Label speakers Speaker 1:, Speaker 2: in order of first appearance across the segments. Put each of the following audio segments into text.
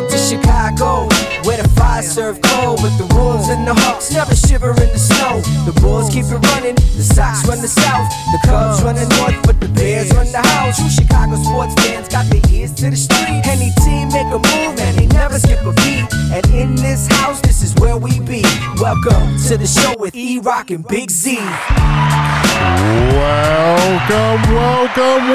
Speaker 1: I go. Where the fire serve cold with the wolves and the hawks never shiver in the snow. The bulls keep it running, the Sox run the south, the Cubs run the north, but the Bears run the house. You Chicago sports fans got their ears to the street. Any team make a move and they never skip a beat. And in this house, this is where we be. Welcome to the show with E Rock and Big Z.
Speaker 2: Welcome, welcome,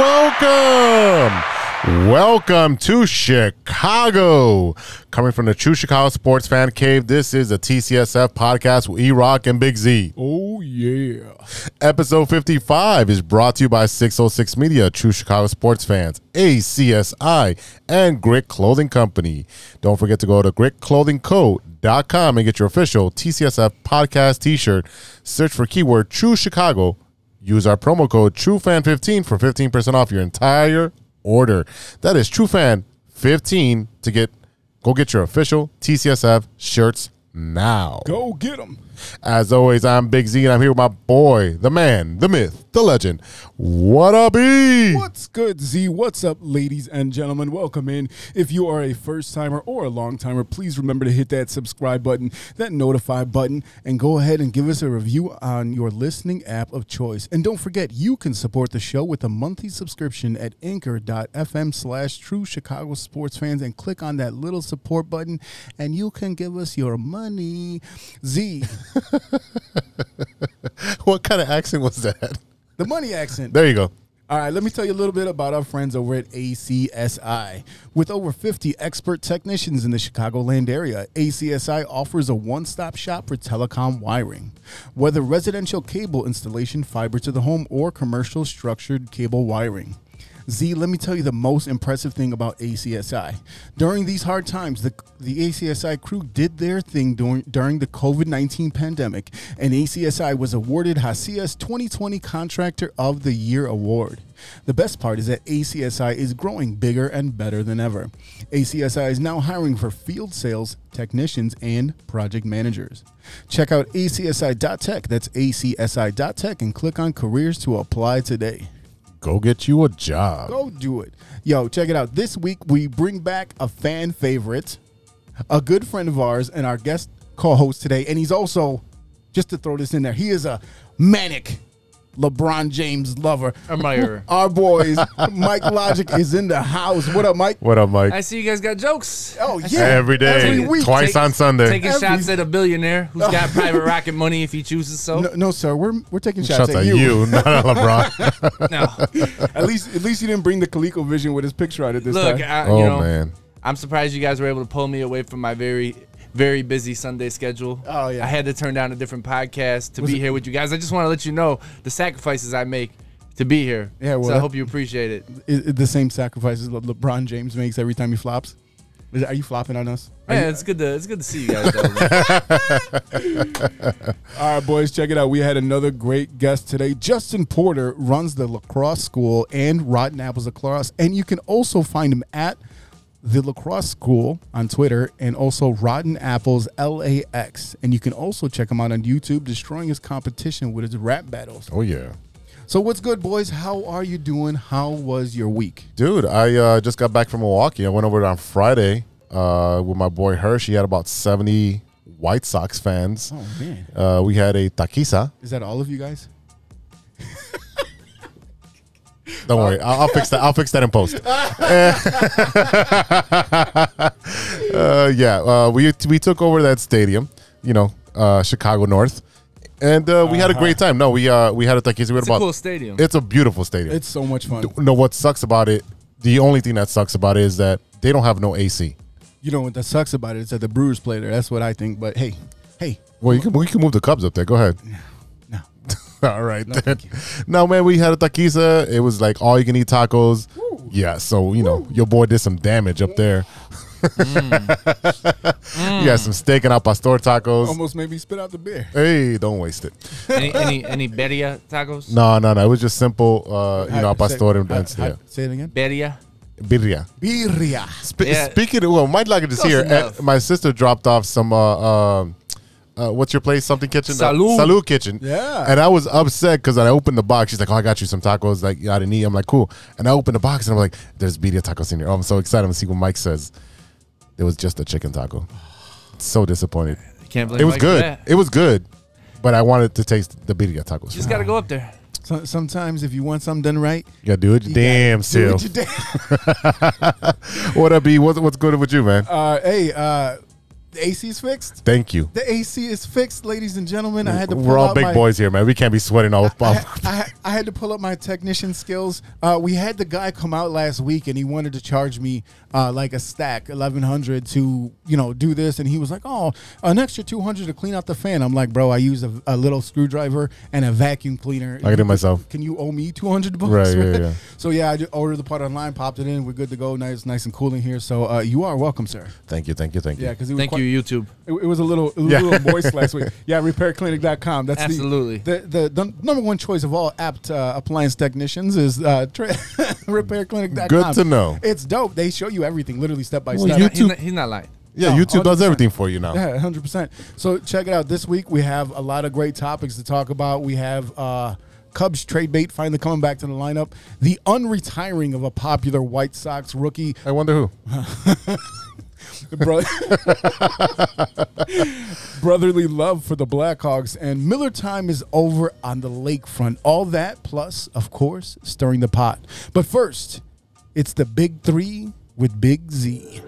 Speaker 2: welcome. Welcome to Chicago. Coming from the True Chicago Sports Fan Cave, this is the TCSF podcast with E Rock and Big Z.
Speaker 3: Oh yeah.
Speaker 2: Episode 55 is brought to you by 606 Media, True Chicago Sports Fans, ACSI, and Grit Clothing Company. Don't forget to go to gritclothingco.com and get your official TCSF podcast t shirt. Search for keyword True Chicago. Use our promo code TrueFan15 for 15% off your entire order. That is TrueFan15 to get go get your official TCSF shirts now.
Speaker 3: Go get him.
Speaker 2: As always, I'm Big Z, and I'm here with my boy, the man, the myth, the legend. What up, E?
Speaker 3: What's good, Z? What's up, ladies and gentlemen? Welcome in. If you are a first timer or a long timer, please remember to hit that subscribe button, that notify button, and go ahead and give us a review on your listening app of choice. And don't forget, you can support the show with a monthly subscription at anchor.fm slash true Chicago sports fans and click on that little support button and you can give us your money. Z,
Speaker 2: What kind of accent was that?
Speaker 3: the money accent.
Speaker 2: There you go.
Speaker 3: All right, let me tell you a little bit about our friends over at ACSI. With over 50 expert technicians in the Chicagoland area, ACSI offers a one stop shop for telecom wiring. Whether residential cable installation, fiber to the home, or commercial structured cable wiring. Z, let me tell you the most impressive thing about ACSI. During these hard times, the, the ACSI crew did their thing during, during the COVID 19 pandemic, and ACSI was awarded Hacias 2020 Contractor of the Year award. The best part is that ACSI is growing bigger and better than ever. ACSI is now hiring for field sales, technicians, and project managers. Check out acsi.tech, that's acsi.tech, and click on careers to apply today.
Speaker 2: Go get you a job.
Speaker 3: Go do it. Yo, check it out. This week we bring back a fan favorite, a good friend of ours, and our guest co-host today. And he's also, just to throw this in there, he is a manic LeBron James lover.
Speaker 4: admirer.
Speaker 3: Our boys, Mike Logic is in the house. What up, Mike?
Speaker 2: What up, Mike?
Speaker 4: I see you guys got jokes.
Speaker 3: Oh yeah.
Speaker 2: Every day,
Speaker 3: Every week.
Speaker 2: twice
Speaker 4: Take-
Speaker 2: on Sunday.
Speaker 4: Taking
Speaker 3: Every-
Speaker 4: shots at a billionaire who's got private rocket money if he chooses so.
Speaker 3: No,
Speaker 4: No.
Speaker 3: no, sir. We're we're taking shots,
Speaker 2: Shots at you, not at LeBron.
Speaker 3: at least at least you didn't bring the ColecoVision Vision with his picture on it this
Speaker 4: Look,
Speaker 3: time.
Speaker 4: I, you
Speaker 2: oh,
Speaker 4: know,
Speaker 2: man.
Speaker 4: I'm surprised you guys were able to pull me away from my very, very busy Sunday schedule.
Speaker 3: Oh, yeah.
Speaker 4: I had to turn down a different podcast to be here with you guys. I just want to let you know the sacrifices I make to be here.
Speaker 3: Yeah, well,
Speaker 4: so I
Speaker 3: that-
Speaker 4: hope you appreciate it.
Speaker 3: Is it the same sacrifices Le- LeBron James makes every time he flops. Is- are you flopping on us? Are
Speaker 4: Man,
Speaker 3: you-
Speaker 4: it's good to it's good to see you guys. though.
Speaker 3: All right, boys, check it out. We had another great guest today. Justin Porter runs the lacrosse school and Rotten Apples Lacrosse. And you can also find him at the lacrosse school on Twitter and also Rotten Apples LAX. And you can also check him out on YouTube, destroying his competition with his rap battles.
Speaker 2: Oh, yeah.
Speaker 3: So, what's good, boys? How are you doing? How was your week?
Speaker 2: Dude, I uh, just got back from Milwaukee. I went over there on Friday uh, with my boy Hirsch. He had about 70 White Sox fans.
Speaker 3: Oh, man.
Speaker 2: Uh, we had a taquisa.
Speaker 3: Is that all of you guys?
Speaker 2: Don't worry, I'll, I'll fix that. I'll fix that in post. uh, yeah, uh, we we took over that stadium, you know, uh, Chicago North, and uh, we had a great time. No, we uh, we had a taquisa. We had
Speaker 4: Uh-huh. It's a
Speaker 2: about
Speaker 4: cool stadium.
Speaker 2: it's a beautiful stadium.
Speaker 3: It's so much fun.
Speaker 2: no, what sucks about it? The only thing that sucks about it is that they don't have no AC.
Speaker 3: You know what that sucks about it is that the Brewers play there. That's what I think. But hey, hey,
Speaker 2: Well, you can we can move the Cubs up there. Go ahead.
Speaker 3: no.
Speaker 2: All right. then. No, man, we had a taquisa. It was like all you can eat tacos. Yeah, so you know your boy did some damage up there. you had some steak and al pastor tacos.
Speaker 3: Mm. Almost made me spit out the beer.
Speaker 2: Hey, don't waste it.
Speaker 4: any any any Beria tacos?
Speaker 2: No, no, no. It was just simple, uh, you know, al pastor and, and
Speaker 3: Say-
Speaker 2: yeah.
Speaker 3: uh, Say it again.
Speaker 4: Beria.
Speaker 2: birria.
Speaker 3: Birria.
Speaker 2: Sp-
Speaker 4: Yeah.
Speaker 2: Speaking of, well, Mike Lockett is
Speaker 4: Close
Speaker 2: here.
Speaker 4: enough.
Speaker 2: Uh, my sister dropped off some. Uh, um uh, what's your place? Something kitchen. Uh,
Speaker 4: Salud.
Speaker 2: Salud kitchen.
Speaker 3: Yeah.
Speaker 2: And I was upset because I opened the box. She's like, "Oh, I got you some tacos." Like I didn't eat. I'm like, "Cool." And I opened the box and I'm like, "There's birria tacos in here." Oh, I'm so excited. I'm gonna see what Mike says. It was just a chicken taco. So disappointed.
Speaker 4: Can't blame
Speaker 2: It was
Speaker 4: Mike for
Speaker 2: good.
Speaker 4: that.
Speaker 2: It was good, but I wanted to taste the birria tacos.
Speaker 4: Just gotta go up there.
Speaker 3: So, sometimes if you want something done right,
Speaker 2: you gotta do it your
Speaker 3: you gotta
Speaker 2: damn
Speaker 3: do
Speaker 2: self.
Speaker 3: what you damn-
Speaker 2: What up, B? What's what's good with you, man?
Speaker 3: Uh, hey, uh, the AC's fixed.
Speaker 2: Thank you.
Speaker 3: The AC is fixed, ladies and gentlemen. I had to.
Speaker 2: We're
Speaker 3: pull
Speaker 2: all
Speaker 3: out
Speaker 2: big
Speaker 3: my-
Speaker 2: boys here, man. We can't be sweating all. all-
Speaker 3: I, I, I had to pull up my technician skills. Uh, we had the guy come out last week, and he wanted to charge me uh, like a stack, eleven hundred, to you know do this. And he was like, "Oh, an extra two hundred to clean out the fan." I'm like, "Bro, I use a, a little screwdriver and a vacuum cleaner.
Speaker 2: I can do it myself.
Speaker 3: Can you owe me two hundred bucks?"
Speaker 2: Right, yeah, yeah.
Speaker 3: So yeah, I just ordered the part online, popped it in. We're good to go. Nice, nice and cool in here. So uh, you are welcome, sir.
Speaker 2: Thank you, thank you, thank you.
Speaker 3: Yeah, because
Speaker 4: Thank you, YouTube.
Speaker 3: it, it was a little, it was
Speaker 2: Yeah.
Speaker 3: a little moist last week. Yeah, repairclinic.com. That's
Speaker 4: Absolutely.
Speaker 3: The, the, the, the number one choice of all apt uh, appliance technicians is uh, tra- repairclinic.com.
Speaker 2: Good to know.
Speaker 3: It's dope. They show you everything, literally step by
Speaker 2: Well,
Speaker 3: step.
Speaker 2: you-
Speaker 4: He's
Speaker 2: YouTube.
Speaker 4: not, he's not lying.
Speaker 2: Yeah,
Speaker 3: No,
Speaker 2: YouTube does
Speaker 3: 100%.
Speaker 2: everything for you now.
Speaker 3: yeah, 100%. So check it out. This week we have a lot of great topics to talk about. We have uh, Cubs trade bait finally coming back to the lineup, the unretiring of a popular White Sox rookie,
Speaker 2: I wonder who.
Speaker 3: Bro- brotherly love for the Blackhawks, and Miller time is over on the lakefront. All that plus, of course, stirring the pot. But first, it's the Big Three with Big Z.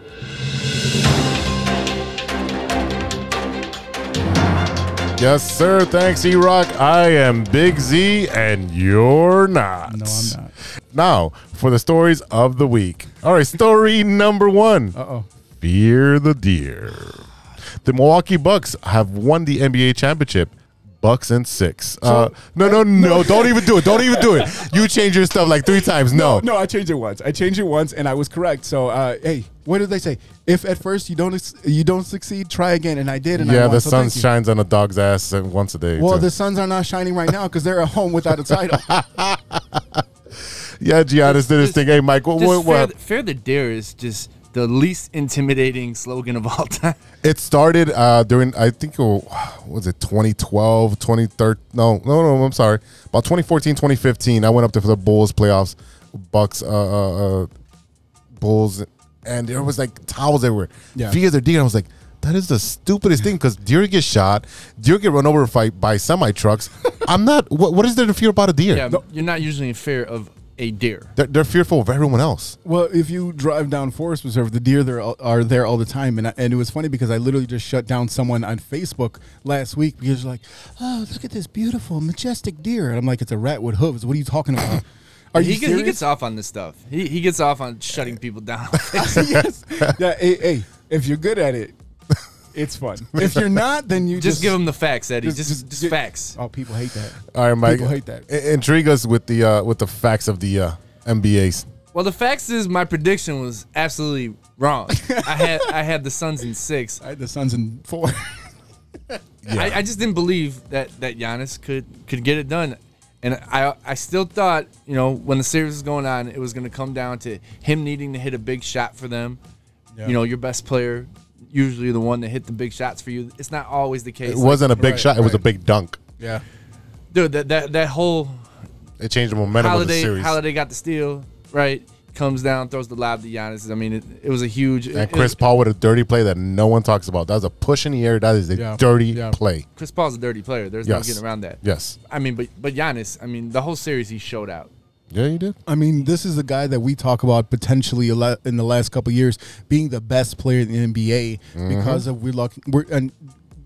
Speaker 2: Yes, sir. Thanks, E Rock. I am Big Z, and you're not.
Speaker 3: No, I'm not.
Speaker 2: Now, for the stories of the week. All right, story number one
Speaker 3: Uh oh.
Speaker 2: Fear the Deer. The Milwaukee Bucks have won the NBA championship. Bucks and six. uh, no, no, no. don't even do it. Don't even do it. You change your stuff like three times. No.
Speaker 3: No, I changed it once. I changed it once, and I was correct. So, uh, hey, what did they say? If at first you don't ex- you don't succeed, try again. And I did. And I
Speaker 2: yeah,
Speaker 3: won,
Speaker 2: the
Speaker 3: so
Speaker 2: sun
Speaker 3: thank you.
Speaker 2: shines on a dog's ass uh, once a day.
Speaker 3: Well,
Speaker 2: too.
Speaker 3: the suns are not shining right now because they're at home without a title.
Speaker 2: yeah, Giannis did his
Speaker 4: just-
Speaker 2: thing. Hey, Mike, what,
Speaker 4: Just
Speaker 2: what,
Speaker 4: fair,
Speaker 2: what?
Speaker 4: the, fair the dare is just the least intimidating slogan of all time.
Speaker 2: It started uh, during, I think, oh, was it 2012, 2013? No, no, no, I'm sorry. About 2014, 2015, I went up there for the Bulls playoffs, Bucks, uh, uh, uh, Bulls, and there was like towels everywhere.
Speaker 3: Yeah.
Speaker 2: Via their deer. I was like, that is the stupidest thing because deer get shot, deer get run over by, by semi trucks. I'm not, what, what is there to fear about a deer?
Speaker 4: Yeah, you're not usually in fear of a deer.
Speaker 2: They're, they're fearful of everyone else.
Speaker 3: Well, if you drive down Forest Reserve, the deer there are- are there all the time, and I, and it was funny because I literally just shut down someone on Facebook last week because like, oh look at this beautiful majestic deer, and I'm like, it's a rat with hooves. What are you talking about? Are you
Speaker 4: he, get- he
Speaker 3: serious?
Speaker 4: gets off on this stuff. He, he gets off on shutting people down.
Speaker 3: yes. Yeah. Hey, hey, if you're good at it, it's fun. If you're not, then you just,
Speaker 4: just give him the facts, Eddie. Just, just,
Speaker 3: get-
Speaker 4: facts.
Speaker 3: Oh, people hate that.
Speaker 2: All right, Mike.
Speaker 3: People hate that.
Speaker 2: I- intrigue us with the, uh, with the facts of the uh, NBA's.
Speaker 4: Well, the facts is my prediction was absolutely wrong. I had I had the Suns in six.
Speaker 3: I had the Suns in four.
Speaker 4: I, I just didn't believe that that Giannis could could get it done, and I I still thought you know when the series was going on, it was going to come down to him needing to hit a big shot for them. You know, your best player usually the one that hit the big shots for you. It's not always the case.
Speaker 2: It wasn't a big
Speaker 3: Right,
Speaker 2: shot. It was a
Speaker 3: right.
Speaker 2: big dunk.
Speaker 3: yeah.
Speaker 4: Like, dude. That that that whole
Speaker 2: It changed the momentum of the
Speaker 4: holiday
Speaker 2: series.
Speaker 4: holiday got the steal right. Comes down, throws the lob to Giannis. I mean, it, it was a huge.
Speaker 2: And Chris Paul with a dirty play that no one talks about. That was a push in the air. That is a
Speaker 3: Yeah,
Speaker 2: dirty
Speaker 3: yeah.
Speaker 2: play.
Speaker 4: Chris Paul's a dirty player. There's
Speaker 2: Yes.
Speaker 4: no getting around that.
Speaker 2: Yes.
Speaker 4: I mean, but but Giannis. I mean, the whole series he showed out.
Speaker 2: Yeah, you did.
Speaker 3: I mean, this is a guy that we talk about potentially a lot in the last couple of years being the best player in the NBA
Speaker 2: Mm-hmm.
Speaker 3: because of we're lucky. We're and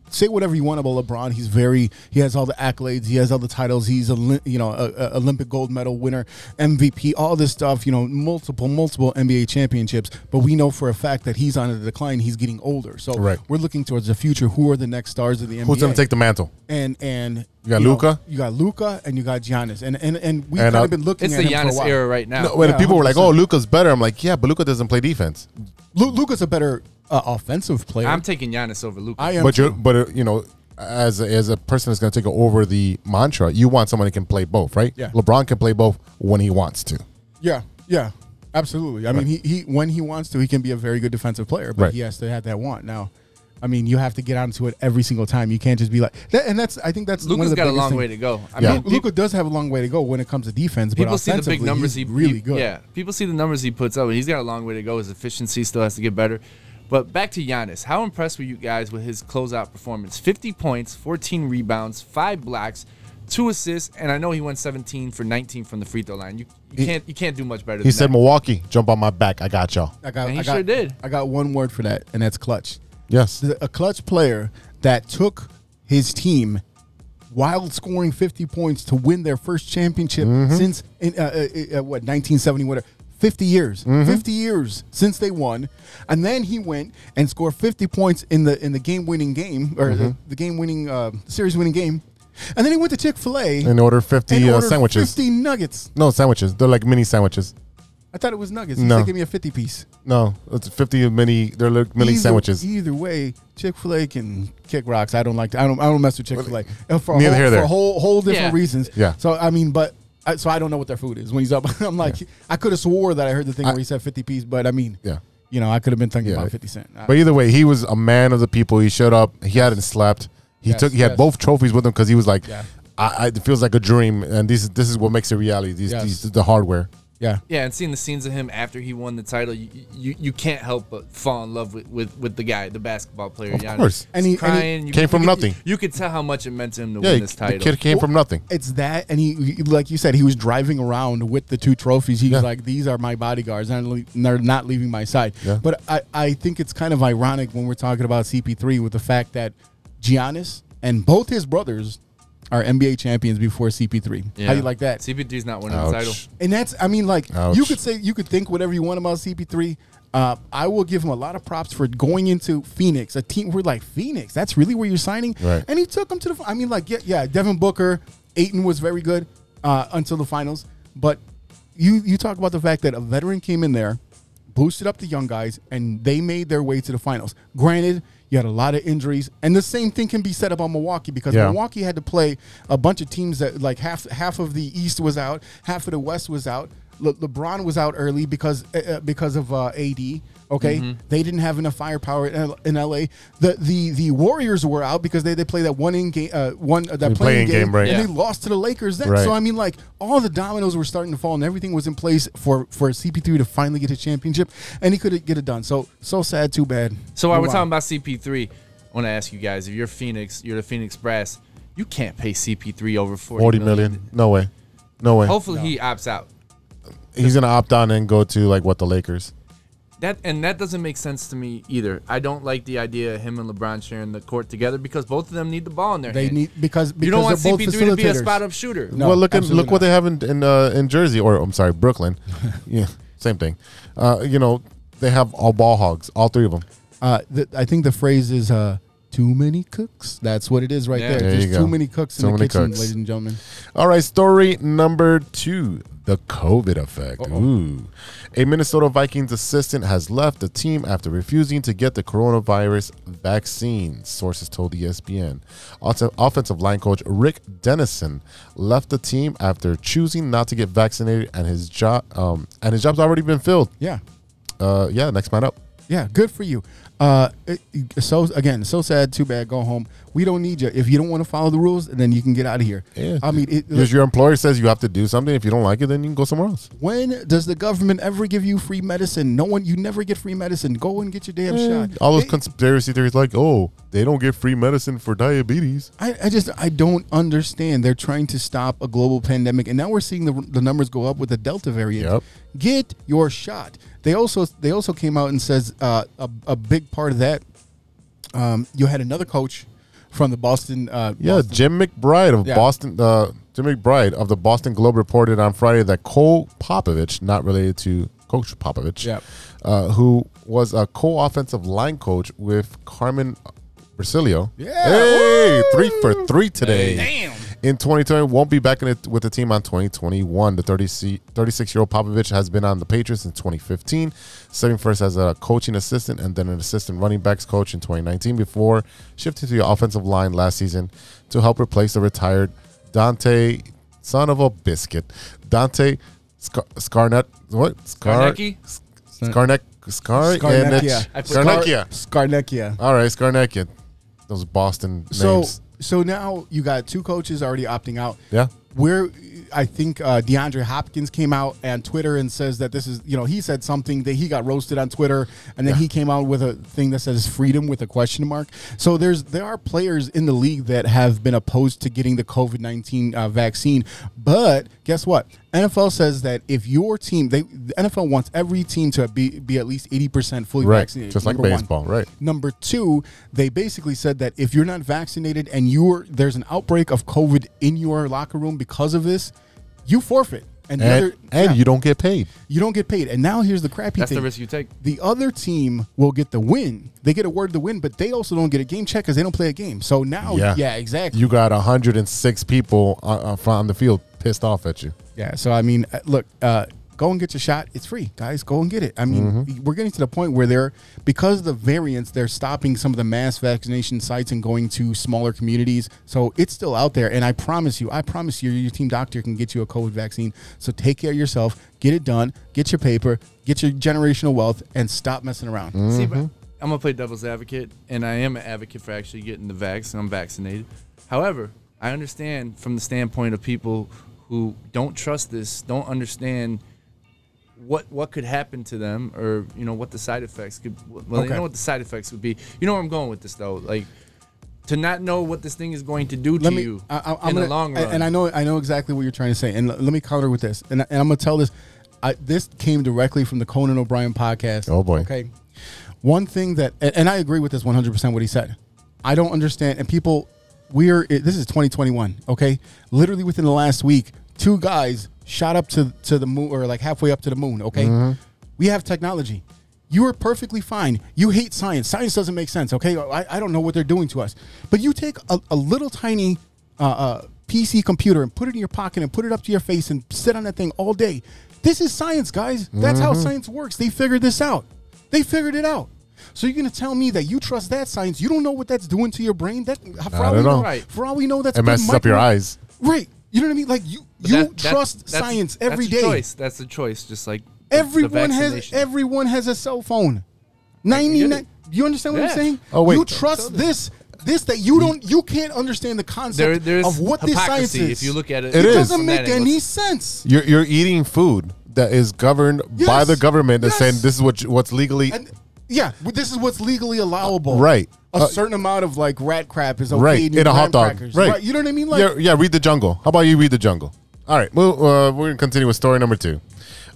Speaker 3: say whatever you want about LeBron. He's very he has all the accolades. He has all the titles. He's a li- you know a, a Olympic gold medal winner, MVP, all this stuff. You know, multiple multiple NBA championships. But we know for a fact that he's on a decline. He's getting older. So
Speaker 2: Correct.
Speaker 3: we're looking towards the future. Who are the next stars of the NBA?
Speaker 2: Who's going to take the mantle?
Speaker 3: and and
Speaker 2: You got
Speaker 3: know,
Speaker 2: Luka?
Speaker 3: you got Luka, and you got Giannis, and and and we've
Speaker 2: And, uh,
Speaker 3: kind of been looking
Speaker 4: It's
Speaker 3: at
Speaker 4: the
Speaker 3: him for a
Speaker 4: Giannis
Speaker 3: while.
Speaker 4: era right now.
Speaker 2: No, when
Speaker 3: Yeah,
Speaker 2: people were like, "Oh,
Speaker 3: 100%.
Speaker 2: Luca's better," I'm like, "Yeah, but Luca doesn't play defense."
Speaker 3: Lu- Luca's a better uh, offensive player.
Speaker 4: I'm taking Giannis over Luka.
Speaker 3: I am.
Speaker 2: But you, but uh, you know, as a, as a person that's going to take over the mantra, you want someone that can play both, right?
Speaker 3: Yeah.
Speaker 2: LeBron can play both when he wants to.
Speaker 3: yeah, yeah, absolutely. I mean, he, he when he wants to, he can be a very good defensive player, but
Speaker 2: Right.
Speaker 3: he has to have that want. Now, I mean, you have to get onto it every single time. You can't just be like that. And that's I think that's one of
Speaker 4: Luka's
Speaker 3: the
Speaker 4: got a
Speaker 3: biggest
Speaker 4: long
Speaker 3: thing.
Speaker 4: way to go. I
Speaker 2: Yeah.
Speaker 4: mean,
Speaker 3: Luca does have a long way to go when it comes to defense, but
Speaker 4: people see the big
Speaker 3: offensively,
Speaker 4: numbers
Speaker 3: he's
Speaker 4: he
Speaker 3: really
Speaker 4: he-
Speaker 3: good.
Speaker 4: Yeah, people see the numbers he puts up, and he's got a long way to go. His efficiency still has to get better. But back to Giannis. How impressed were you guys with his closeout performance? 50 points, 14 rebounds, five blocks, two assists, and I know he went 17 for 19 from the free throw line. You,
Speaker 2: He-
Speaker 4: you can't you can't do much better.
Speaker 2: He
Speaker 4: than
Speaker 2: said,
Speaker 4: that.
Speaker 2: Milwaukee, jump on my back. I got y'all.
Speaker 3: I got,
Speaker 4: And he
Speaker 3: I got,
Speaker 4: sure did.
Speaker 3: I got one word for that, and that's clutch.
Speaker 2: Yes.
Speaker 3: Th- A clutch player that took his team while scoring 50 points to win their first championship
Speaker 2: Mm-hmm.
Speaker 3: since in, uh, uh, uh, what 1970 whatever 50 years
Speaker 2: Mm-hmm.
Speaker 3: 50 years since they won and then he went and scored 50 points in the in the game winning game or the,
Speaker 2: Mm-hmm.
Speaker 3: the game winning uh, series winning game and then he went to Chick-fil-A
Speaker 2: And ordered 50
Speaker 3: and
Speaker 2: uh,
Speaker 3: ordered
Speaker 2: sandwiches.
Speaker 3: 50 nuggets
Speaker 2: No, sandwiches. They're like mini sandwiches.
Speaker 3: I thought it was nuggets he
Speaker 2: No.
Speaker 3: said give me a 50 piece
Speaker 2: No, it's 50 mini. They're like mini
Speaker 3: Either-
Speaker 2: sandwiches.
Speaker 3: Either way, Chick Fil A can kick rocks. I don't like. To, I don't. I don't mess with Chick Fil A for a
Speaker 2: Neither
Speaker 3: whole,
Speaker 2: here
Speaker 3: for
Speaker 2: there.
Speaker 3: a whole whole different
Speaker 4: Yeah.
Speaker 3: reasons.
Speaker 2: Yeah.
Speaker 3: So I mean, but I, so I don't know what their food is when he's up. I'm like, I could have swore that I heard the thing where he said 50 piece, but I mean,
Speaker 2: Yeah.
Speaker 3: You know, I could have been thinking
Speaker 2: Yeah.
Speaker 3: about 50 cent. I-
Speaker 2: But either way, he was a man of the people. He showed up. He hadn't slept. He
Speaker 3: Yes,
Speaker 2: took. He had
Speaker 3: yes.
Speaker 2: both trophies with him because he was like,
Speaker 3: Yeah.
Speaker 2: I, I, "It feels like a dream," and this is this is what makes it reality. These,
Speaker 3: Yes.
Speaker 2: these the hardware.
Speaker 3: yeah.
Speaker 4: Yeah, and seeing the scenes of him after he won the title, you you, you can't help but fall in love with, with, with the guy, the basketball player.
Speaker 2: Of
Speaker 4: Giannis.
Speaker 2: course.
Speaker 3: And
Speaker 4: and
Speaker 3: he- and he-
Speaker 4: he crying. you
Speaker 2: Came
Speaker 4: could-
Speaker 2: from
Speaker 4: you could-
Speaker 2: nothing.
Speaker 4: You, could tell how much it meant to him to
Speaker 2: Yeah,
Speaker 4: win
Speaker 2: he-
Speaker 4: this
Speaker 2: the
Speaker 4: title.
Speaker 2: kid came from nothing.
Speaker 3: It's that, and he, like you said, he was driving around with the two trophies. He's
Speaker 2: Yeah.
Speaker 3: like, "These are my bodyguards, and le- they're not leaving my side."
Speaker 2: Yeah.
Speaker 3: But I, I think it's kind of ironic when we're talking about CP3 with the fact that Giannis and both his brothers are NBA champions before CP3. How do you like that?
Speaker 4: CP3's not winning
Speaker 2: Ouch.
Speaker 4: the title.
Speaker 3: And that's, I mean, like
Speaker 2: Ouch.
Speaker 3: you could say you could think whatever you want about CP3. Uh, I will give him a lot of props for going into Phoenix, a team we're like Phoenix. That's really where you're signing,
Speaker 2: Right.
Speaker 3: and he took him to the. fi- I mean, like yeah, yeah. Devin Booker, Aiton was very good uh, until the finals, but you you talk about the fact that a veteran came in there, boosted up the young guys, and they made their way to the finals. Granted, you had a lot of injuries, and the same thing can be said about Milwaukee because
Speaker 2: Yeah.
Speaker 3: Milwaukee. Milwaukee had to play a bunch of teams that like half half of the East was out, half of the West was out. Le- LeBron was out early because uh, uh, because of uh, AD. Okay, they didn't have enough firepower in, L- in LA. The the the Warriors were out because they they played that one in game uh, one uh, that playing
Speaker 2: play-in
Speaker 3: game,
Speaker 2: game, right.
Speaker 3: and they
Speaker 4: Yeah.
Speaker 3: lost to the Lakers then.
Speaker 2: Right.
Speaker 3: So I mean, like all the dominoes were starting to fall, and everything was in place for for CP3 to finally get a championship, and he could get it done. So so sad, too bad.
Speaker 4: So while we're
Speaker 3: Move on.
Speaker 4: talking about CP3, I want to ask you guys: If you're Phoenix, you're the Phoenix Brass. You can't pay CP3 over 40,
Speaker 2: Forty million. No way. No way.
Speaker 4: Hopefully, he opts out.
Speaker 2: He's gonna opt on and go to like what the Lakers.
Speaker 4: That and that doesn't make sense to me either. I don't like the idea of him and LeBron sharing the court together because both of them need the ball in their
Speaker 3: They
Speaker 4: hand.
Speaker 3: need because, because
Speaker 4: you don't want
Speaker 3: they're both
Speaker 4: CP3 to be a
Speaker 3: facilitators.
Speaker 4: spot up shooter.
Speaker 3: No,
Speaker 2: well, look at
Speaker 3: absolutely
Speaker 2: look what they have in in, uh, in Jersey, or I'm sorry, Brooklyn. yeah, same thing. Uh, you know, they have all ball hogs, all three of them.
Speaker 3: uh, th- I think the phrase is uh, "too many cooks." That's what it is right
Speaker 4: Yeah.
Speaker 3: there.
Speaker 4: There
Speaker 2: you
Speaker 3: Just
Speaker 2: go.
Speaker 3: too many cooks in
Speaker 2: Too
Speaker 3: the
Speaker 2: many
Speaker 3: kitchen,
Speaker 2: cooks.
Speaker 3: ladies and gentlemen.
Speaker 2: All right, story number two the COVID effect. Ooh. A Minnesota Vikings assistant has left the team after refusing to get the coronavirus vaccine, sources told E ESPN. Also, offensive line coach Rick Dennison left the team after choosing not to get vaccinated, and his job um, and his job's already been filled.
Speaker 3: Yeah,
Speaker 2: Uh, yeah, next man up.
Speaker 3: yeah. Good for you. Uh, it- it- so again, so sad. Too bad. Go home. We don't need you. If you don't want to follow the rules, then you can get out of here.
Speaker 2: Yeah.
Speaker 3: I mean, it,
Speaker 2: Because your employer says you have to do something. If you don't like it, then you can go somewhere else.
Speaker 3: when does the government ever give you free medicine? No one. You never get free medicine. Go and get your damn shot.
Speaker 2: Eh, All those
Speaker 3: It-
Speaker 2: conspiracy theories, like, oh, they don't get free medicine for diabetes.
Speaker 3: I, I just I don't understand. They're trying to stop a global pandemic, and now we're seeing the, the numbers go up with the Delta variant.
Speaker 2: Yep.
Speaker 3: Get your shot. They also they also came out and says uh, a a big part of that. Um, you had another coach from the Boston. Uh,
Speaker 2: Yeah,
Speaker 3: Boston-
Speaker 2: Jim McBride of
Speaker 3: Yeah.
Speaker 2: Boston. Uh, Jim McBride of the Boston Globe reported on Friday that Cole Popovich, not related to Coach Popovich,
Speaker 3: Yep.
Speaker 2: uh, who was a co-offensive line coach with Carmen Brasilio.
Speaker 3: Yeah,
Speaker 2: hey, three for three today.
Speaker 4: Damn.
Speaker 2: In 2020, won't be back in it with the team on 2021. The 36 year old Popovich has been on the Patriots since 2015, serving first as a coaching assistant and then an assistant running backs coach in 2019 before shifting to the offensive line last season to help replace the retired Dante, son of a biscuit, Dante Scar- Scarnet. What? Scar-
Speaker 4: Skarnacki?
Speaker 2: Scarnec. Scar-
Speaker 3: Skarnecchia.
Speaker 2: Scarnecchia.
Speaker 4: I put-
Speaker 2: Scarnecchia.
Speaker 3: Skarnecchia.
Speaker 2: All right, Scarnecchia. Those Boston
Speaker 3: So
Speaker 2: names.
Speaker 3: so now you got two coaches already opting out.
Speaker 2: Yeah.
Speaker 3: where I think uh, DeAndre Hopkins came out on Twitter and says that this is, you know, he said something that he got roasted on Twitter, and then he came out with a thing that says freedom with a question mark. So there's there are players in the league that have been opposed to getting the COVID nineteen uh, vaccine, but guess what? NFL says that if your team, they the NFL wants every team to be be at least eighty percent fully
Speaker 2: Right.
Speaker 3: vaccinated.
Speaker 2: Just like
Speaker 3: number one.
Speaker 2: baseball, right.
Speaker 3: Number two, they basically said that if you're not vaccinated and you're there's an outbreak of COVID in your locker room because of this, you forfeit. And, the
Speaker 2: and,
Speaker 3: other,
Speaker 2: and
Speaker 3: yeah,
Speaker 2: you don't get paid.
Speaker 3: you don't get paid. And now here's the crappy
Speaker 4: That's
Speaker 3: thing.
Speaker 4: the risk you take.
Speaker 3: The other team will get the win. They get awarded the win, but they also don't get a game check because they don't play a game. So now, Oh, yeah, exactly.
Speaker 2: You got 106 people on, on- on the field pissed off at you.
Speaker 3: Yeah. So I mean, uh, look, uh, go and get your shot. It's free, guys. Go and get it. I mean,
Speaker 4: Mm-hmm.
Speaker 3: we're getting to the point where they're because of the variants, they're stopping some of the mass vaccination sites and going to smaller communities. So it's still out there, and I promise you, I promise you, your team doctor can get you a COVID vaccine. So take care of yourself. Get it done. Get your paper. Get your generational wealth, and stop messing around.
Speaker 4: See, but
Speaker 3: Mm-hmm.
Speaker 4: I'm gonna play devil's advocate, and I am an advocate for actually getting the vax, and I'm vaccinated. However, I understand from the standpoint of people who don't trust this, don't understand what what could happen to them, or you know what the side effects could. Well,
Speaker 3: Okay.
Speaker 4: you know what the side effects would be. You know where I'm going with this though, like. To not know what this thing is going to do to you
Speaker 3: I, I, I'm
Speaker 4: in
Speaker 3: gonna,
Speaker 4: the long
Speaker 3: I-
Speaker 4: run,
Speaker 3: And I know I know exactly what you're trying to say. And l- let me counter with this. And, I- and I'm gonna tell this. I, this came directly from the Conan O'Brien podcast.
Speaker 2: Oh, boy.
Speaker 3: Okay. One thing that and, and I agree with this 100 percent what he said. I don't understand. And people, we're it- this is 2021. Okay. Literally within the last week, two guys shot up to to the moon or like halfway up to the moon. Okay. We have technology. You are perfectly fine. You hate science. Science doesn't make sense. Okay, I, I don't know what they're doing to us. But you take a, a little tiny uh, uh, PC computer and put it in your pocket and put it up to your face and sit on that thing all day. This is science, guys. That's how science works. They figured this out. They figured it out. So you're gonna tell me that you trust that science? You don't know what that's doing to your brain. That for all,
Speaker 2: at
Speaker 3: we know,
Speaker 2: all.
Speaker 4: Right.
Speaker 3: for all we know, that's
Speaker 2: It
Speaker 3: good
Speaker 2: messes up your eyes.
Speaker 3: Right. You know what I mean? Like you,
Speaker 4: But
Speaker 3: you
Speaker 4: that- that-
Speaker 3: trust
Speaker 4: that's-
Speaker 3: science
Speaker 4: that's
Speaker 3: every
Speaker 4: a
Speaker 3: day.
Speaker 4: Choice. That's a choice, just like the- the
Speaker 3: Everyone has
Speaker 4: vaccination.
Speaker 3: everyone has a cell phone. Ninety
Speaker 4: get
Speaker 3: nine.
Speaker 4: it.
Speaker 3: You understand what I'm
Speaker 4: Yeah.
Speaker 3: saying?
Speaker 2: Oh, wait.
Speaker 3: You trust this this that you don't you can't understand the
Speaker 4: There,
Speaker 3: concept
Speaker 4: there's
Speaker 3: of what this science
Speaker 4: hypocrisy
Speaker 3: is.
Speaker 4: If you look at it,
Speaker 2: It
Speaker 3: it
Speaker 2: is.
Speaker 3: doesn't
Speaker 4: from
Speaker 3: make
Speaker 4: that angle.
Speaker 3: any sense.
Speaker 2: You're, you're eating food that is governed by
Speaker 3: Yes.
Speaker 2: the government that's
Speaker 3: Yes.
Speaker 2: saying this is what you- what's legally
Speaker 3: And yeah, but this is what's legally allowable.
Speaker 2: Right.
Speaker 3: A
Speaker 2: Uh,
Speaker 3: certain amount of like rat crap is okay
Speaker 2: right
Speaker 3: in,
Speaker 2: in,
Speaker 3: your
Speaker 2: a hot
Speaker 3: graham
Speaker 2: dog.
Speaker 3: crackers.
Speaker 2: Right.
Speaker 3: You know what I mean? Like
Speaker 2: yeah, yeah. Read the jungle. How about you read the jungle? All right. Well, uh, we're gonna continue with story number two.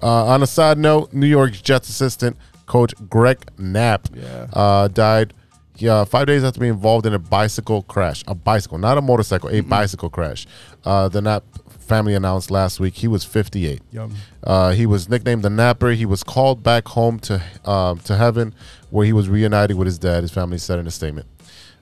Speaker 2: Uh, on a side note, New York Jets assistant coach Greg Knapp uh, died. Yeah, five days after being involved in a bicycle crash, a bicycle, not a motorcycle,
Speaker 3: Mm-hmm.
Speaker 2: a bicycle crash. Uh, the Knapp family announced last week he was 58.
Speaker 3: Yum.
Speaker 2: Uh, he was nicknamed the Napper. He was called back home to um, to heaven, where he was reunited with his dad. His family said in a statement.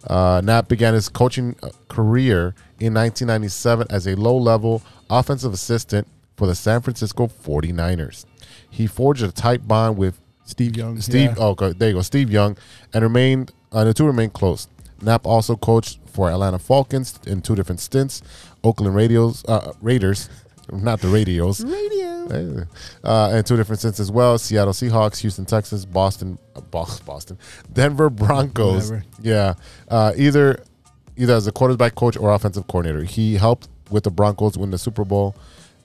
Speaker 2: Uh, Knapp began his coaching uh, career in 1997 as a low level offensive assistant for the San Francisco 49ers. He forged a tight bond with
Speaker 3: Steve Young.
Speaker 2: Steve.
Speaker 3: yeah.
Speaker 2: Oh, okay, there you go. Steve Young, and remained. Uh, the two remained close. Knapp also coached for Atlanta Falcons in two different stints, Oakland Radios, uh, Raiders, not the Radios, Radio, uh, and two different stints as well: Seattle Seahawks, Houston Texans, Boston, uh, Bos- Boston, Denver Broncos.
Speaker 3: Whatever.
Speaker 2: Yeah, uh, either either as a quarterback coach or offensive coordinator. He helped with the Broncos win the Super Bowl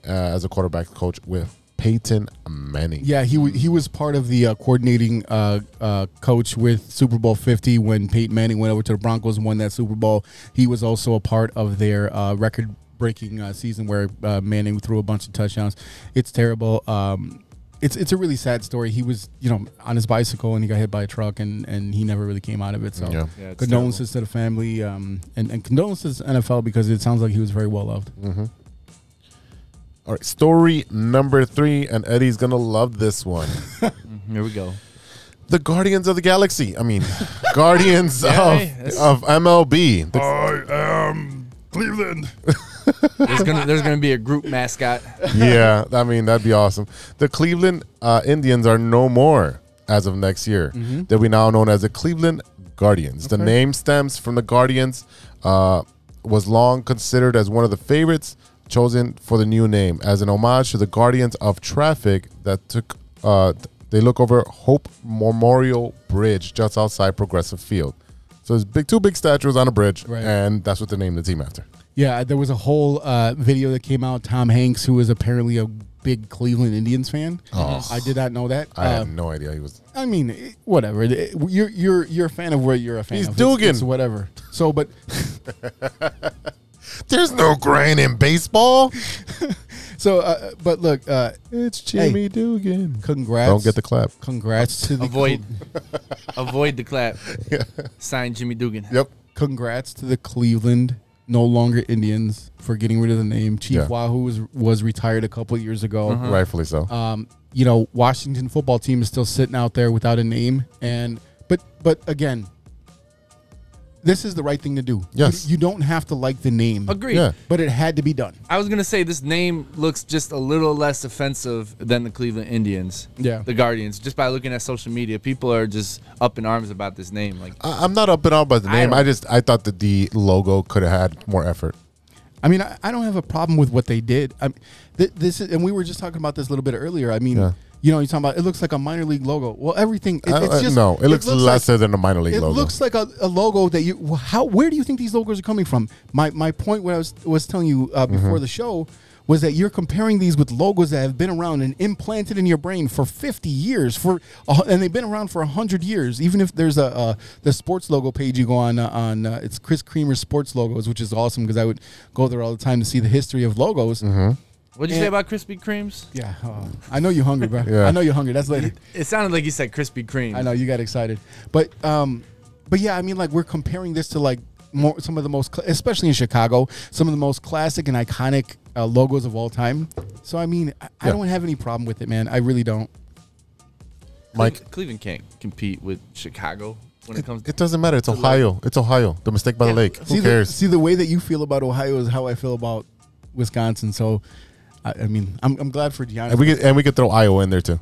Speaker 2: uh, as a quarterback coach with Peyton Manning.
Speaker 3: Yeah, he wa- he was part of the uh, coordinating uh, uh, coach with Super Bowl Fifty when Peyton Manning went over to the Broncos and won that Super Bowl. He was also a part of their uh, record breaking uh, season where uh, Manning threw a bunch of touchdowns. It's terrible. Um, it's it's a really sad story. He was you know on his bicycle and he got hit by a truck and and he never really came out of it. So
Speaker 2: Yeah.
Speaker 4: Yeah, it's
Speaker 3: condolences to the family um, and and condolences to NFL because it sounds like he was very well loved.
Speaker 2: All right, story number three, and Eddie's gonna love this one.
Speaker 4: Here we go.
Speaker 2: the Guardians of the Galaxy. I mean, Guardians
Speaker 4: hey,
Speaker 2: of, of MLB. The-
Speaker 3: Cleveland.
Speaker 4: There's gonna there's gonna be a group mascot.
Speaker 2: yeah, I mean that'd be awesome. The Cleveland uh, Indians are no more as of next year. They'll be now known as the Cleveland Guardians. The name stems from the Guardians. Uh, was long considered as one of the favorites chosen for the new name as an homage to the Guardians of Traffic that took. Uh, th- they look over Hope Memorial Bridge just outside Progressive Field. So there's big two big statues on a bridge,
Speaker 3: Right.
Speaker 2: and that's what they named the team after.
Speaker 3: Yeah, there was a whole uh, video that came out. Tom Hanks, who was apparently a big Cleveland Indians fan.
Speaker 2: Oh.
Speaker 3: I did not know that.
Speaker 2: I
Speaker 3: Uh,
Speaker 2: had no idea he was.
Speaker 3: I mean, it- whatever. It- You're you're you're a fan of where you're a fan.
Speaker 2: He's
Speaker 3: of. It's-
Speaker 2: Dugan.
Speaker 3: it's whatever. So, but
Speaker 2: There's no grain in baseball.
Speaker 3: so uh, but look, uh,
Speaker 2: It's
Speaker 3: Jimmy
Speaker 2: Dugan.
Speaker 3: congrats.
Speaker 2: Don't get the clap.
Speaker 3: Congrats to the
Speaker 4: Avoid, avoid the clap. Sign Jimmy Dugan.
Speaker 2: Yep.
Speaker 3: Congrats to the Cleveland no longer Indians for getting rid of the name. Chief
Speaker 2: Yeah.
Speaker 3: Wahoo was was retired a couple years ago.
Speaker 2: Rightfully so.
Speaker 3: um, you know, Washington football team is still sitting out there without a name. And but but again, this is the right thing to do. You-
Speaker 2: Yes.
Speaker 3: you, don't have to like the name,
Speaker 4: Agreed.
Speaker 2: Yeah.
Speaker 3: but it had to be done.
Speaker 4: I was gonna say this name looks just a little less offensive than the Cleveland Indians.
Speaker 3: Yeah.
Speaker 4: The Guardians. Just by looking at social media, people are just up in arms about this name. Like
Speaker 2: I, I'm not up and out by the
Speaker 4: I
Speaker 2: name.
Speaker 4: don't-
Speaker 2: I, just I thought that the logo could have had more effort.
Speaker 3: I mean, I, I don't have a problem with what they did. I mean, th- this is, and we were just talking about this a little bit earlier. I mean,
Speaker 2: Yeah.
Speaker 3: you know, you're talking about it looks like a minor league logo. Well, everything. It,
Speaker 2: I- I-
Speaker 3: it's just
Speaker 2: no, it, looks,
Speaker 3: like-
Speaker 2: lesser than a minor league
Speaker 3: it
Speaker 2: logo.
Speaker 3: looks like a, a logo that you wh- how where do you think these logos are coming from my my point when i was was telling you uh,
Speaker 2: Mm-hmm.
Speaker 3: before the show was that you're comparing these with logos that have been around and implanted in your brain for 50 years for uh, and they've been around for 100 years even if there's a uh, the sports logo page you go on uh, on uh, it's chris creamer's sports logos which is awesome because i would go there all the time to see the history of logos
Speaker 2: Mm-hmm.
Speaker 4: what'd you say about Krispy Kremes?
Speaker 3: yeah uh, i know you're hungry bro
Speaker 2: Yeah.
Speaker 3: i know you're hungry that's later
Speaker 4: It sounded like you said Krispy Kreme.
Speaker 3: I know you got excited, but um, but yeah, I mean, like we're comparing this to like more some of the most, cl- especially in Chicago, some of the most classic and iconic uh, logos of all time. So I mean, I, I
Speaker 2: Yeah.
Speaker 3: don't have any problem with it, man. I really don't.
Speaker 2: Mike.
Speaker 4: Cle- Cleveland can't compete with Chicago when it comes.
Speaker 2: It doesn't matter. It's Ohio. It's Ohio. The mistake by the
Speaker 4: Yeah.
Speaker 2: lake. Who
Speaker 3: see
Speaker 2: cares?
Speaker 3: The, see the way that you feel about Ohio is how I feel about Wisconsin. So. I, I mean, I'm, I'm glad for Giannis.
Speaker 2: and we could and we could throw Iowa in there too.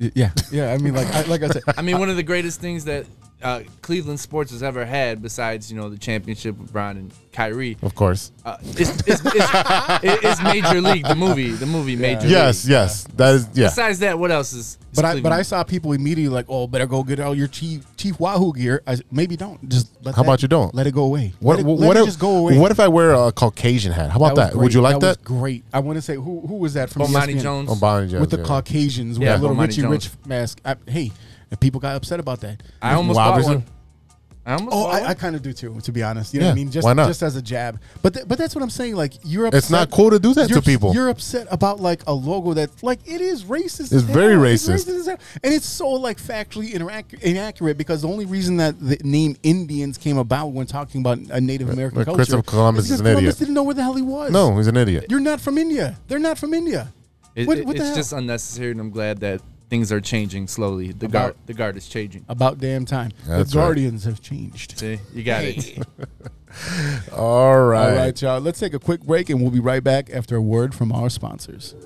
Speaker 3: yeah, yeah. I mean, like, I, like I said,
Speaker 4: I mean, one of the greatest things that uh, Cleveland sports has ever had, besides you know the championship with Bron and Kyrie,
Speaker 2: Of course.
Speaker 4: uh, is, is, is, is Major League the movie. The movie Major League.
Speaker 2: Yes. Yes. That is. Yeah.
Speaker 4: Besides that, what else is? is
Speaker 3: but I but I
Speaker 4: Cleveland?
Speaker 3: saw people immediately like, oh, better go get all your chief chief Wahoo gear. I, s- maybe don't. Just let
Speaker 2: How
Speaker 3: that-
Speaker 2: about you don't?
Speaker 3: let it go away.
Speaker 2: What,
Speaker 3: let it,
Speaker 2: what,
Speaker 3: let
Speaker 2: what
Speaker 3: it
Speaker 2: if,
Speaker 3: just go away.
Speaker 2: What if I wear a Caucasian hat? How about
Speaker 3: was
Speaker 2: that? Would
Speaker 3: great.
Speaker 2: you like
Speaker 3: was
Speaker 2: that?
Speaker 3: great. I want to say who who was that from? E
Speaker 4: Bomani
Speaker 3: ESPN?
Speaker 4: Oh, Jones.
Speaker 2: On Bonnie Jones,
Speaker 3: with the
Speaker 2: yeah.
Speaker 3: Caucasians
Speaker 4: Yeah,
Speaker 3: with a little
Speaker 4: Bomani
Speaker 3: Richie
Speaker 4: Jones.
Speaker 3: Rich mask. I, hey, and people got upset about that.
Speaker 4: I almost bought
Speaker 2: Robertson?
Speaker 4: one. I almost
Speaker 3: Oh,
Speaker 4: bought
Speaker 3: I,
Speaker 4: one.
Speaker 3: I kind of do too, to be honest. You know what I
Speaker 2: Yeah,
Speaker 3: mean? Just,
Speaker 2: why not?
Speaker 3: just as a jab. But th- but that's what I'm saying. Like you're upset.
Speaker 2: It's not cool to do that to
Speaker 3: you're-
Speaker 2: people.
Speaker 3: You're upset about like a logo that like it is racist.
Speaker 2: It's
Speaker 3: as
Speaker 2: very
Speaker 3: hell.
Speaker 2: racist.
Speaker 3: as hell. and it's so like factually inaccurate, inaccurate because the only reason that the name Indians came about when talking about a Native American
Speaker 2: but
Speaker 3: culture,
Speaker 2: Christopher Columbus
Speaker 3: because
Speaker 2: is an idiot.
Speaker 3: Columbus didn't know where the hell he was.
Speaker 2: No, he's an idiot.
Speaker 3: You're not from India. They're not from India.
Speaker 4: It-
Speaker 3: what
Speaker 4: it-
Speaker 3: what the
Speaker 4: it's
Speaker 3: hell?
Speaker 4: just unnecessary, and I'm glad that things are changing slowly. The guard, the guard is changing.
Speaker 3: about damn time.
Speaker 2: That's
Speaker 3: the
Speaker 2: right.
Speaker 3: Guardians have changed.
Speaker 4: See, you got it.
Speaker 2: All right.
Speaker 3: All right, y'all. Let's take a quick break, and we'll be right back after a word from our sponsors.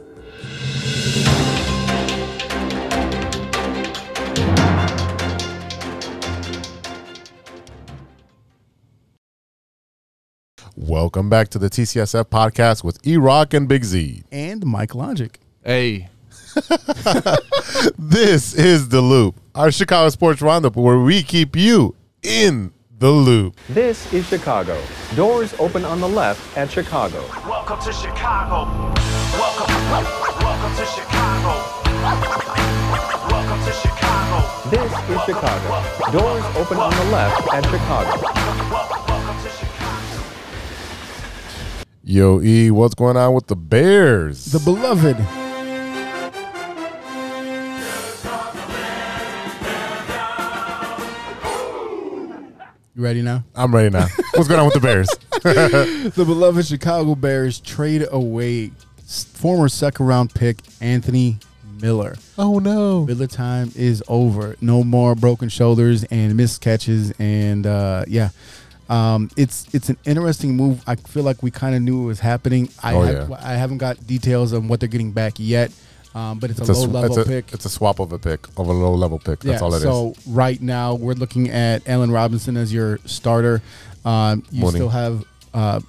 Speaker 2: Welcome back to the TCSF podcast with E Rock and Big Z.
Speaker 3: And Mike Logic.
Speaker 4: hey,
Speaker 2: This is The Loop, our Chicago sports roundup where we keep you in the loop.
Speaker 5: This is Chicago. Doors open on the left at Chicago.
Speaker 6: Welcome to Chicago. Welcome, welcome to Chicago. Welcome to Chicago.
Speaker 5: This is Chicago. Doors open on the left at Chicago.
Speaker 6: Welcome to Chicago.
Speaker 2: Yo, E, what's going on with the Bears?
Speaker 3: The beloved. You ready now?
Speaker 2: I'm ready now. What's going on with the Bears?
Speaker 3: The beloved Chicago Bears trade away s- former second round pick Anthony Miller.
Speaker 2: oh, no.
Speaker 3: Miller time is over. No more broken shoulders and missed catches and uh, yeah. Um, it's it's an interesting move. I feel like we kind of knew it was happening. I
Speaker 2: Oh,
Speaker 3: have,
Speaker 2: yeah.
Speaker 3: I haven't got details on what they're getting back yet, um, but it's a
Speaker 2: It's a,
Speaker 3: low
Speaker 2: sw-
Speaker 3: level
Speaker 2: it's a-
Speaker 3: pick.
Speaker 2: it's a swap of a pick, of a low level pick. That's all it is.
Speaker 3: so right now we're looking at Allen Robinson as your starter. Um, you
Speaker 2: Mooney.
Speaker 3: still have uh,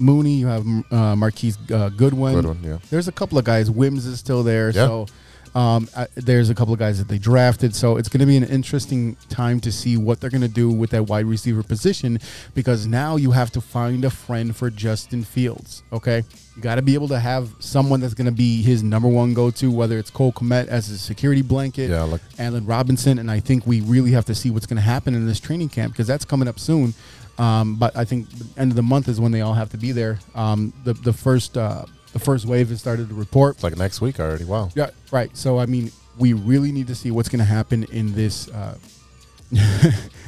Speaker 3: Mooney. You have uh, Marquise uh, Goodwin.
Speaker 2: Goodwin, yeah.
Speaker 3: There's a couple of guys. Wims is still there.
Speaker 2: Yeah.
Speaker 3: So Um, I, there's a couple of guys that they drafted, so it's going to be an interesting time to see what they're going to do with that wide receiver position because now you have to find a friend for Justin Fields. Okay, you got to be able to have someone that's going to be his number one go-to, whether it's Cole Komet as his security blanket,
Speaker 2: Yeah, I like-
Speaker 3: Allen Robinson, and I think we really have to see what's going to happen in this training camp because that's coming up soon. Um, but I think the end of the month is when they all have to be there. Um, the the first uh, the first wave has started to report.
Speaker 2: It's like next week already. Wow.
Speaker 3: Yeah, right. So I mean, we really need to see what's going to happen in this. Uh,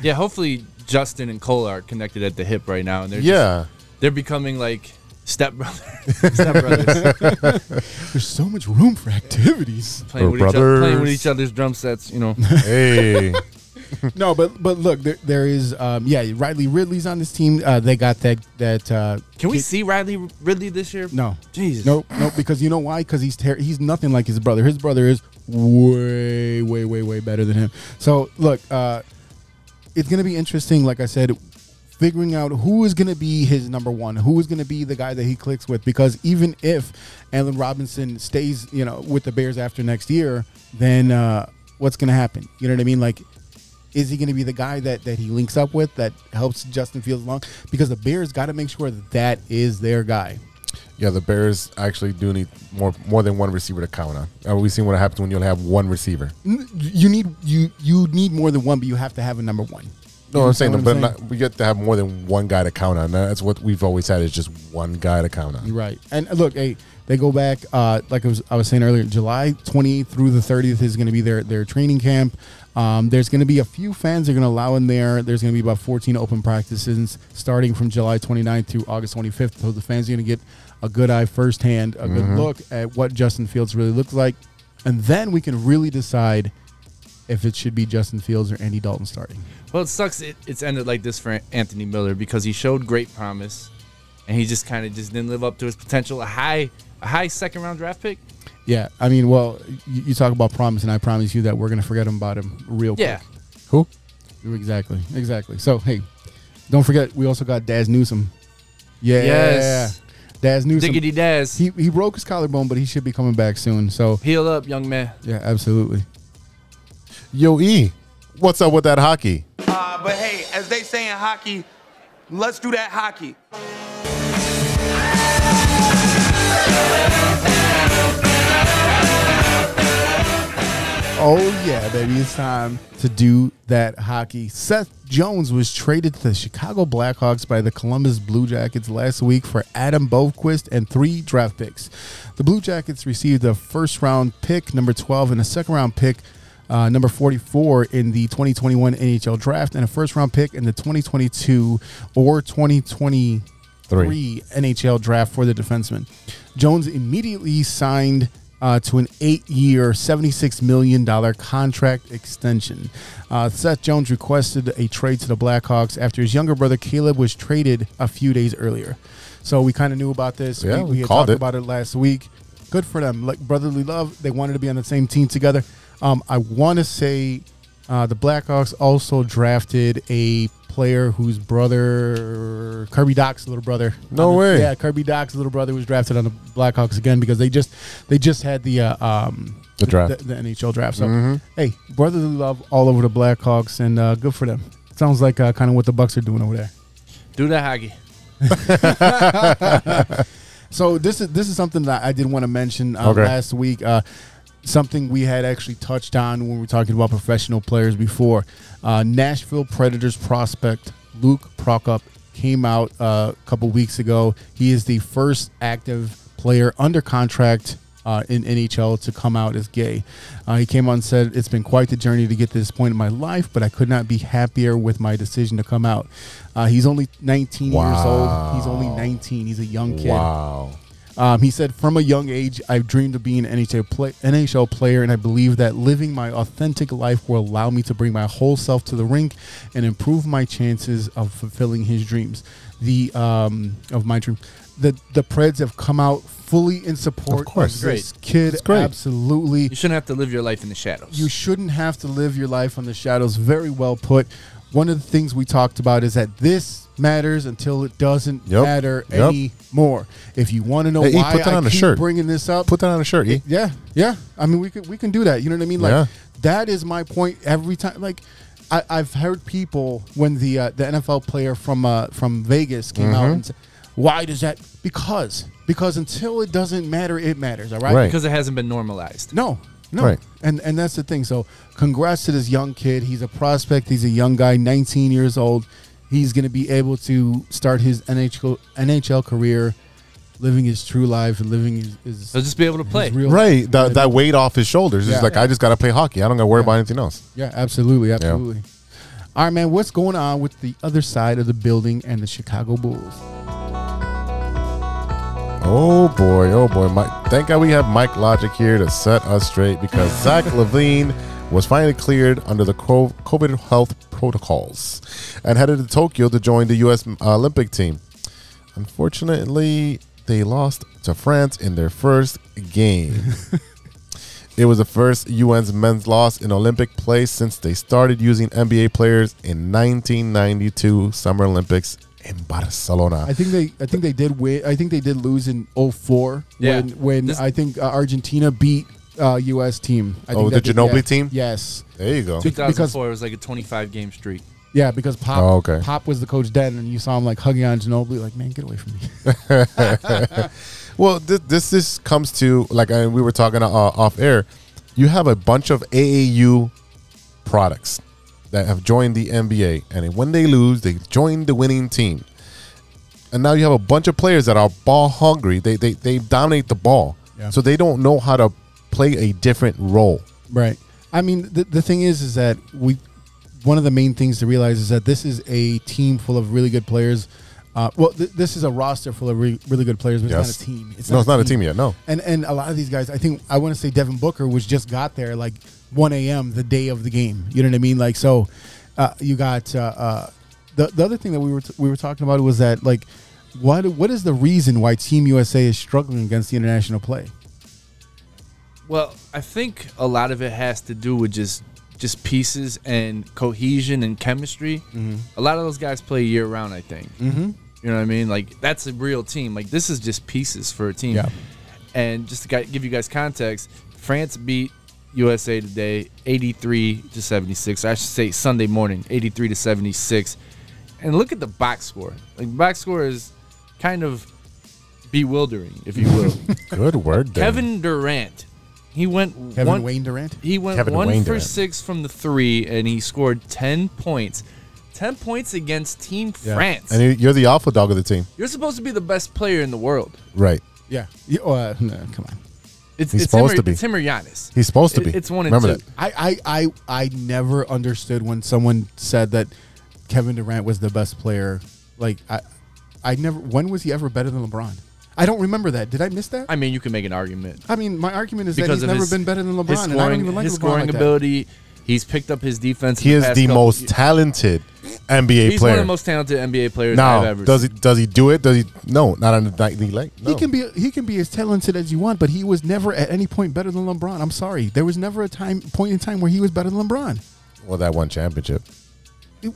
Speaker 4: Yeah, hopefully Justin and Cole are connected at the hip right now, and they're just-
Speaker 2: Yeah.
Speaker 4: they're becoming like step brothers, step brothers
Speaker 3: there's so much room for activities.
Speaker 4: playing,
Speaker 2: Or
Speaker 4: with each other, playing with
Speaker 2: brothers.
Speaker 4: each other's drum sets. You know,
Speaker 2: Hey.
Speaker 3: no, but but look, there, there is. Um, yeah, Riley Ridley's on this team. Uh, they got that that. Uh,
Speaker 4: can we
Speaker 3: kid-
Speaker 4: see Riley Ridley this year?
Speaker 3: No,
Speaker 4: Jesus.
Speaker 3: no, no. Because you know why? Because he's ter- he's nothing like his brother. His brother is way, way, way, way better than him. So look, uh, it's gonna be interesting. Like I said, figuring out who is gonna be his number one, who is gonna be the guy that he clicks with. Because even if Allen Robinson stays, you know, with the Bears after next year, then uh, what's gonna happen? You know what I mean? Like is he going to be the guy that that he links up with that helps Justin Fields along? Because the Bears got to make sure that that is their guy.
Speaker 2: Yeah, the Bears actually do need more more than one receiver to count on. Uh, We've seen what happens when you only have one receiver.
Speaker 3: N- You need you you need more than one, but you have to have a number one.
Speaker 2: No,
Speaker 3: You
Speaker 2: I'm
Speaker 3: understand
Speaker 2: saying,
Speaker 3: what
Speaker 2: but not, we get to have more than one guy to count on. That's what we've always had is just one guy to count on.
Speaker 3: You're right. And uh, look, hey, they go back. Uh, like I was, I was saying earlier, July 28th through the 30th is going to be their their training camp. Um, there's going to be a few fans they're going to allow in there. There's going to be about 14 open practices starting from July 29th through August 25th. So the fans are going to get a good eye firsthand, a
Speaker 2: Mm-hmm.
Speaker 3: good look at what Justin Fields really looks like, and then we can really decide if it should be Justin Fields or Andy Dalton starting.
Speaker 4: Well, it sucks. It, it's ended like this for Anthony Miller because he showed great promise, and he just kind of just didn't live up to his potential. A high, a high second round draft pick.
Speaker 3: Yeah, I mean, well, you, you talk about promise, and I promise you that we're going to forget about him real
Speaker 4: Yeah.
Speaker 3: quick. Who? Exactly, exactly. So hey, don't forget we also got Daz Newsome. Yeah,
Speaker 4: Yes.
Speaker 3: Daz Newsome.
Speaker 4: Diggity Daz,
Speaker 3: He he broke his collarbone, but he should be coming back soon. So
Speaker 4: heal up, young man.
Speaker 3: yeah, absolutely.
Speaker 2: Yo, E, what's up with that hockey?
Speaker 7: Uh, but hey, as they say in hockey, let's do that hockey.
Speaker 3: Oh yeah, baby, it's time to do that hockey. Seth Jones was traded to the Chicago Blackhawks by the Columbus Blue Jackets last week for Adam Boquist and three draft picks. The Blue Jackets received a first round pick, number 12, and a second round pick, uh, number 44, in the 2021 NHL draft, and a first round pick in the 2022 or 2020 three NHL draft for the defenseman. Jones immediately signed uh, to an eight-year, seventy-six million dollar contract extension. Uh, Seth Jones requested a trade to the Blackhawks after his younger brother Caleb was traded a few days earlier. So we kind of knew about this.
Speaker 2: Yeah, we
Speaker 3: had
Speaker 2: called
Speaker 3: talked
Speaker 2: it.
Speaker 3: about it last week. Good for them. Like brotherly love, they wanted to be on the same team together. Um, I want to say uh, the Blackhawks also drafted a player whose brother Kirby Doc's little brother.
Speaker 2: No
Speaker 3: on the-
Speaker 2: way.
Speaker 3: yeah, Kirby Doc's little brother was drafted on the Blackhawks again because they just they just had the uh, um
Speaker 2: The draft. Mm-hmm.
Speaker 3: the, the NHL draft. So hey, brotherly love all over the Blackhawks and uh, good for them. Sounds like uh, kind of what the Bucks are doing over there.
Speaker 4: Do that hockey.
Speaker 3: So this is this is something that I did want to mention uh,
Speaker 2: Okay.
Speaker 3: last week. Uh, something we had actually touched on when we were talking about professional players before. Uh, Nashville Predators prospect Luke Prokop came out uh, a couple weeks ago. He is the first active player under contract. Uh, in NHL to come out as gay. Uh, he came on and said, It's been quite the journey to get to this point in my life, but I could not be happier with my decision to come out. Uh, he's only 19 years old. He's only 19. He's a young kid.
Speaker 2: Wow.
Speaker 3: Um, he said, "From a young age, I've dreamed of being an NHL, play- NHL player, and I believe that living my authentic life will allow me to bring my whole self to the rink and improve my chances of fulfilling his dreams. The um, of my dream. The the Preds have come out fully in support of,
Speaker 2: course.
Speaker 3: this kid.
Speaker 2: It's great.
Speaker 3: Absolutely,
Speaker 4: You shouldn't have to live your life in the shadows.
Speaker 3: you shouldn't have to live your life on the shadows. Very well put. one of the things we talked about is that this matters until it doesn't
Speaker 2: Yep.
Speaker 3: matter
Speaker 2: Yep.
Speaker 3: anymore. If you want to know
Speaker 2: Hey, E,
Speaker 3: why
Speaker 2: put that
Speaker 3: I
Speaker 2: on a
Speaker 3: keep
Speaker 2: shirt.
Speaker 3: bringing this up,
Speaker 2: Put that on a shirt, E.
Speaker 3: yeah, yeah. I mean, we could we can do that. You know what I mean? Like
Speaker 2: Yeah.
Speaker 3: that is my point every time. Like I, I've heard people when the uh, the NFL player from uh, from Vegas came out
Speaker 2: Mm-hmm.
Speaker 3: and said, "Why does that?" Because because until it doesn't matter, it matters. All right.
Speaker 2: Right.
Speaker 4: because it hasn't been normalized.
Speaker 3: No. No.
Speaker 2: Right.
Speaker 3: And and that's the thing. So congrats to this young kid. He's a prospect. He's a young guy, 19 years old. He's going to be able to start his NHL NHL career, living his true life and living his, his
Speaker 4: They'll just be able to
Speaker 3: his
Speaker 4: play.
Speaker 3: real
Speaker 2: Right, that, that weight off his shoulders. It's
Speaker 3: Yeah.
Speaker 2: like I just got to play hockey. I don't got to worry about anything else.
Speaker 3: Yeah, absolutely, absolutely. All right, man. What's going on with the other side of the building and the Chicago Bulls?
Speaker 2: Oh boy, oh boy, Mike. Thank God we have Mike Logic here to set us straight because Zach Levine was finally cleared under the co- COVID health protocols and headed to Tokyo to join the U.S. Olympic team. Unfortunately, they lost to France in their first game. it was the first UN's men's loss in Olympic play since they started using NBA players in 1992 Summer Olympics in Barcelona.
Speaker 3: I think they, I think they did win. I think they did lose in 04
Speaker 4: Yeah.
Speaker 3: when, when
Speaker 4: This-
Speaker 3: I think uh, Argentina beat uh, U.S. team. I
Speaker 2: Oh,
Speaker 3: think that
Speaker 2: the
Speaker 3: did- yeah.
Speaker 2: Ginobili team?
Speaker 3: Yes.
Speaker 2: there you go.
Speaker 4: 2004 was like a 25 game streak.
Speaker 3: Yeah, because Pop
Speaker 2: Oh, okay.
Speaker 3: Pop was the coach then, and you saw him like hugging on Ginobili, like, man, get away from me.
Speaker 2: Well, this this, this comes to like I, we were talking uh, off air. You have a bunch of AAU products that have joined the NBA, and when they lose, they join the winning team. And now you have a bunch of players that are ball hungry. They they, they dominate the ball,
Speaker 3: Yeah.
Speaker 2: so they don't know how to play a different role.
Speaker 3: right. I mean, the, the thing is, is that we one of the main things to realize is that this is a team full of really good players. Uh, well, th- this is a roster full of re- really good players, but
Speaker 2: Yes.
Speaker 3: it's not a team.
Speaker 2: No, it's not a team yet, no.
Speaker 3: and and a lot of these guys, I think I want to say Devin Booker was just got there like 1 a.m. the day of the game. You know what I mean? Like so, uh, you got uh, uh, the the other thing that we were t- we were talking about was that like what what is the reason why Team USA is struggling against the international play?
Speaker 4: Well, I think a lot of it has to do with just just pieces and cohesion and chemistry. A lot of those guys play year round. I think. Mm-hmm. You know what I mean? Like that's a real team. Like this is just pieces for a team.
Speaker 3: Yeah.
Speaker 4: And just to gi- give you guys context, France beat USA today, eighty-three to seventy-six. I should say Sunday morning, eighty-three to seventy-six. And look at the box score. Like box score is kind of bewildering, if you will.
Speaker 2: Good word, there.
Speaker 4: Kevin Durant. He went
Speaker 3: Kevin
Speaker 4: one,
Speaker 3: Wayne Durant.
Speaker 4: He went
Speaker 2: Kevin
Speaker 4: one
Speaker 2: Wayne
Speaker 4: for
Speaker 2: Durant.
Speaker 4: six from the three, and he scored ten points. Ten points against Team France.
Speaker 2: And you- you're the alpha dog of the team,
Speaker 4: You're supposed to be the best player in the world.
Speaker 2: right?
Speaker 3: Yeah. You- uh, no, come on.
Speaker 4: It's,
Speaker 2: He's
Speaker 4: it's him
Speaker 2: supposed
Speaker 4: or-
Speaker 2: to be.
Speaker 4: It's him or Giannis.
Speaker 2: He's supposed to
Speaker 4: It-
Speaker 2: be.
Speaker 4: It's one and
Speaker 2: Remember
Speaker 4: two.
Speaker 3: I, I I I never understood when someone said that Kevin Durant was the best player. Like I I never. When was he ever better than LeBron? I don't remember that. Did I miss that?
Speaker 4: I mean, you can make an argument
Speaker 3: I mean, my argument is
Speaker 4: because
Speaker 3: that he's
Speaker 4: of
Speaker 3: never
Speaker 4: his,
Speaker 3: been better than
Speaker 4: his
Speaker 3: LeBron,
Speaker 4: scoring,
Speaker 3: and I don't even like
Speaker 4: his
Speaker 3: LeBron
Speaker 4: scoring
Speaker 3: like that.
Speaker 4: ability. He's picked up his defense. in
Speaker 2: He is
Speaker 4: past
Speaker 2: the
Speaker 4: couple-
Speaker 2: most talented NBA
Speaker 4: He's
Speaker 2: player.
Speaker 4: one of the most talented NBA players I've
Speaker 2: Now,
Speaker 4: ever
Speaker 2: does he
Speaker 4: seen.
Speaker 2: does he do it? Does he? No, not on the nightly leg.
Speaker 3: He can be he can be as talented as you want, but he was never at any point better than LeBron. I'm sorry, there was never a time point in time where he was better than LeBron.
Speaker 2: well that one championship.
Speaker 3: It-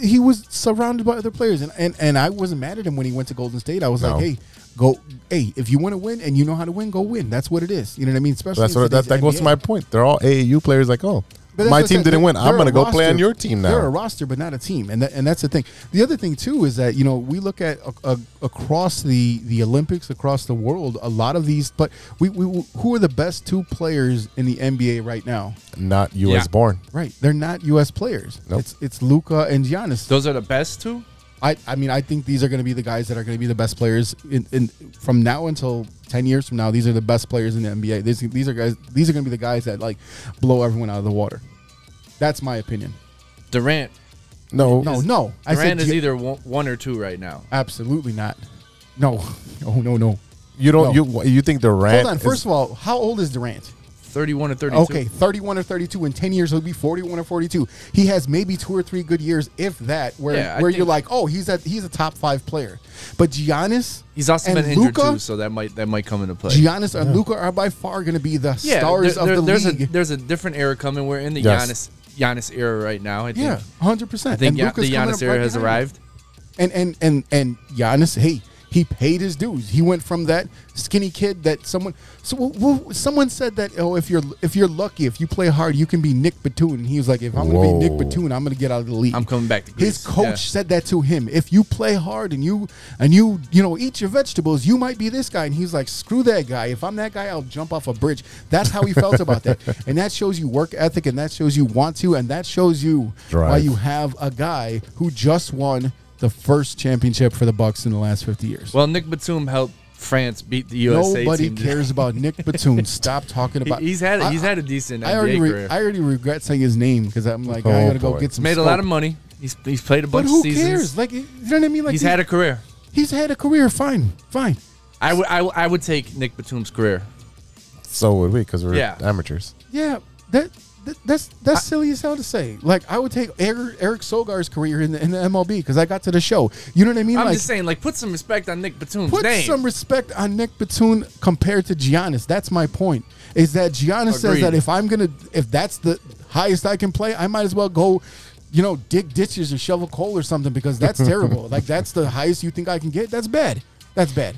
Speaker 3: he was surrounded by other players, and, and and I wasn't mad at him when he went to Golden State. I was
Speaker 2: No.
Speaker 3: like, hey, go, hey, if you want to win and you know how to win, go win. That's what it is. You know what I mean? Especially
Speaker 2: That's
Speaker 3: in
Speaker 2: what that, that
Speaker 3: today's
Speaker 2: goes
Speaker 3: NBA.
Speaker 2: to my point. They're all AAU players. Like, oh,
Speaker 3: But that's
Speaker 2: my
Speaker 3: what I'm
Speaker 2: team
Speaker 3: saying.
Speaker 2: didn't win.
Speaker 3: They're-
Speaker 2: I'm
Speaker 3: they're
Speaker 2: gonna
Speaker 3: a
Speaker 2: go play on
Speaker 3: roster-
Speaker 2: your team
Speaker 3: They're a
Speaker 2: now.
Speaker 3: roster, but not a team, and that, and that's the thing. The other thing too is that you know we look at a, a, across the the Olympics, across the world, a lot of these. But we, we who are the best two players in the NBA right now?
Speaker 2: Not U.S.
Speaker 4: Yeah.
Speaker 2: born.
Speaker 3: Right, they're not U.S. players.
Speaker 2: Nope.
Speaker 3: It's it's Luca and Giannis.
Speaker 4: Those are the best two.
Speaker 3: I, I mean, I think these are going to be the guys that are going to be the best players in, in from now until ten years from now. These are the best players in the NBA. These these are guys. These are going to be the guys that like blow everyone out of the water. That's my opinion.
Speaker 4: Durant.
Speaker 2: Oh, No,
Speaker 3: No, no. I said
Speaker 4: Durant is
Speaker 3: Gi-
Speaker 4: either one, one or two right now.
Speaker 3: absolutely not. No, Oh, no, no, no.
Speaker 2: you don't. You
Speaker 3: No.
Speaker 2: you think Durant?
Speaker 3: Hold on. First of all, how old is Durant?
Speaker 4: 31 or 32.
Speaker 3: Okay, 31 or 32. In 10 years, he'll be 41 or 42. He has maybe two or three good years, if that, where,
Speaker 4: Yeah, I
Speaker 3: where you're
Speaker 4: think-
Speaker 3: like, oh, he's at he's a top five player. But Giannis,
Speaker 4: He's also
Speaker 3: and
Speaker 4: been injured
Speaker 3: Luka,
Speaker 4: too, so that might that might come into play.
Speaker 3: Giannis and Luca are by far going to be the
Speaker 4: yeah,
Speaker 3: stars
Speaker 4: there- there-
Speaker 3: of the
Speaker 4: there's
Speaker 3: league.
Speaker 4: a there's a different era coming. We're in the
Speaker 2: Yes.
Speaker 4: Giannis Giannis era right now. I think.
Speaker 3: Yeah, hundred percent.
Speaker 4: I think Ya- the Giannis era has arrived.
Speaker 3: And and and and Giannis, hey, he paid his dues. He went from that skinny kid that someone so wh- wh- someone said that oh if you're if you're lucky if you play hard you can be Nick Batum and he was like if I'm gonna
Speaker 2: Whoa.
Speaker 3: be Nick Batum I'm gonna get out of the league.
Speaker 4: I'm coming back to
Speaker 3: His
Speaker 4: Greece,
Speaker 3: coach
Speaker 4: yeah.
Speaker 3: said that to him. If you play hard and you and you you know eat your vegetables, you might be this guy. And he's like, screw that guy. If I'm that guy, I'll jump off a bridge. That's how he felt about that. And that shows you work ethic, and that shows you want to, and that shows you why
Speaker 2: Drive.
Speaker 3: you have a guy who just won the first championship for the Bucks in the last 50 years.
Speaker 4: Well, Nick Batum helped France beat the USA
Speaker 3: Nobody
Speaker 4: team.
Speaker 3: cares about Nick Batum. Stop talking
Speaker 4: He-
Speaker 3: about.
Speaker 4: he's had
Speaker 3: I-
Speaker 4: he's had a decent
Speaker 3: I
Speaker 4: NBA
Speaker 3: already re-
Speaker 4: career.
Speaker 3: I already regret saying his name because I'm like I
Speaker 2: Oh,
Speaker 3: gotta go
Speaker 2: boy.
Speaker 3: get some.
Speaker 4: Made a lot of
Speaker 3: scope.
Speaker 4: money. He's he's played a
Speaker 3: But
Speaker 4: bunch
Speaker 3: who
Speaker 4: of seasons.
Speaker 3: cares? Like you know what I mean? Like
Speaker 4: he's had a career.
Speaker 3: He's had a career. Fine, fine.
Speaker 4: I would I would- I would take Nick Batum's career.
Speaker 2: So would we because we're
Speaker 4: Yeah.
Speaker 2: amateurs.
Speaker 3: Yeah, that, that that's that's silly as hell to say. Like I would take Eric, Eric Solgar's career in the, in the MLB because I got to the show. You know what I mean?
Speaker 4: I'm
Speaker 3: like
Speaker 4: just saying, like, put some respect on Nick Batum's
Speaker 3: put
Speaker 4: name.
Speaker 3: some respect on Nick Batum compared to Giannis. That's my point. Is that Giannis says
Speaker 4: Agreed.
Speaker 3: that if I'm gonna if that's the highest I can play, I might as well go. You know, dig ditches or shovel coal or something because that's terrible. like that's the highest you think I can get. That's bad. That's bad.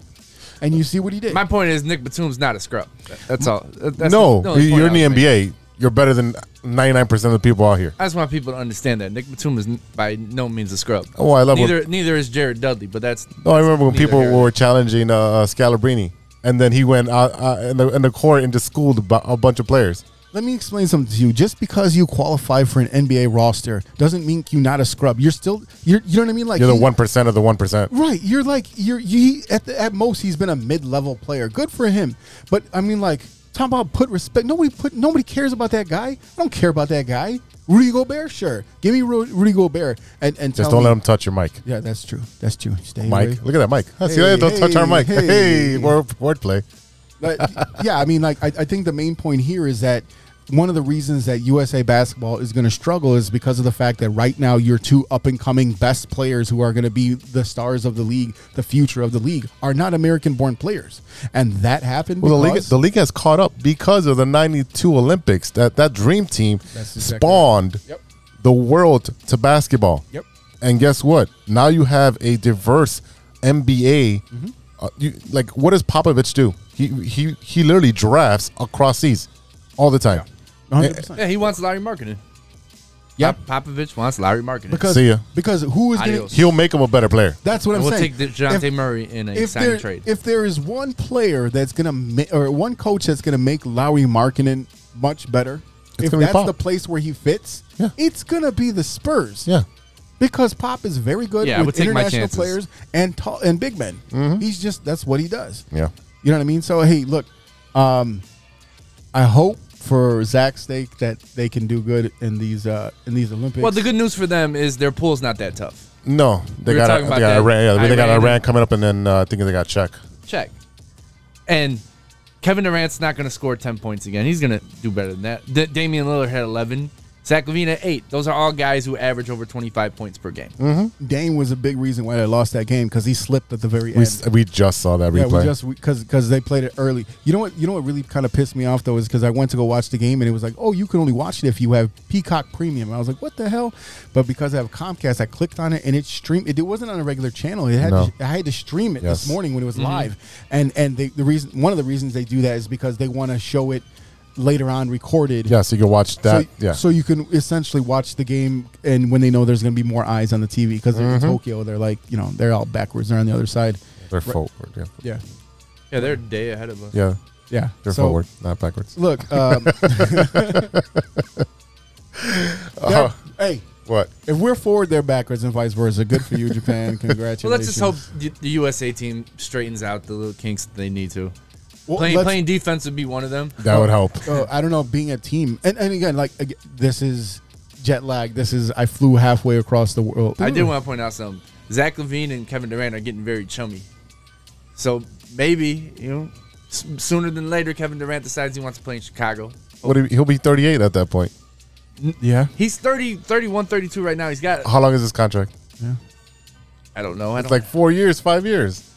Speaker 3: And you see what he did.
Speaker 4: My point is Nick Batum's not a scrub. That's all. That's
Speaker 2: no,
Speaker 4: the only point
Speaker 2: you're
Speaker 4: I
Speaker 2: in the
Speaker 4: was making.
Speaker 2: NBA. You're better than 99% of the people out here.
Speaker 4: I just want people to understand that Nick Batum is n- by no means a scrub.
Speaker 2: Oh, I love
Speaker 4: neither.
Speaker 2: what-
Speaker 4: Neither is Jared Dudley, but that's
Speaker 2: No, I remember when
Speaker 4: neither
Speaker 2: people
Speaker 4: here nor
Speaker 2: were challenging uh, uh, Scalabrini, and then he went out uh, in, the, in the court and just schooled a bu- a bunch of players.
Speaker 3: Let me explain something to you. Just because you qualify for an NBA roster doesn't mean you're not a scrub. You're still, you're, you know what I mean? Like
Speaker 2: You're the
Speaker 3: he-
Speaker 2: one percent of the one percent.
Speaker 3: right? You're like you're you at the, at most he's been a mid level player. Good for him. But I mean, like talk about put respect. Nobody put nobody cares about that guy. I don't care about that guy. Rudy Gobert, sure. Give me Ru- Rudy Gobert and and
Speaker 2: Just
Speaker 3: tell
Speaker 2: don't
Speaker 3: me-
Speaker 2: let him touch your mic,
Speaker 3: Yeah, that's true. That's true. Stay away.
Speaker 2: Mike. Look at that mic. See,
Speaker 3: Hey,
Speaker 2: don't touch our
Speaker 3: hey,
Speaker 2: mic. Hey,
Speaker 3: hey.
Speaker 2: word, wordplay.
Speaker 3: But, yeah, I mean, like I, I think the main point here is that one of the reasons that USA basketball is going to struggle is because of the fact that right now your two up and coming best players who are going to be the stars of the league, the future of the league, are not American born players, and that happened.
Speaker 2: Well, the league
Speaker 3: because-
Speaker 2: the league has caught up because of the '92 Olympics. That that dream team
Speaker 3: That's exactly right.
Speaker 2: spawned
Speaker 3: Yep.
Speaker 2: the world to basketball.
Speaker 3: Yep.
Speaker 2: And guess what? Now you have a diverse NBA.
Speaker 3: Mm-hmm.
Speaker 2: Uh, you, like, what does Popovich do? He he he literally drafts across seas all the time.
Speaker 3: 100%.
Speaker 4: Yeah, he wants Larry Marketing.
Speaker 3: Yep.
Speaker 4: Pop- Popovich wants Larry Marketing.
Speaker 3: because
Speaker 2: See ya.
Speaker 3: because who is going?
Speaker 4: Adios.
Speaker 3: to
Speaker 2: He'll make him a better player.
Speaker 3: That's what I'm
Speaker 4: and we'll
Speaker 3: saying.
Speaker 4: take Dejounte
Speaker 3: If-
Speaker 4: Murray in a
Speaker 3: if
Speaker 4: sign
Speaker 3: there,
Speaker 4: and trade.
Speaker 3: if there is one player that's gonna ma- or one coach that's gonna make Lowry Markkinen much better,
Speaker 2: It's
Speaker 3: if
Speaker 2: gonna be
Speaker 3: that's
Speaker 2: Pop.
Speaker 3: the place where he fits,
Speaker 2: Yeah.
Speaker 3: it's gonna be the Spurs.
Speaker 2: Yeah.
Speaker 3: because Pop is very good
Speaker 4: Yeah, I would
Speaker 3: with
Speaker 4: take my
Speaker 3: international
Speaker 4: chances.
Speaker 3: players and tall and big men. He's just that's what he does.
Speaker 2: Mm-hmm. Yeah.
Speaker 3: you know what I mean. So hey, look, um, I hope for Zach's sake that they can do good in these uh, in these Olympics.
Speaker 4: well, the good news for them is their pool's not that tough.
Speaker 2: No, they
Speaker 4: We were
Speaker 2: got,
Speaker 4: talking
Speaker 2: they
Speaker 4: about
Speaker 2: got
Speaker 4: that.
Speaker 2: Iran. Yeah, they got
Speaker 4: Iran.
Speaker 2: Iran coming up, and then uh, I think they got Czech.
Speaker 4: Check. And Kevin Durant's not going to score 10 points again. He's going to do better than that. D- Damian Lillard had 11. Zach Levine at 8. Those are all guys who average over 25 points per game.
Speaker 2: Mm-hmm.
Speaker 3: Dane was a big reason why they lost that game because he slipped at the very
Speaker 2: We,
Speaker 3: end.
Speaker 2: s- we just saw that
Speaker 3: Yeah,
Speaker 2: replay.
Speaker 3: we just because because they played it early. You know what? You know what really kind of pissed me off though is because I went to go watch the game and it was like, oh, you can only watch it if you have Peacock Premium. And I was like, what the hell? But because I have Comcast, I clicked on it and it streamed. It, it wasn't on a regular channel. It had
Speaker 2: No.
Speaker 3: I had to stream it
Speaker 2: Yes.
Speaker 3: this morning when it was live. And and they, the reason one of the reasons they do that is because they want to show it later on recorded.
Speaker 2: yeah, so you can watch that.
Speaker 3: So,
Speaker 2: yeah.
Speaker 3: so you can essentially watch the game, and when they know there's going to be more eyes on the TV because they're in
Speaker 2: Mm-hmm.
Speaker 3: Tokyo, they're like, you know, they're all backwards. They're on the other side.
Speaker 2: They're forward. Yeah.
Speaker 3: Yeah,
Speaker 4: Yeah, they're a day ahead of us.
Speaker 2: Yeah.
Speaker 3: yeah.
Speaker 2: They're
Speaker 3: So-
Speaker 2: forward, not backwards.
Speaker 3: Look, um,
Speaker 4: Uh-huh.
Speaker 3: that- hey,
Speaker 2: What?
Speaker 3: if we're forward, they're backwards, and vice versa. Good for you, Japan. Congratulations.
Speaker 4: Well, let's just hope the the USA team straightens out the little kinks that they need to.
Speaker 3: Well,
Speaker 4: playing,
Speaker 3: let's-
Speaker 4: playing defense would be one of them.
Speaker 2: That would help.
Speaker 3: uh, I don't know, being a team, and, and again, like ag- this is jet lag. This is I flew halfway across the world.
Speaker 4: I did want to point out something. Zach Levine and Kevin Durant are getting very chummy. So maybe, you know, s- sooner than later, Kevin Durant decides he wants to play in Chicago.
Speaker 2: What? do you- He'll be 38 at that point.
Speaker 3: Yeah,
Speaker 4: He's 30, 31, 32 right now. He's got,
Speaker 3: Oh,
Speaker 2: How long is this contract?
Speaker 4: I don't know. I don't,
Speaker 2: It's like four years, five years.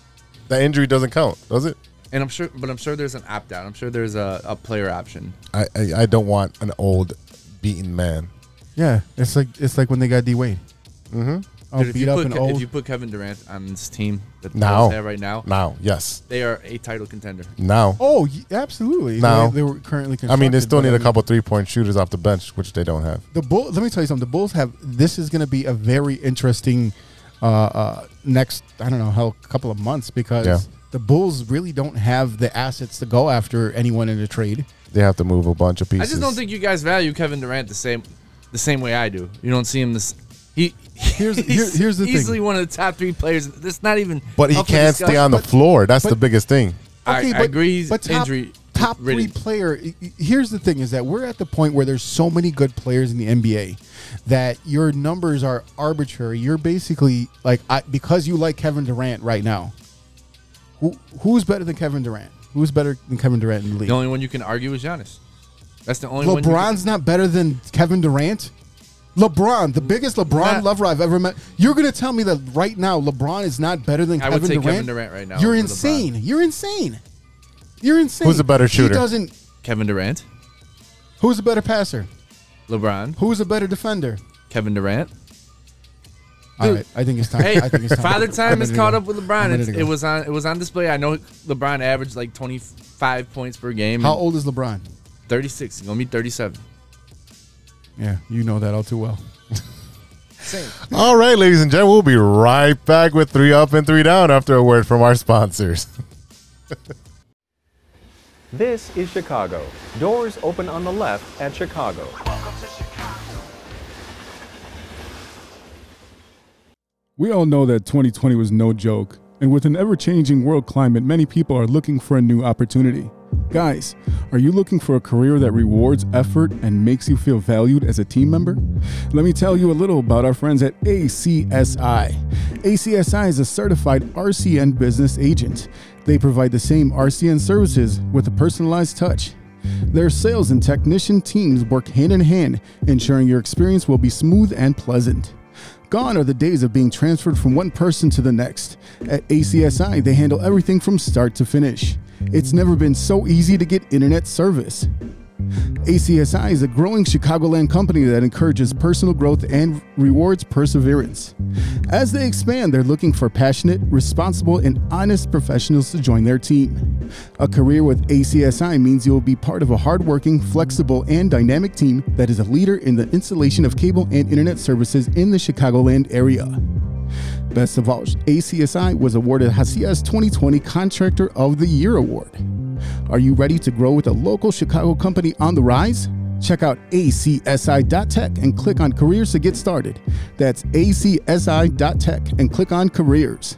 Speaker 2: That injury doesn't count, does it?
Speaker 4: and I'm sure, but I'm sure there's an opt out. I'm sure there's a, a player option.
Speaker 2: I, I, I don't want an old beaten man.
Speaker 3: Yeah, it's like it's like when they got D Wade. Mm-hmm. All
Speaker 4: Dude, if,
Speaker 3: beat
Speaker 4: you
Speaker 3: up
Speaker 4: put,
Speaker 3: and
Speaker 4: Ke-
Speaker 3: old.
Speaker 4: if you put Kevin Durant on this team that the
Speaker 2: Now.
Speaker 4: Bulls have right now,
Speaker 2: Now, yes.
Speaker 4: they are a title contender.
Speaker 2: Now.
Speaker 3: oh, y- absolutely.
Speaker 2: No.
Speaker 3: they, they were currently.
Speaker 2: I mean, they still
Speaker 3: constructed,
Speaker 2: need
Speaker 3: but
Speaker 2: a couple three point shooters off the bench, which they don't have.
Speaker 3: the bull let me tell you something the bulls have this is going to be a very interesting uh, uh next i don't know how couple of months because
Speaker 2: Yeah.
Speaker 3: the bulls really don't have the assets to go after anyone in a trade
Speaker 2: They have to move a bunch of
Speaker 4: I
Speaker 2: pieces.
Speaker 4: just don't think you guys value Kevin Durant the same the same way I do. You don't see him this. He
Speaker 3: Here's-
Speaker 4: he's
Speaker 3: here- here's the thing.
Speaker 4: easily one of the top three players. That's not even.
Speaker 2: But he
Speaker 4: up for
Speaker 2: can't stay
Speaker 4: discussion.
Speaker 2: on the floor. That's the
Speaker 3: but-
Speaker 2: biggest thing.
Speaker 4: I- I agree he's
Speaker 3: top,
Speaker 4: injury
Speaker 3: top three
Speaker 4: ridden.
Speaker 3: player. y- y- Here's the thing: is that we're at the point where there's so many good players in the NBA that your numbers are arbitrary. You're basically like I, because you like Kevin Durant right now. Who who's better than Kevin Durant? Who's better than Kevin Durant in the league?
Speaker 4: The only one you can argue is Giannis. That's the only one. you can-
Speaker 3: LeBron's not better than Kevin Durant. LeBron, the biggest LeBron
Speaker 4: Not-
Speaker 3: lover I've ever met. You're gonna tell me that right now LeBron is not better than
Speaker 4: I
Speaker 3: Kevin
Speaker 4: would take
Speaker 3: Durant?
Speaker 4: Kevin Durant right now
Speaker 3: You're
Speaker 4: over LeBron.
Speaker 3: insane. You're insane. You're insane.
Speaker 2: Who's a better shooter?
Speaker 3: He doesn't.
Speaker 4: Kevin Durant,
Speaker 3: Who's a better passer?
Speaker 4: LeBron,
Speaker 3: Who's a better defender?
Speaker 4: Kevin Durant.
Speaker 3: All right, I think it's time.
Speaker 4: Hey,
Speaker 3: I think it's time.
Speaker 4: Father Time has
Speaker 3: is
Speaker 4: caught up with LeBron. It's- It,
Speaker 3: It was.
Speaker 4: was on. It was on display. I know LeBron averaged like twenty five points per game.
Speaker 3: How old is LeBron?
Speaker 4: Thirty six. Gonna be thirty seven.
Speaker 3: Yeah, you know that all too well.
Speaker 2: All right, ladies and gentlemen, we'll be right back with three up and three down after a word from our sponsors.
Speaker 5: This is Chicago. Doors open on the left at Chicago.
Speaker 6: Welcome to Chicago.
Speaker 8: We all know that 2020 was no joke, and with an ever changing world climate, many people are looking for a new opportunity. Guys, are you looking for a career that rewards effort and makes you feel valued as a team member? Let me tell you a little about our friends at ACSI. ACSI is a certified RCN business agent. They provide the same RCN services with a personalized touch. Their sales and technician teams work hand in hand, ensuring your experience will be smooth and pleasant. Gone are the days of being transferred from one person to the next. At ACSI, they handle everything from start to finish. It's never been so easy to get internet service. ACSI is a growing Chicagoland company that encourages personal growth and rewards perseverance. As they expand, they're looking for passionate, responsible, and honest professionals to join their team. A career with ACSI means you'll be part of a hardworking, flexible, and dynamic team that is a leader in the installation of cable and internet services in the Chicagoland area. Best of all, ACSI was awarded Hacias 2020 Contractor of the Year Award. Are you ready to grow with a local Chicago company on the rise? Check out acsi.tech and click on careers to get started. That's acsi.tech and click on careers.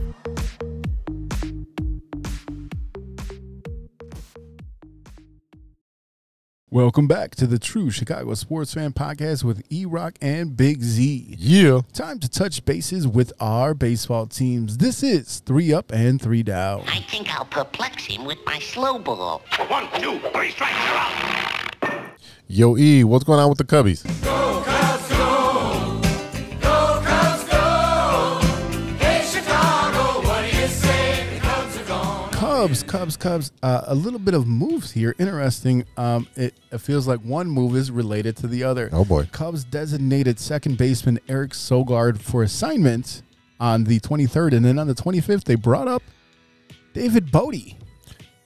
Speaker 3: Welcome back to the True Chicago Sports Fan Podcast with E Rock and Big Z.
Speaker 2: Yeah.
Speaker 3: Time to touch bases with our baseball teams. This is three up and three down.
Speaker 9: I think I'll perplex him with my slow ball.
Speaker 6: One, two, three strikes, you're out.
Speaker 2: Yo, E, what's going on with the Cubbies?
Speaker 3: Cubs, Cubs, Cubs. Uh, a little bit of moves here. Interesting. Um, it, it feels like one move is related to the other.
Speaker 2: Oh, boy.
Speaker 3: Cubs designated second baseman Eric Sogard for assignment on the 23rd, and then on the 25th they brought up David Bodie.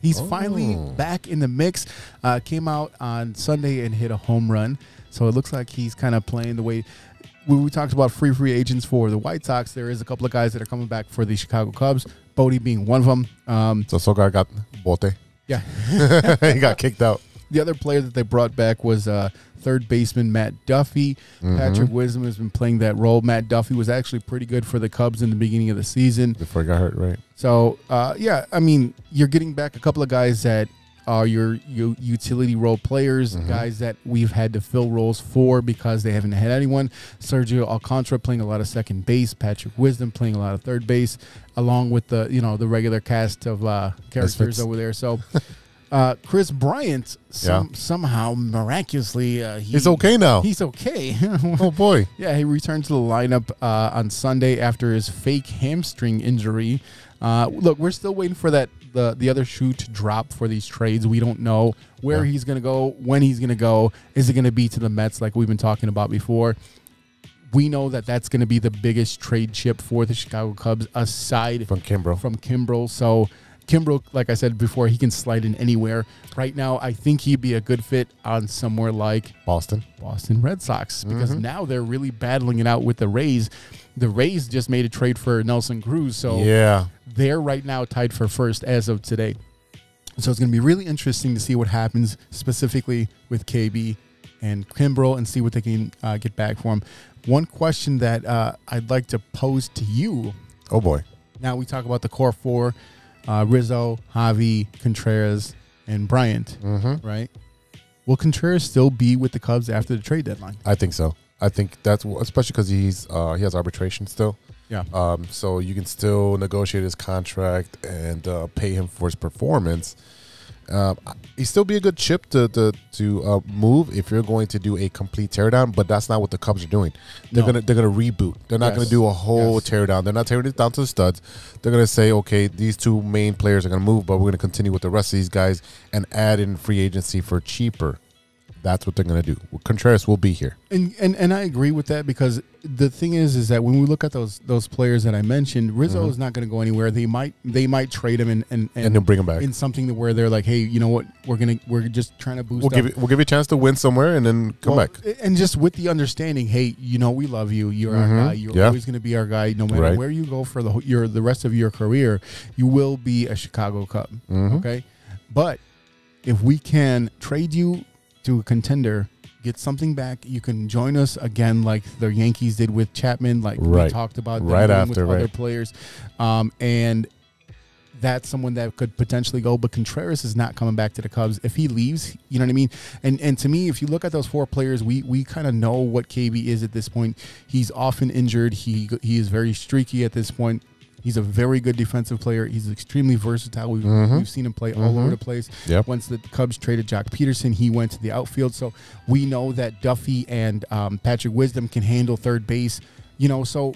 Speaker 3: He's
Speaker 2: Oh.
Speaker 3: finally back in the mix. Uh, came out on Sunday and hit a home run. So it looks like he's kind of playing the way when we talked about free free agents for the White Sox. There is a couple of guys that are coming back for the Chicago Cubs. Bodie being one of them. Um,
Speaker 2: So Sogar got bote.
Speaker 3: yeah.
Speaker 2: he got kicked out.
Speaker 3: The other player that they brought back was uh, third baseman Matt Duffy. Patrick Wisdom has been playing that role. Matt Duffy was actually pretty good for the Cubs in the beginning of the season.
Speaker 2: Before he got hurt, right?
Speaker 3: So uh, yeah, I mean, you're getting back a couple of guys that are your, your utility role players,
Speaker 2: Mm-hmm.
Speaker 3: guys that we've had to fill roles for because they haven't had anyone. Sergio Alcantara playing a lot of second base, Patrick Wisdom playing a lot of third base, along with the you know the regular cast of uh, characters
Speaker 2: Misfits.
Speaker 3: over there. So. Uh, Chris Bryant some, somehow miraculously uh, he-
Speaker 2: He's okay now.
Speaker 3: He's okay.
Speaker 2: Oh boy.
Speaker 3: Yeah, he returned to the lineup uh, on Sunday after his fake hamstring injury. Uh, look, we're still waiting for that the the other shoe to drop for these trades. We don't know where he's gonna go, when he's gonna go. Is it gonna be to the Mets like we've been talking about before? We know that that's gonna be the biggest trade chip for the Chicago Cubs aside
Speaker 2: From Kimbrel.
Speaker 3: from Kimbrel. So Kimbrel, like I said before, he can slide in anywhere. Right now, I think he'd be a good fit on somewhere like
Speaker 2: Boston.
Speaker 3: Boston Red Sox because now they're really battling it out with the Rays. The Rays just made a trade for Nelson Cruz, so
Speaker 2: Yeah.
Speaker 3: they're right now tied for first as of today. So it's going to be really interesting to see what happens specifically with KB and Kimbrel and see what they can uh, get back for him. One question that uh, I'd like to pose to you
Speaker 2: Oh boy.
Speaker 3: now we talk about the core four: uh, Rizzo, Javi, Contreras, and Bryant. Right? Will Contreras still be with the Cubs after the trade deadline?
Speaker 2: I think so. I think that's wh- especially because he's uh, he has arbitration still.
Speaker 3: Yeah.
Speaker 2: Um, so you can still negotiate his contract and uh, pay him for his performance. Um, I- he'd still be a good chip to to, to uh, move if you're going to do a complete teardown, but that's not what the Cubs are doing. They're
Speaker 3: No.
Speaker 2: gonna they're gonna reboot. They're not gonna
Speaker 3: Yes.
Speaker 2: do a whole
Speaker 3: Yes.
Speaker 2: teardown. They're not tearing it down to the studs. They're gonna say, okay, these two main players are gonna move, but we're gonna continue with the rest of these guys and add in free agency for cheaper. That's what they're gonna do. Contreras will be here.
Speaker 3: And, and and I agree with that because the thing is is that when we look at those those players that I mentioned, Rizzo is not going to go anywhere. They might they might trade him and and
Speaker 2: Uh-huh. And they'll bring him back.
Speaker 3: in something to where they're like, hey, you know what, we're gonna we're just trying to boost.
Speaker 2: We'll
Speaker 3: up
Speaker 2: give you, we'll give you a chance to win somewhere and then come
Speaker 3: Well,
Speaker 2: back.
Speaker 3: And just with the understanding, hey, you know, we love you. You're our guy. You're
Speaker 2: Mm-hmm. Yeah.
Speaker 3: always going to be our guy, no matter
Speaker 2: Right.
Speaker 3: where you go for the whole- your the rest of your career. You will be a Chicago Cub.
Speaker 2: Mm-hmm.
Speaker 3: Okay, but if we can trade you to a contender, get something back, you can join us again, like the Yankees did with Chapman, like we
Speaker 2: Right.
Speaker 3: talked about them
Speaker 2: Right
Speaker 3: doing
Speaker 2: after,
Speaker 3: with other
Speaker 2: right.
Speaker 3: players, um, and. That's someone that could potentially go, but Contreras is not coming back to the Cubs. If he leaves, you know what I mean. And and to me, if you look at those four players, we we kind of know what KB is at this point. He's often injured. He he is very streaky at this point. He's a very good defensive player. He's extremely versatile. We've, we've seen him play all over the place.
Speaker 2: Yep.
Speaker 3: Once the Cubs traded Jock Peterson, he went to the outfield. So we know that Duffy and um, Patrick Wisdom can handle third base. You know, so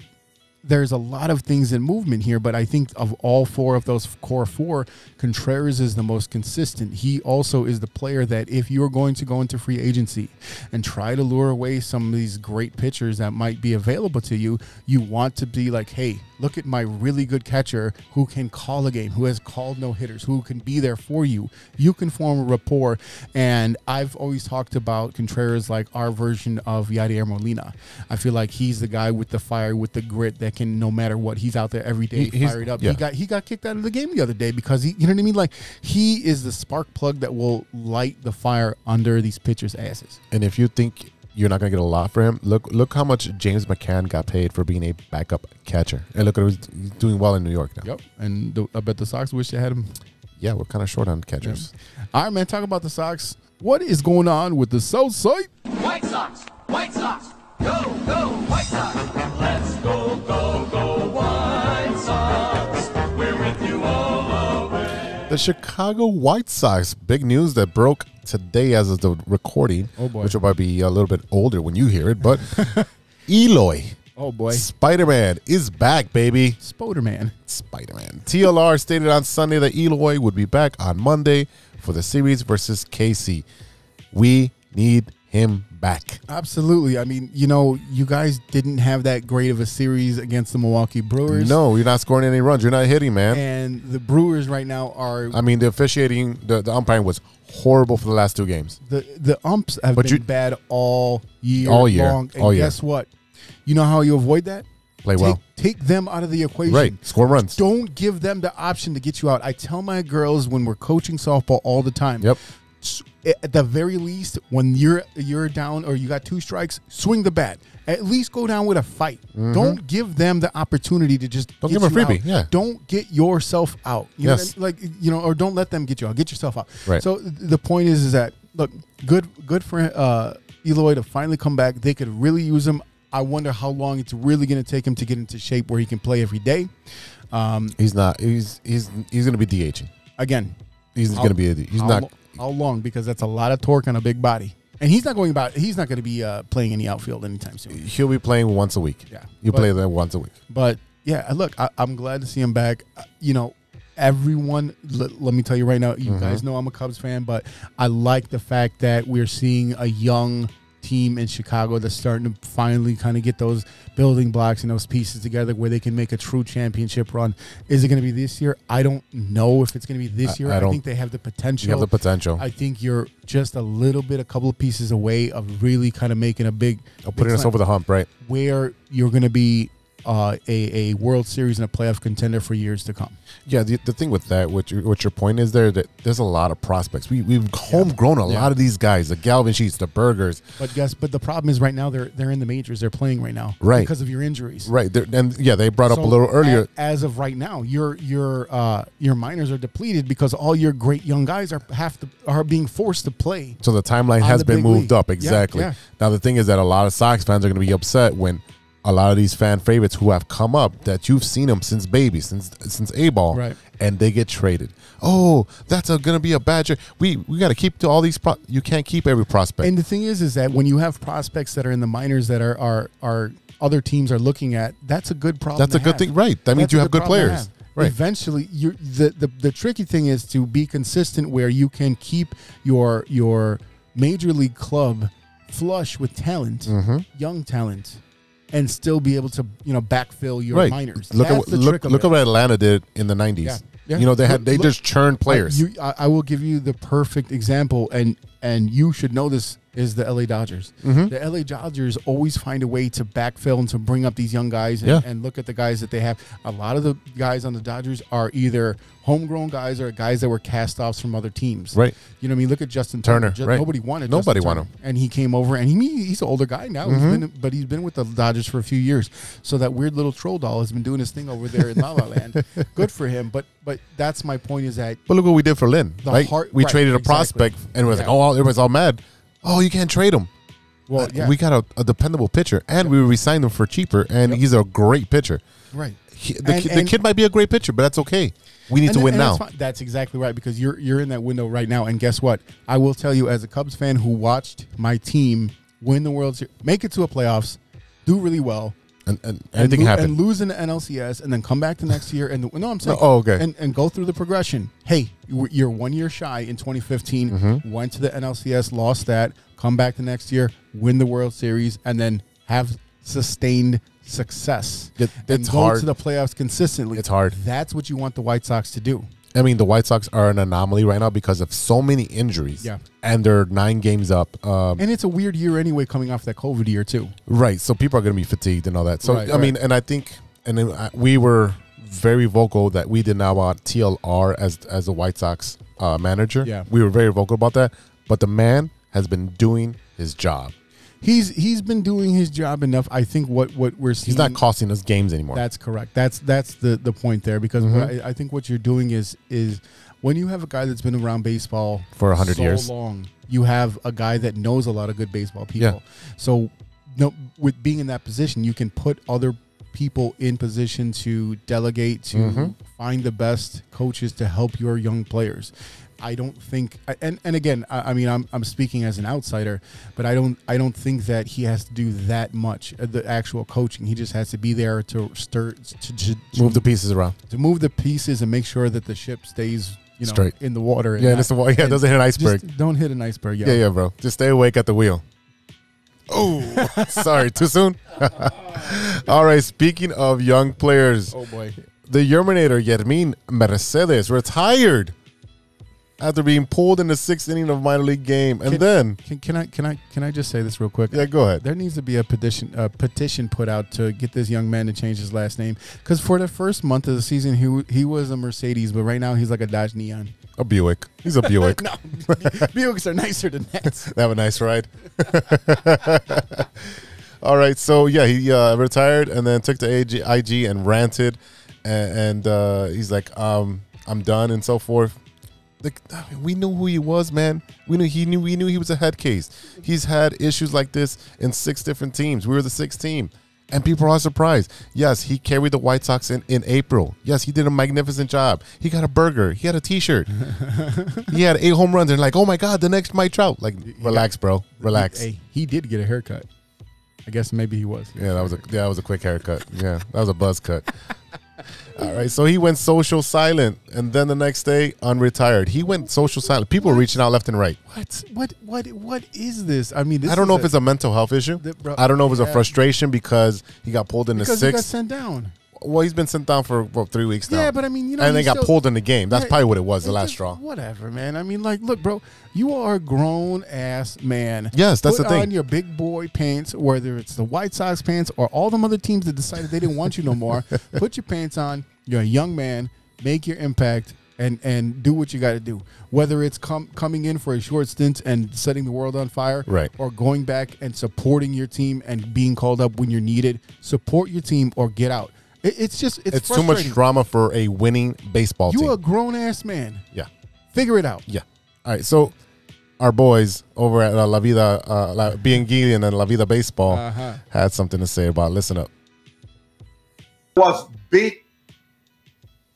Speaker 3: there's a lot of things in movement here, but I think of all four of those core four, Contreras is the most consistent. He also is the player that if you're going to go into free agency and try to lure away some of these great pitchers that might be available to you, you want to be like, hey, look at my really good catcher who can call a game, who has called no hitters, who can be there for you. You can form a rapport. And I've always talked about Contreras like our version of Yadier Molina. I feel like he's the guy with the fire, with the grit that can, no matter what, he's out there every day,
Speaker 2: He- he's-
Speaker 3: fired up.
Speaker 2: yeah.
Speaker 3: He got he got kicked out of the game the other day because he, you know what I mean? Like he is the spark plug that will light the fire under these pitchers' asses.
Speaker 2: And if you think you're not gonna get a lot for him, look look how much James McCann got paid for being a backup catcher. And look at him, he's doing well in New York now.
Speaker 3: Yep, and the, I bet the Sox wish they had him.
Speaker 2: Yeah, we're kind of short on catchers.
Speaker 3: All right, man. Talk about the Sox. What is going on with the South Side?
Speaker 6: White Sox, White Sox, go, go, White Sox. Let's go, go, go, White Sox. We're with you all the way.
Speaker 2: The Chicago White Sox, big news that broke today as of the recording,
Speaker 3: Oh, boy.
Speaker 2: which will probably be a little bit older when you hear it, but Eloy,
Speaker 3: Oh boy,
Speaker 2: Spider Man is back, baby.
Speaker 3: Spoderman.
Speaker 2: Spider Man. TLR stated on Sunday that Eloy would be back on Monday for the series versus KC. We need him back.
Speaker 3: Absolutely. I mean, you know, you guys didn't have that great of a series against the Milwaukee Brewers.
Speaker 2: No, you're not scoring any runs. You're not hitting, man.
Speaker 3: And the Brewers right now are
Speaker 2: I mean, the officiating, the, the umpiring was horrible for the last two games.
Speaker 3: the the umps have
Speaker 2: But
Speaker 3: been
Speaker 2: you-
Speaker 3: bad all year
Speaker 2: All year.
Speaker 3: long. And
Speaker 2: All year.
Speaker 3: guess what? You know how you avoid that?
Speaker 2: Play
Speaker 3: take,
Speaker 2: well.
Speaker 3: Take them out of the equation.
Speaker 2: Right. Score runs.
Speaker 3: Don't give them the option to get you out. I tell my girls when we're coaching softball all the time.
Speaker 2: Yep.
Speaker 3: s- a- at the very least, when you're you're down or you got two strikes, swing the bat. At least go down with a fight. Don't give them the opportunity to just
Speaker 2: Mm-hmm. Don't
Speaker 3: get
Speaker 2: give 'em a
Speaker 3: you
Speaker 2: freebie,
Speaker 3: out.
Speaker 2: yeah.
Speaker 3: Don't get yourself out. You know what I
Speaker 2: Yes.
Speaker 3: mean? like you know, or don't let them get you out. Get yourself out.
Speaker 2: Right.
Speaker 3: So th- the point is, is that look, good, good for uh, Eloy to finally come back. They could really use him. I wonder how long it's really going to take him to get into shape where he can play every day. Um,
Speaker 2: He's not. He's he's he's gonna be DHing.
Speaker 3: again,
Speaker 2: He's
Speaker 3: how-
Speaker 2: gonna be. A, he's
Speaker 3: how
Speaker 2: not.
Speaker 3: lo- how long? Because that's a lot of torque on a big body, and he's not going about. He's not going to be uh, playing any outfield anytime soon.
Speaker 2: He'll be playing once a week.
Speaker 3: Yeah.
Speaker 2: you
Speaker 3: But-
Speaker 2: play that once a week.
Speaker 3: But yeah, I- look, I, I'm glad to see him back. Uh, You know, everyone, l- let me tell you right now,
Speaker 2: Mm-hmm.
Speaker 3: you guys know I'm a Cubs fan, but I like the fact that we're seeing a young team in Chicago that's starting to finally kind of get those building blocks and those pieces together where they can make a true championship run. Is it going to be this year? I don't know if it's going to be this
Speaker 2: I-
Speaker 3: year.
Speaker 2: I
Speaker 3: I,
Speaker 2: don't-
Speaker 3: think they have the potential.
Speaker 2: You have the potential.
Speaker 3: I think you're just a little bit, a couple of pieces away of really kind of making a big.
Speaker 2: I'm putting us
Speaker 3: big
Speaker 2: over the hump, right?
Speaker 3: where you're going to be uh, a, a World Series and a playoff contender for years to come.
Speaker 2: Yeah, the, the thing with that, what your, what your point is there, that there's a lot of prospects. We we've homegrown a lot of these guys, the Galvin Sheets, the Burgers,
Speaker 3: But guess, but the problem is right now they're they're in the majors. They're playing right now,
Speaker 2: Right.
Speaker 3: Because of your injuries,
Speaker 2: right? They're, and yeah, they brought up
Speaker 3: So
Speaker 2: a little
Speaker 3: a-
Speaker 2: earlier.
Speaker 3: as of right now, your your uh, your minors are depleted because all your great young guys are have to are being forced to play.
Speaker 2: So the timeline
Speaker 3: on
Speaker 2: has
Speaker 3: the
Speaker 2: been
Speaker 3: big
Speaker 2: moved
Speaker 3: league.
Speaker 2: up.
Speaker 3: Yeah,
Speaker 2: Exactly.
Speaker 3: yeah.
Speaker 2: Now the thing is that a lot of Sox fans are going to be upset when a lot of these fan favorites who have come up that you've seen them since baby, since since A ball,
Speaker 3: Right.
Speaker 2: and they get traded. Oh, that's going to be a badger. We we got to keep to all these. Pro- you can't keep every prospect.
Speaker 3: And the thing is, is that when you have prospects that are in the minors that are are are other teams are looking at, that's a good problem.
Speaker 2: That's a
Speaker 3: to
Speaker 2: good
Speaker 3: have.
Speaker 2: thing, right. That means
Speaker 3: That's
Speaker 2: you
Speaker 3: a
Speaker 2: have good
Speaker 3: problem to
Speaker 2: players.
Speaker 3: have.
Speaker 2: Right.
Speaker 3: Eventually, you the, the the tricky thing is to be consistent where you can keep your your major league club flush with talent,
Speaker 2: Mm-hmm.
Speaker 3: young talent, and still be able to you know backfill your
Speaker 2: right.
Speaker 3: minors.
Speaker 2: Look at
Speaker 3: That's
Speaker 2: what-
Speaker 3: the
Speaker 2: look
Speaker 3: trick of
Speaker 2: look
Speaker 3: it.
Speaker 2: at what Atlanta did in the '90s.
Speaker 3: Yeah. Yeah.
Speaker 2: You know they had
Speaker 3: Look-
Speaker 2: they
Speaker 3: look-
Speaker 2: just churned players.
Speaker 3: I, you, I, I will give you the perfect example, and and you should know this is the LA Dodgers.
Speaker 2: Mm-hmm.
Speaker 3: The LA Dodgers always find a way to backfill and to bring up these young guys and,
Speaker 2: Yeah.
Speaker 3: and look at the guys that they have. A lot of the guys on the Dodgers are either homegrown guys or guys that were cast offs from other teams.
Speaker 2: Right.
Speaker 3: You know what I mean? Look at Justin
Speaker 2: Turner,
Speaker 3: Turner. Ju-
Speaker 2: right.
Speaker 3: Nobody wanted
Speaker 2: Nobody
Speaker 3: Justin
Speaker 2: wanted Mm-hmm.
Speaker 3: Turner. And he came over and he he's an older guy now, he's been, but he's been with the Dodgers for a few years. So that weird little troll doll has been doing his thing over there in La La Land. Good for him. But but that's my point is that
Speaker 2: but look what we did for Lynn.
Speaker 3: The
Speaker 2: right?
Speaker 3: heart-
Speaker 2: we
Speaker 3: right,
Speaker 2: traded a
Speaker 3: exactly.
Speaker 2: prospect, and it was
Speaker 3: Yeah.
Speaker 2: like, oh, everybody's all mad. Oh, you can't trade him.
Speaker 3: Well,
Speaker 2: Uh,
Speaker 3: yeah,
Speaker 2: we got a, a dependable pitcher, and we resigned him for cheaper, and he's a great pitcher.
Speaker 3: right.
Speaker 2: He, the,
Speaker 3: And-
Speaker 2: ki- the
Speaker 3: and-
Speaker 2: kid might be a great pitcher, but that's okay. We need
Speaker 3: and
Speaker 2: to
Speaker 3: th-
Speaker 2: win
Speaker 3: and
Speaker 2: now.
Speaker 3: That's, fine. That's exactly right because you're you're in that window right now. And guess what? I will tell you, as a Cubs fan who watched my team win the World Series, make it to a playoffs, do really well,
Speaker 2: And, and anything
Speaker 3: and, lo-
Speaker 2: happened.
Speaker 3: and lose in the NLCS, and then come back the next year. And no, I'm saying,
Speaker 2: Oh, okay.
Speaker 3: and, and go through the progression. Hey, you were- you're one year shy in 2015.
Speaker 2: Mm-hmm.
Speaker 3: Went to the NLCS, lost that. Come back the next year, win the World Series, and then have sustained success.
Speaker 2: It-
Speaker 3: and
Speaker 2: it's
Speaker 3: go
Speaker 2: hard.
Speaker 3: to the playoffs consistently.
Speaker 2: It's hard.
Speaker 3: That's what you want the White Sox to do.
Speaker 2: I mean, the White Sox are an anomaly right now because of so many injuries.
Speaker 3: Yeah.
Speaker 2: And they're nine games up. Um,
Speaker 3: And it's a weird year anyway, coming off that COVID year too.
Speaker 2: right. So people are going to be fatigued and all that. So,
Speaker 3: Right,
Speaker 2: I mean, and I think, and then I, we were very vocal that we did not want TLR as as a White Sox uh, manager.
Speaker 3: Yeah.
Speaker 2: We were very vocal about that. But the man has been doing his job.
Speaker 3: He's he's been doing his job enough. I think what what we're seeing.
Speaker 2: He's not costing us games anymore.
Speaker 3: Mm-hmm.
Speaker 2: Mm-hmm.
Speaker 3: That's correct. That's that's the the point there because what I, I think what you're doing is is when you have a guy that's been around baseball
Speaker 2: For 100
Speaker 3: so
Speaker 2: years.
Speaker 3: long, you have a guy that knows a lot of good baseball people.
Speaker 2: Yeah.
Speaker 3: So no, with being in that position, you can put other people in position to delegate to
Speaker 2: Mm-hmm.
Speaker 3: find the best coaches to help your young players. I don't think, I- and and again, I, I mean, I'm, I'm speaking as an outsider, but I don't I don't think that he has to do that much. uh, The actual coaching, he just has to be there to stir to, to, to
Speaker 2: Move the pieces around.
Speaker 3: to move the pieces and make sure that the ship stays you know
Speaker 2: Straight.
Speaker 3: in the water.
Speaker 2: Yeah,
Speaker 3: not-
Speaker 2: that's the wa- yeah, it
Speaker 3: and
Speaker 2: doesn't hit an iceberg.
Speaker 3: just don't hit an iceberg.
Speaker 2: Yeah, yeah, bro. Just stay awake at the wheel. Oh, sorry, too soon. All right. Speaking of young players,
Speaker 3: Oh boy.
Speaker 2: the Yerminator Yermin Mercedes retired after being pulled in the sixth inning of minor league game, and
Speaker 3: Can-
Speaker 2: then
Speaker 3: Can, can I can I can I just say this real quick?
Speaker 2: yeah, go ahead.
Speaker 3: There needs to be a petition a petition put out to get this young man to change his last name because for the first month of the season he w- he was a Mercedes, but right now he's like a Dodge Neon.
Speaker 2: A Buick. He's a Buick.
Speaker 3: no, Buicks are nicer than that.
Speaker 2: Have a nice ride. All right, so yeah, he uh, retired and then took the AG, IG and ranted, and, and uh, he's like, um, "I'm done" and so forth. Like, we knew who he was, man. We knew he knew we knew he was a head case. He's had issues like this in six different teams. We were the sixth team, and people are surprised. Yes, he carried the White Sox in in April. Yes, he did a magnificent job. He got a burger. He had a T-shirt. he had eight home runs. And like, oh my God, the next Mike Trout. Like, relax, bro. Relax.
Speaker 3: Hey, he did get a haircut. I guess maybe he was.
Speaker 2: Yeah, that was a yeah, that was a quick haircut. Yeah, that was a buzz cut. All right, so he went social silent, and then the next day, unretired. He went social silent. People were reaching out left and right.
Speaker 3: What? What? What? What is this? I mean, this
Speaker 2: I don't
Speaker 3: is
Speaker 2: know if it's a mental health issue.
Speaker 3: The- bro-
Speaker 2: I don't know if it's a
Speaker 3: yeah.
Speaker 2: frustration because he got pulled in the
Speaker 3: because he got
Speaker 2: sixth.
Speaker 3: sent down.
Speaker 2: well, he's been sent down for what, three weeks now.
Speaker 3: Yeah, but I mean, you know,
Speaker 2: and they
Speaker 3: he's
Speaker 2: got
Speaker 3: still-
Speaker 2: pulled in the game. That's
Speaker 3: Yeah,
Speaker 2: probably what it was. The
Speaker 3: it's
Speaker 2: last
Speaker 3: just
Speaker 2: straw.
Speaker 3: Whatever, man. I mean, like, look, bro, you are a grown ass man.
Speaker 2: Yes, that's
Speaker 3: Put
Speaker 2: the thing.
Speaker 3: On your big boy pants, whether it's the White Sox pants or all them other teams that decided they didn't want you no more. Put your pants on. You're a young man. Make your impact. And, and do what you got to do, whether it's com- coming in for a short stint and setting the world on fire,
Speaker 2: Right.
Speaker 3: or going back and supporting your team and being called up when you're needed. Support your team or get out. It, it's just it's,
Speaker 2: It's too much
Speaker 3: frustrating.
Speaker 2: drama for a winning baseball team.
Speaker 3: You a grown ass man.
Speaker 2: yeah.
Speaker 3: Figure it out.
Speaker 2: Yeah. All right. So our boys over at uh, La Vida, uh, La, being Gillian and La Vida Baseball
Speaker 3: Uh-huh.
Speaker 2: had something to say about. it. Listen up.
Speaker 10: was big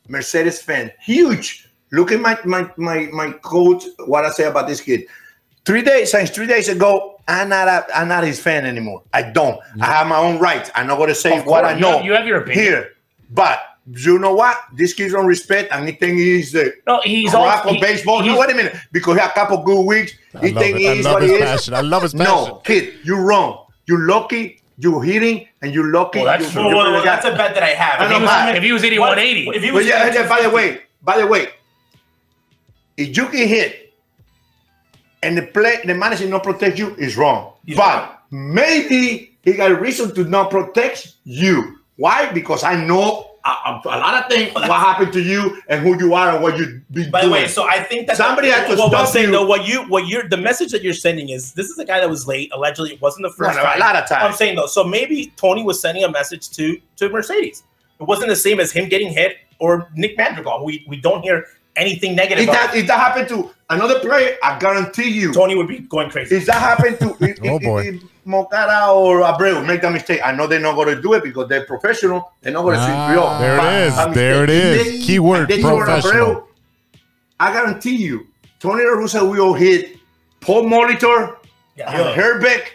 Speaker 10: Mercedes fan, huge. Look at my my my my coach. What I say about this kid. Three days since three days ago, I'm not a, I'm not his fan anymore. I don't. I have my own rights. I'm not gonna say
Speaker 11: Of
Speaker 10: what
Speaker 11: course,
Speaker 10: I
Speaker 11: you
Speaker 10: know.
Speaker 11: have- you have your opinion.
Speaker 10: here, but you know what? This kid don't respect, and he think he's the
Speaker 11: No, he's
Speaker 10: rock
Speaker 11: all-
Speaker 10: of
Speaker 11: he-
Speaker 10: baseball. No, wait a minute, because he had a couple good weeks. He
Speaker 2: love
Speaker 10: think
Speaker 2: it.
Speaker 10: he
Speaker 2: I
Speaker 10: is
Speaker 2: love
Speaker 10: what
Speaker 2: his
Speaker 10: he is.
Speaker 2: passion. I love his passion.
Speaker 10: No, kid, you're wrong. You're lucky. You're hitting, and you're lucky.
Speaker 11: Well, that's
Speaker 10: you-
Speaker 11: true.
Speaker 10: you-
Speaker 11: Well,
Speaker 10: you got-
Speaker 11: that's a bet that I have.
Speaker 10: I
Speaker 11: If
Speaker 10: know,
Speaker 11: he was-
Speaker 10: but-
Speaker 11: if he was hitting
Speaker 10: What-
Speaker 11: 180. if he
Speaker 10: Well,
Speaker 11: was
Speaker 10: yeah,
Speaker 11: hitting
Speaker 10: yeah, by the way, by the way, if you can hit and the play the manager not protect you is wrong. But maybe he got a reason to not protect you. Why? Because I know a, a- a lot of things what happened to you and who you are and what you be
Speaker 11: By the
Speaker 10: doing.
Speaker 11: way, so I think that
Speaker 10: somebody had to
Speaker 11: what I'm
Speaker 10: stop
Speaker 11: saying
Speaker 10: you.
Speaker 11: though, what you what you're the message that you're sending is this is a guy that was late. Allegedly, it wasn't the first
Speaker 10: no, a
Speaker 11: time.
Speaker 10: lot of times.
Speaker 11: I'm saying though, so maybe Tony was sending a message to to Mercedes. It wasn't the same as him getting hit or Nick Madrigal. We we don't hear anything negative.
Speaker 10: if that if that happened to another player, I guarantee you
Speaker 11: Tony would be going crazy.
Speaker 10: If that happened to if,
Speaker 2: Oh,
Speaker 10: if-
Speaker 2: boy.
Speaker 10: if Mocara or Abreu make that mistake, I know they're not going to do it because they're professional. They're not going to
Speaker 3: Ah,
Speaker 10: see three off.
Speaker 2: there it
Speaker 10: But
Speaker 2: is.
Speaker 10: that
Speaker 2: There it
Speaker 10: mistake,
Speaker 2: is.
Speaker 10: if
Speaker 2: Keyword,
Speaker 10: if they do it on
Speaker 2: professional.
Speaker 10: Abreu, I guarantee you, Tony La Russa will hit Paul Molitor,
Speaker 11: Yeah,
Speaker 10: and Herbeck,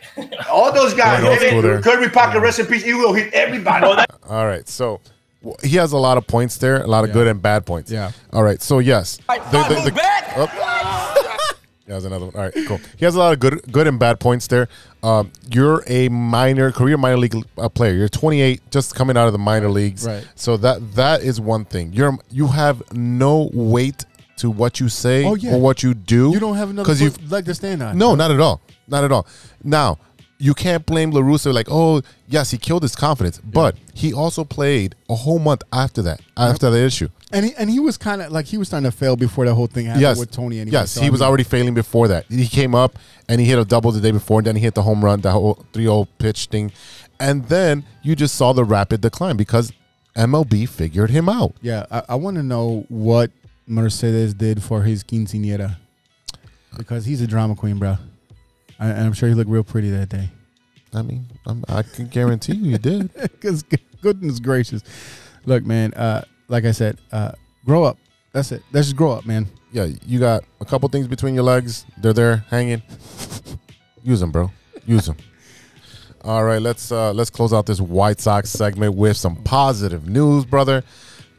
Speaker 10: all those guys.
Speaker 2: Going old school there.
Speaker 10: Even Kirby Parker, rest in peace. He will hit everybody.
Speaker 11: Well, that-
Speaker 2: All right. So w- he has a lot of points there, a lot of good and bad points.
Speaker 3: Yeah.
Speaker 2: All right. So yes. The- the- the-
Speaker 6: back.
Speaker 2: Yeah, there's another one. All right, cool. He has a lot of good, good and bad points there. Um, you're a minor career minor league uh, player. You're 28, just coming out of the minor leagues.
Speaker 3: Right.
Speaker 2: So that that is one thing. You're you have no weight to what you say
Speaker 3: Oh, yeah.
Speaker 2: or what you do.
Speaker 3: You don't have another
Speaker 2: because
Speaker 3: foot
Speaker 2: you've
Speaker 3: leg to stand on.
Speaker 2: no, not at all. Not at all. Now, you can't blame LaRusso like, oh, yes, he killed his confidence, but he also played a whole month after that, after the issue.
Speaker 3: and he, and he was kind of like he was starting to fail before that whole thing happened
Speaker 2: yes.
Speaker 3: with Tony. Anyway,
Speaker 2: yes,
Speaker 3: so,
Speaker 2: he
Speaker 3: I
Speaker 2: was
Speaker 3: mean,
Speaker 2: already failing before that. He came up and he hit a double the day before, and then he hit the home run, the whole 3 0 pitch thing. And then you just saw the rapid decline because MLB figured him out.
Speaker 3: Yeah, I, I want to know what Mercedes did for his quinceanera because he's a drama queen, bro. I, and I'm sure he looked real pretty that day.
Speaker 2: I mean, I'm, I can guarantee you, you did.
Speaker 3: Because goodness gracious, look, man. Uh, like I said, uh, grow up. That's it. That's just grow up, man.
Speaker 2: Yeah, you got a couple things between your legs. They're there hanging. Use them, bro. Use them. All right, let's uh let's close out this White Sox segment with some positive news, brother.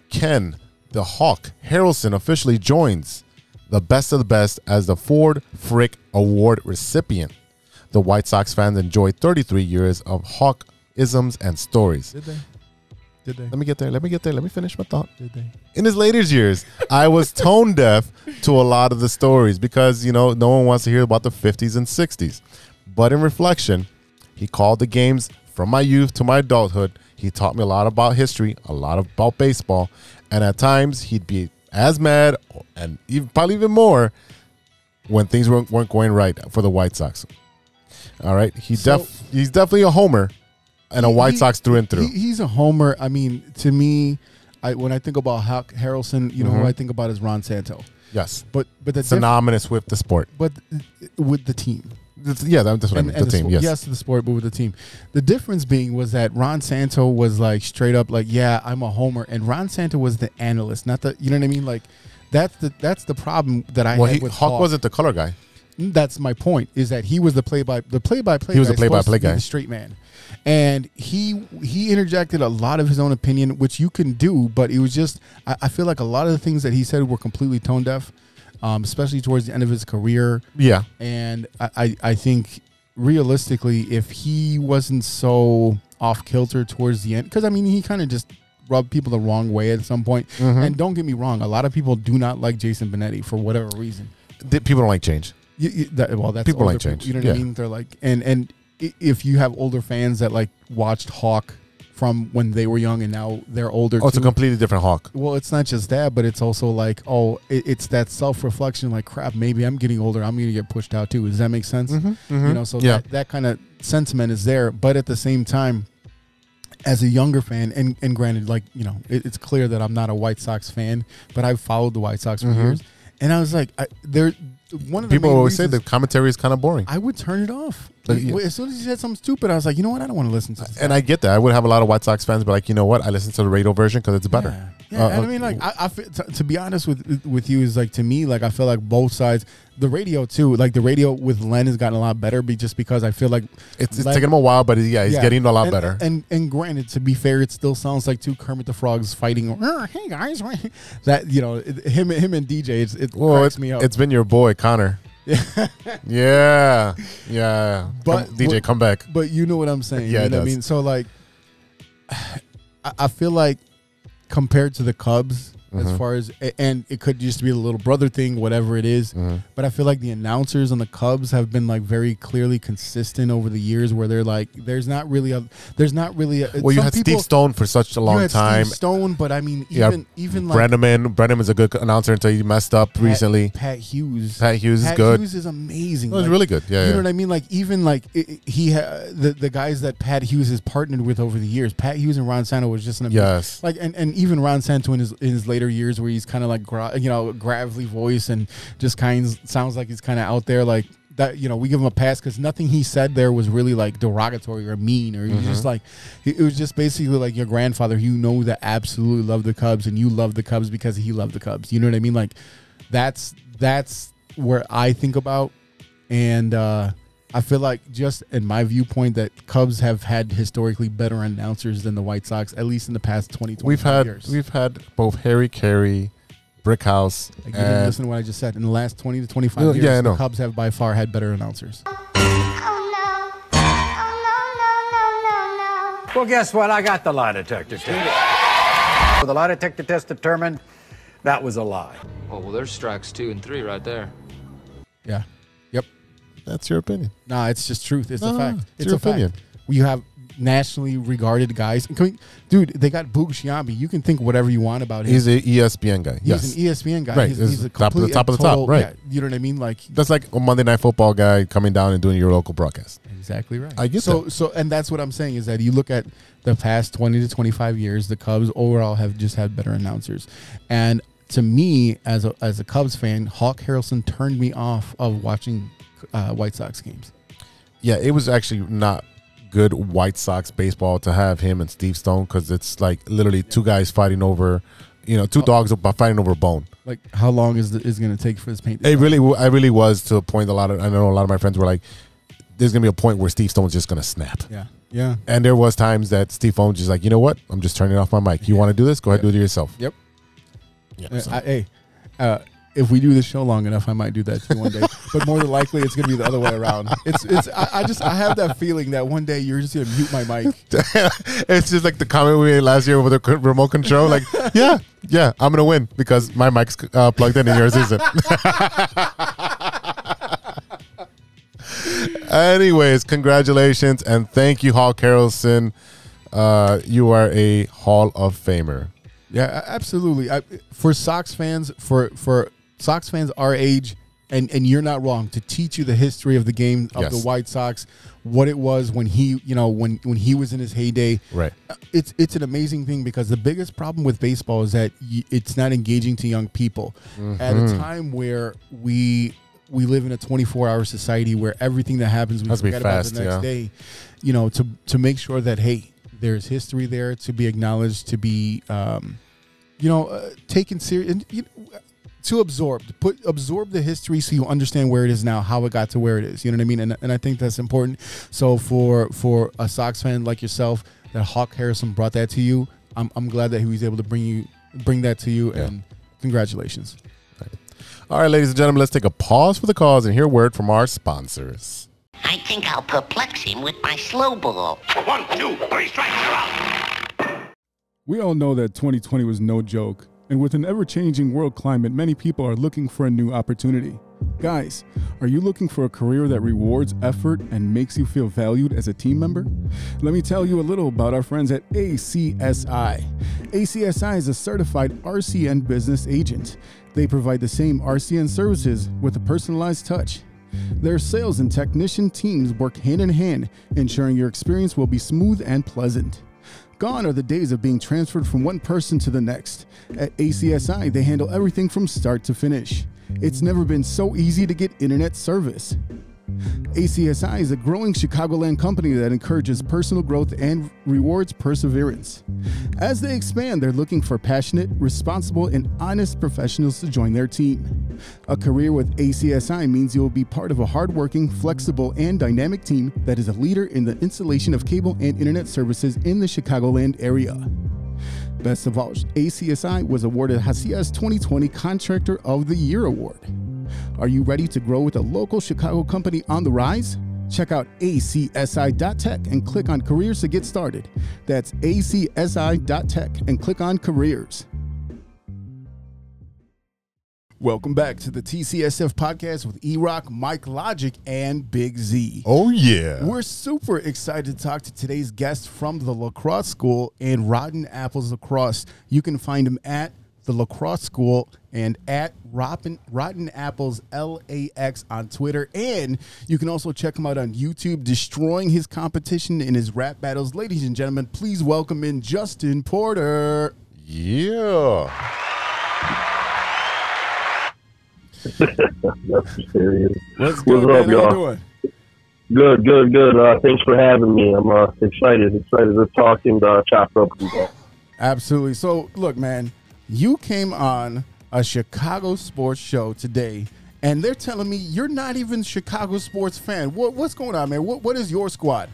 Speaker 2: Ken the Hawk Harrelson officially joins the best of the best as the Ford Frick Award recipient. The White Sox fans enjoyed 33 years of Hawk isms and stories.
Speaker 3: Did they? Did they?
Speaker 2: Let me get there. Let me get there. Let me finish my thought
Speaker 3: Did they?
Speaker 2: in his later years, I was tone deaf to a lot of the stories because, you know, no one wants to hear about the 50s and 60s. But in reflection, he called the games from my youth to my adulthood. He taught me a lot about history, a lot about baseball, and at times he'd be as mad and even, probably even more when things weren't, weren't going right for the White Sox. All right, he def he's definitely a homer and a White
Speaker 3: He-
Speaker 2: Sox through and through.
Speaker 3: he- he's a homer. I mean, to me, I, when I think about Hal- Harrelson, you know
Speaker 2: Mhm.
Speaker 3: who I think about is Ron Santo.
Speaker 2: yes,
Speaker 3: but but the
Speaker 2: synonymous with the sport.
Speaker 3: but th- with the team.
Speaker 2: That's- yeah, that- that's what I meant, the team,
Speaker 3: sport-
Speaker 2: yes.
Speaker 3: the sport, but with the team. The difference being was that Ron Santo was like straight up like, yeah, I'm a homer, and Ron Santo was the analyst, not the. You know what I mean? Like, that's the that's the problem that I
Speaker 2: Well,
Speaker 3: had
Speaker 2: he-
Speaker 3: with Mm,
Speaker 2: Hawk wasn't the color guy.
Speaker 3: That's my point. Is that he was the play by the play by play.
Speaker 2: He was the play-by-play guy.
Speaker 3: the straight man, and he he interjected a lot of his own opinion, which you can do, but it was just I, I feel like a lot of the things that he said were completely tone deaf, um, especially towards the end of his career.
Speaker 2: Yeah.
Speaker 3: and I I, I think realistically, if he wasn't so off kilter towards the end, because I mean he kind of just rubbed people the wrong way at some point.
Speaker 2: Mhm.
Speaker 3: And don't get me wrong, a lot of people do not like Jason Benetti for whatever reason.
Speaker 2: Th- People don't like change.
Speaker 3: You, you, that, well, that's
Speaker 2: People
Speaker 3: older
Speaker 2: like change.
Speaker 3: You know what I
Speaker 2: Yeah.
Speaker 3: mean? They're like, and and i- if you have older fans that like watched Hawk from when they were young and now they're older,
Speaker 2: Oh, it's a
Speaker 3: too,
Speaker 2: completely different Hawk.
Speaker 3: Well, it's not just that, but it's also like, oh, it, it's that self reflection. Like, crap, maybe I'm getting older. I'm gonna get pushed out too. Does that make sense? You
Speaker 2: mhm.
Speaker 3: know, so
Speaker 2: Yeah.
Speaker 3: that, that kind of sentiment is there, but at the same time. As a younger fan, and, and granted, like, you know, it, it's clear that I'm not a White Sox fan, but I've followed the White Sox for
Speaker 2: Mhm.
Speaker 3: years. And I was like, I, there, one of the
Speaker 2: People
Speaker 3: main
Speaker 2: always say
Speaker 3: reasons-
Speaker 2: the commentary is kind of boring.
Speaker 3: I would turn it off.
Speaker 2: Like,
Speaker 3: Like,
Speaker 2: yeah.
Speaker 3: As soon as he said something stupid, I was like, you know what? I don't want to listen to this.
Speaker 2: and I get that. I would have a lot of White Sox fans be like, you know what? I listen to the radio version because it's better.
Speaker 3: Yeah,
Speaker 2: Uh,
Speaker 3: and
Speaker 2: uh,
Speaker 3: I mean, like, I, I feel, t- to be honest with with you, is like to me, like I feel like both sides, the radio too, like the radio with Len has gotten a lot better, be just because I feel like
Speaker 2: it's, it's taking him a while, but yeah, he's getting a lot
Speaker 3: And-
Speaker 2: better.
Speaker 3: And and granted, to be fair, it still sounds like two Kermit the Frogs fighting. Hey guys, that you know, it, him him and DJ, it's, it
Speaker 2: Well,
Speaker 3: cracks
Speaker 2: it's,
Speaker 3: me up.
Speaker 2: it's been your boy Connor. yeah, yeah.
Speaker 3: But-
Speaker 2: Come- DJ, come back.
Speaker 3: But you know what I'm saying.
Speaker 2: Yeah,
Speaker 3: you
Speaker 2: it
Speaker 3: know what I
Speaker 2: does.
Speaker 3: mean, so like, I, I feel like compared to the Cubs, as
Speaker 2: Mhm.
Speaker 3: far as a- and it could just be the little brother thing, whatever it is,
Speaker 2: Mhm.
Speaker 3: But I feel like the announcers on the Cubs have been like very clearly consistent over the years, where they're like, there's not really a, there's not really a.
Speaker 2: Well, you
Speaker 3: some
Speaker 2: had
Speaker 3: people-
Speaker 2: Steve Stone for such a
Speaker 3: you
Speaker 2: long
Speaker 3: had Steve
Speaker 2: time.
Speaker 3: Stone, but I mean,
Speaker 2: Yeah,
Speaker 3: even even like
Speaker 2: Brenneman. Brenneman's a good announcer until he messed up
Speaker 3: Pat-
Speaker 2: recently.
Speaker 3: Pat Hughes.
Speaker 2: Pat Hughes
Speaker 3: Pat
Speaker 2: is good.
Speaker 3: Hughes is amazing.
Speaker 2: No, he's really good. Yeah,
Speaker 3: you
Speaker 2: yeah.
Speaker 3: know what I mean. Like even like it, it- he ha- the the guys that Pat Hughes has partnered with over the years. Pat Hughes and Ron Santo was just an amazing,
Speaker 2: Yes.
Speaker 3: Like and, and even Ron Santo in his in his later years where he's kind of like gra- you know gravelly voice and just kind sounds like he's kind of out there like that. You know we give him a pass because nothing he said there was really like derogatory or mean or he was just
Speaker 2: Mhm.
Speaker 3: like it it was just basically like your grandfather who you know that absolutely loved the Cubs and you love the Cubs because he loved the Cubs. You know what I mean? Like that's that's where I think about and uh I feel like just in my viewpoint that Cubs have had historically better announcers than the White Sox, at least in the past 20, 25
Speaker 2: we've had
Speaker 3: years.
Speaker 2: we've had both Harry Carey, Brickhouse,
Speaker 3: Like, you didn't
Speaker 2: and
Speaker 3: listen to what I just said. In the last 20 to 25
Speaker 2: No,
Speaker 3: years,
Speaker 2: yeah, I
Speaker 3: the
Speaker 2: know.
Speaker 3: Cubs have by far had better announcers.
Speaker 12: Well, guess what? I got the lie detector test. Well, the lie detector test determined that was a lie.
Speaker 13: Oh, well, there's strikes two and three right there.
Speaker 3: Yeah. Yep.
Speaker 2: That's your opinion.
Speaker 3: Nah, it's just truth. It's
Speaker 2: No,
Speaker 3: a
Speaker 2: no,
Speaker 3: fact.
Speaker 2: no, it's
Speaker 3: It's,
Speaker 2: your
Speaker 3: a
Speaker 2: opinion.
Speaker 3: fact. You have nationally regarded guys. Can we- dude, they got Boog Shiambi. You can think whatever you want about him.
Speaker 2: he's E an ESPN guy. yes.
Speaker 3: He's an E ESPN guy.
Speaker 2: Right.
Speaker 3: He's,
Speaker 2: This
Speaker 3: he's
Speaker 2: is
Speaker 3: a
Speaker 2: top of the
Speaker 3: complete
Speaker 2: top of the
Speaker 3: and total-
Speaker 2: top. Right.
Speaker 3: yeah, you know what I mean? Like
Speaker 2: That's like a Monday Night Football guy coming down and doing your local broadcast.
Speaker 3: Exactly right.
Speaker 2: I get
Speaker 3: so
Speaker 2: that.
Speaker 3: so and that's what I'm saying is that you look at the past 20 to 25 years, the Cubs overall have just had better announcers. And to me as a as a Cubs fan, Hawk Harrelson turned me off of watching uh, White Sox games.
Speaker 2: Yeah, it was actually not good White Sox baseball to have him and Steve Stone because it's like literally two guys fighting over, you know, two dogs ab- fighting over a bone.
Speaker 3: Like how long is the, is going to take for this paint?
Speaker 2: It really, w- I really was to a point. A lot of I know a lot of my friends were like, "There's gonna be a point where Steve Stone's just gonna snap."
Speaker 3: Yeah. Yeah.
Speaker 2: And there was times that Steve Stone was just like, "You know what? I'm just turning off my mic. You want to do this? Go ahead, do it yourself."
Speaker 3: Yep.
Speaker 2: Yeah.
Speaker 3: Uh, I, hey, uh, if we do this show long enough, I might do that to you one day. but more than likely, it's going to be the other way around. It's, it's. I, I just, I have that feeling that one day you're just going to mute my mic.
Speaker 2: it's just like the comment we made last year with the c- remote control. Like, yeah, yeah, I'm gonna win because my mic's uh, plugged in and yours isn't. Anyways, congratulations and thank you, Hall Carlson. Uh, you are a Hall of Famer.
Speaker 3: Yeah, a- absolutely. I, for Sox fans, for for Sox fans our age, and and you're not wrong to teach you the history of the game of
Speaker 2: Yes.
Speaker 3: the White Sox, what it was when he, you know, when when he was in his heyday.
Speaker 2: Right.
Speaker 3: Uh, It's it's an amazing thing because the biggest problem with baseball is that y- it's not engaging to young people at a
Speaker 2: Mhm.
Speaker 3: time where we. We live in a 24-hour society where everything that happens we
Speaker 2: Has to be
Speaker 3: forget
Speaker 2: fast,
Speaker 3: about the next
Speaker 2: yeah.
Speaker 3: day day, you know, to to make sure that hey, there's history there to be acknowledged, to be, um, you know, uh, taken serious, and you know, to absorb, to put absorb the history so you understand where it is now, how it got to where it is. You know what I mean? And and I think that's important. So for for a Sox fan like yourself, that Hawk Harrison brought that to you. I'm I'm glad that he was able to bring you bring that to you, and congratulations.
Speaker 2: All right, ladies and gentlemen, let's take a pause for the cause and hear a word from our sponsors.
Speaker 9: I think I'll perplex him with my slow ball. One, two, three strikes, you're out.
Speaker 8: We all know that 2020 was no joke, and with an ever changing world climate, many people are looking for a new opportunity. Guys, are you looking for a career that rewards effort and makes you feel valued as a team member? Let me tell you a little about our friends at ACSI. ACSI is a certified RCN business agent. They provide the same RCN services with a personalized touch. Their sales and technician teams work hand in hand, ensuring your experience will be smooth and pleasant. Gone are the days of being transferred from one person to the next. At ACSI, they handle everything from start to finish. It's never been so easy to get internet service. ACSI is a growing Chicagoland company that encourages personal growth and rewards perseverance. As they expand, they're looking for passionate, responsible, and honest professionals to join their team. A career with ACSI means you'll be part of a hardworking, flexible, and dynamic team that is a leader in the installation of cable and internet services in the Chicagoland area. Best of all, ACSI was awarded Hacias 2020 Contractor of the Year Award. Are you ready to grow with a local Chicago company on the rise? Check out acsi.tech and click on careers to get started. That's acsi.tech and click on careers. Welcome back to the TCSF podcast with E Rock, Mike Logic, and Big Z.
Speaker 2: Oh, yeah.
Speaker 3: We're super excited to talk to today's guest from the lacrosse school and Rodden Apples Lacrosse. You can find him at the lacrosse school and at Rotten, Rotten Apples LAX on Twitter. And you can also check him out on YouTube, destroying his competition in his rap battles. Ladies and gentlemen, please welcome in Justin Porter.
Speaker 2: Yeah.
Speaker 14: That's serious.
Speaker 3: What's
Speaker 14: good,
Speaker 3: man? How you
Speaker 14: doing? Good, good, good. Uh, thanks for having me. I'm uh, excited, excited to talk and uh, chop up with you guys.
Speaker 3: Absolutely. So, look, man, you came on a Chicago sports show today, and they're telling me you're not even Chicago sports fan. What, what's going on, man? What, what is your squad?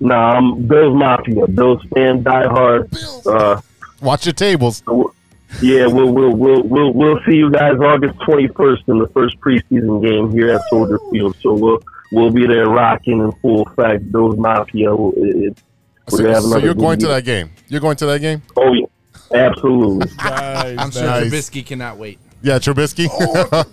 Speaker 14: Nah, I'm Bills Mafia, Bills fan, diehard. Uh,
Speaker 2: Watch your tables.
Speaker 14: Yeah, we'll we'll we'll we'll, we'll see you guys August 21st in the first preseason game here at Soldier Field. So we'll we'll be there rocking in full effect. Bills Mafia. We'll, it, it,
Speaker 2: So,
Speaker 14: we're gonna have
Speaker 2: so
Speaker 14: another
Speaker 2: you're
Speaker 14: good
Speaker 2: going to
Speaker 14: year.
Speaker 2: that game. You're going to that game?
Speaker 14: Oh yeah, absolutely.
Speaker 4: I'm sure
Speaker 2: nice.
Speaker 4: Trubisky cannot wait.
Speaker 2: Yeah, Trubisky.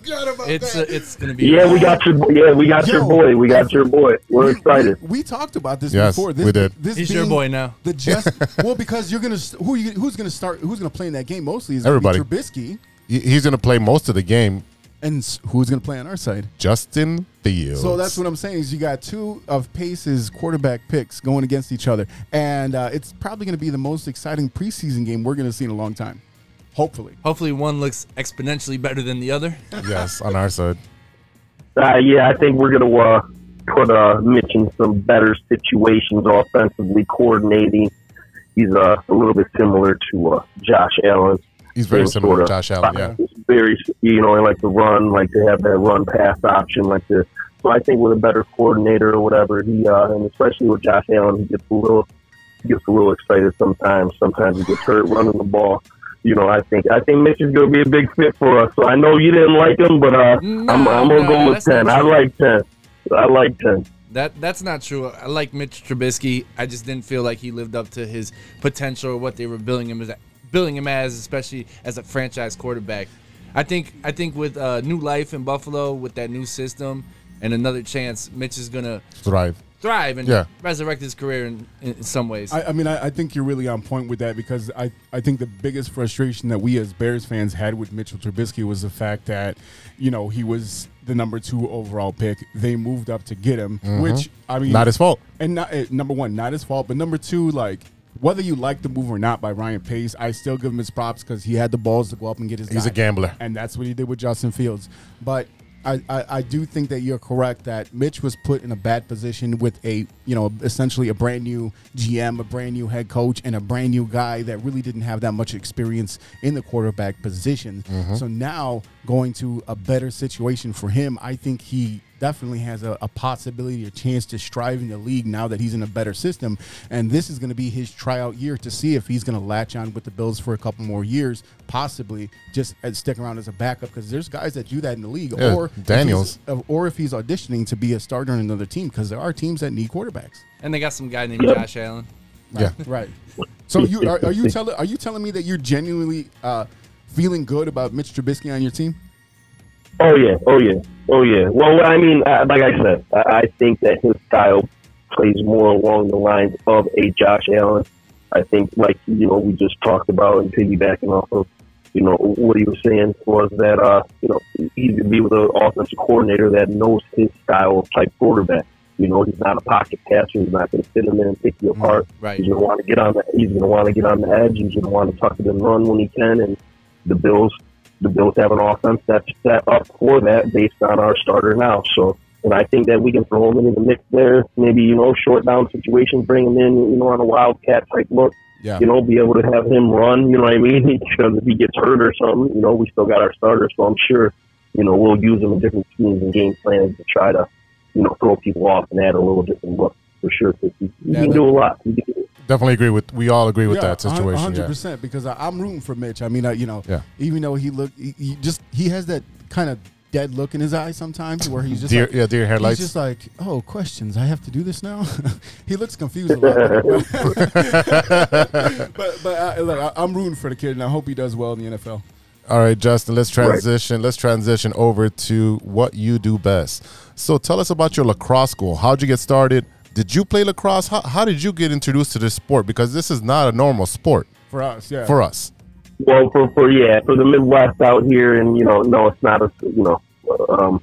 Speaker 4: It's uh, it's gonna be.
Speaker 14: Yeah, we got your yeah, we got your
Speaker 4: Yo.
Speaker 14: boy. We got your boy. We're excited.
Speaker 3: We talked about this
Speaker 2: Yes,
Speaker 3: before. This,
Speaker 2: we did.
Speaker 3: This
Speaker 4: He's your
Speaker 3: being
Speaker 4: boy now.
Speaker 3: The just well, because you're gonna who you, who's gonna start who's gonna play in that game mostly is gonna be
Speaker 2: Everybody.
Speaker 3: Trubisky,
Speaker 2: He- He's going to play most of the game.
Speaker 3: And s- who's going to play on our side?
Speaker 2: Justin Fields.
Speaker 3: So that's what I'm saying is you got two of Pace's quarterback picks going against each other, and uh, it's probably going to be the most exciting preseason game we're going to see in a long time, hopefully.
Speaker 4: Hopefully, one looks exponentially better than the other.
Speaker 2: yes, on our side.
Speaker 14: Uh, yeah, I think we're gonna uh, put uh, Mitch in some better situations offensively, coordinating. He's uh, a little bit similar to uh, Josh Allen.
Speaker 2: He's very
Speaker 14: Same
Speaker 2: similar to
Speaker 14: sorta
Speaker 2: Josh Allen, yeah.
Speaker 14: process, very, you know, I like to run, like to have that run pass option, like to. So I think with a better coordinator or whatever, he uh, and especially with Josh Allen, he gets a little he gets a little excited sometimes. Sometimes he gets hurt running the ball. You know, I think I think Mitch is going to be a big fit for us. So I know you didn't like him, but uh, I'm, I'm gonna
Speaker 4: no,
Speaker 14: go with
Speaker 4: that's not
Speaker 14: ten. I
Speaker 4: true.
Speaker 14: like ten. I like ten.
Speaker 4: That that's not true. I like Mitch Trubisky. I just didn't feel like he lived up to his potential or what they were billing him as billing him as, especially as a franchise quarterback. I think I think with uh, new life in Buffalo, with that new system and another chance, Mitch is gonna
Speaker 2: Thrive.
Speaker 4: thrive and
Speaker 2: Yeah.
Speaker 4: resurrect his career in, in some ways.
Speaker 3: I, I mean, I, I think you're really on point with that because I, I think the biggest frustration that we as Bears fans had with Mitchell Trubisky was the fact that, you know, he was the number two overall pick. They moved up to get him,
Speaker 2: Mhm.
Speaker 3: which I mean,
Speaker 2: Not his fault.
Speaker 3: And not, eh, number one, not his fault, but number two, like. Whether you like the move or not by Ryan Pace, I still give him his props because he had the balls to go up and get his.
Speaker 2: He's a
Speaker 3: guy.
Speaker 2: gambler.
Speaker 3: and that's what he did with Justin Fields. But I, I, I do think that you're correct that Mitch was put in a bad position with a you know essentially a brand new GM, a brand new head coach, and a brand new guy that really didn't have that much experience in the quarterback position.
Speaker 2: Mhm.
Speaker 3: So now going to a better situation for him, I think he definitely has a, a possibility, a chance to strive in the league now that he's in a better system. And this is going to be his tryout year to see if he's going to latch on with the Bills for a couple more years, possibly just as stick around as a backup because there's guys that do that in the league.
Speaker 2: Yeah,
Speaker 3: or if he's- uh,
Speaker 2: Daniels.
Speaker 3: or if he's auditioning to be a starter in another team because there are teams that need quarterbacks.
Speaker 4: and they got some guy named Josh Allen.
Speaker 3: Right, right. So you are, are you telling are you telling me that you're genuinely uh, feeling good about Mitch Trubisky on your team?
Speaker 14: Oh yeah, oh yeah, oh yeah. Well, I mean, I, like I said, I, I think that his style plays more along the lines of a Josh Allen. I think, like you know, we just talked about and piggybacking off of, you know, what he was saying was that uh, you know, he could be with an offensive coordinator that knows his style of type quarterback. You know, he's not a pocket passer. He's not going to sit in there and pick you apart.
Speaker 4: Right.
Speaker 14: He's going to want to get on the. He's going to want to get on the edge. He's going to want to tuck it and run when he can. And the Bills the Bills have an offense that's set up for that based on our starter now. So, and I think that we can throw him into the mix there. Maybe you know, short down situations, bring him in, you know, on a wildcat type look.
Speaker 3: Yeah.
Speaker 14: You know, be able to have him run. You know what I mean? Because if he gets hurt or something, you know, we still got our starter. So I'm sure, you know, we'll use him in different schemes and game plans to try to, you know, throw people off and add a little different look for sure. 'Cause He, he
Speaker 3: Yeah,
Speaker 14: can
Speaker 3: that-
Speaker 14: do a lot. He can
Speaker 2: Definitely agree with. We all agree with
Speaker 3: Yeah,
Speaker 2: that situation.
Speaker 3: hundred
Speaker 2: Yeah.
Speaker 3: percent. Because I, I'm rooting for Mitch. I mean, I, you know,
Speaker 2: Yeah.
Speaker 3: even though he look, he, he just he has that kind of dead look in his eye sometimes, where he's just
Speaker 2: Deer-
Speaker 3: like,
Speaker 2: yeah, deer headlights.
Speaker 3: He's just like, oh, questions. I have to do this now. he looks confused a lot. but but I, look, I, I'm rooting for the kid, and I hope he does well in the NFL.
Speaker 2: All right, Justin. Let's
Speaker 3: Right.
Speaker 2: transition. Let's transition over to what you do best. So, tell us about your lacrosse school. How'd you get started? Did you play lacrosse? How, how did you get introduced to this sport? Because this is not a normal sport
Speaker 3: For us, yeah.
Speaker 2: for us.
Speaker 14: Well, for for yeah, for the Midwest out here, and you know, no, it's not a you know, um,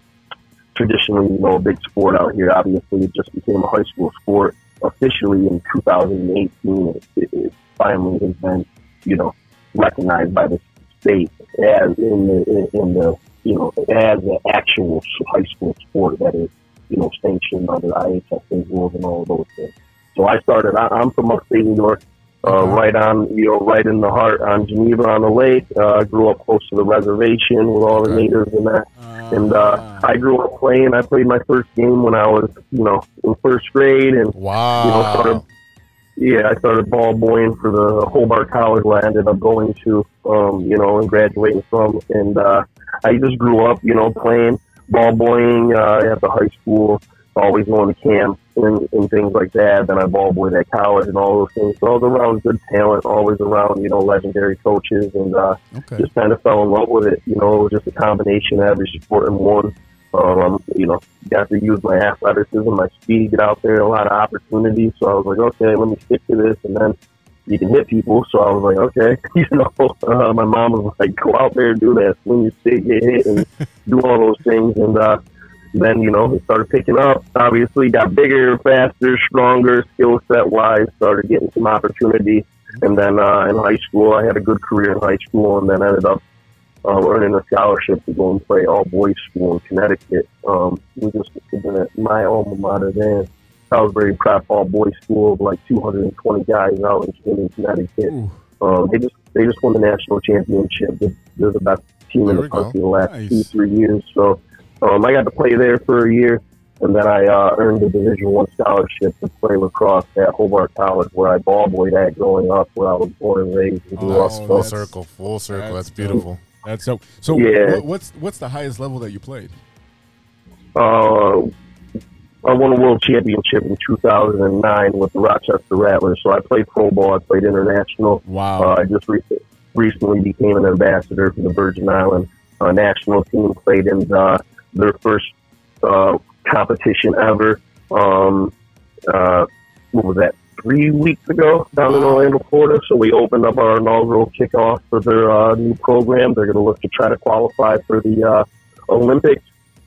Speaker 14: traditionally you know a big sport out here. Obviously, it just became a high school sport officially in 2018. It, it, it finally has been you know recognized by the state as in the in, in the you know as an actual high school sport that is you know sanctioned under IHSA rules and all of those things. So I started. I, I'm from upstate New York, uh, right on you know right in the heart on Geneva on the lake. Uh, I grew up close to the reservation with all the natives and that. and uh, I grew up playing. I played my first game when I was you know in first grade and
Speaker 2: wow.
Speaker 14: you know
Speaker 2: Uh,
Speaker 14: started. Yeah, I started ball boying for the Hobart College where I ended up going to, um, you know, and graduating from. And uh, I just grew up, you know, playing ball boying uh, at the high school, always going to camp and, and things like that. Then I ball boyed at college and all those things. So I was around good talent, always around, you know, legendary coaches, and uh, just kind of fell in love with it. You know, it was just a combination of every sport in one. Um, you know, got to use my athleticism, my speed, get out there, a lot of opportunities. So I was like, okay, let me stick to this, and then you can hit people. So I was like, okay, you know, uh, my mom was like, go out there and do that, swing your stick, get hit, and do all those things. And uh, then you know, it started picking up. Obviously, got bigger, faster, stronger, skill set wise. Started getting some opportunity, and then uh, in high school, I had a good career in high school, and then ended up uh, earning a scholarship to go and play all boys school in Connecticut. Um, it was just it was at my alma mater then. Salisbury Prep All Boys School of like 220 guys out in Clinton, Connecticut. Um, they just they just won the national championship. They're- They're the best team in the country the last two three years. So um, I got to play there for a year, and then I uh, earned a Division One scholarship to play lacrosse at Hobart College, where I ball boyed at growing up, where I was born and raised. And grew up.
Speaker 2: full
Speaker 14: So-
Speaker 2: circle. Full circle. That's, beautiful.
Speaker 3: That's so. So
Speaker 14: Yeah.
Speaker 3: what, what's what's the highest level that you played?
Speaker 14: uh, I won a world championship in 2009 with the Rochester Rattlers. So I played pro ball. I played international.
Speaker 3: Wow.
Speaker 14: Uh, I just re- recently became an ambassador for the Virgin Island uh, national team. Played in uh, their first uh, competition ever. Um, uh, what was that, three weeks ago down in Orlando, Florida. So we opened up our inaugural kickoff for their uh, new program. They're going to look to try to qualify for the uh, Olympics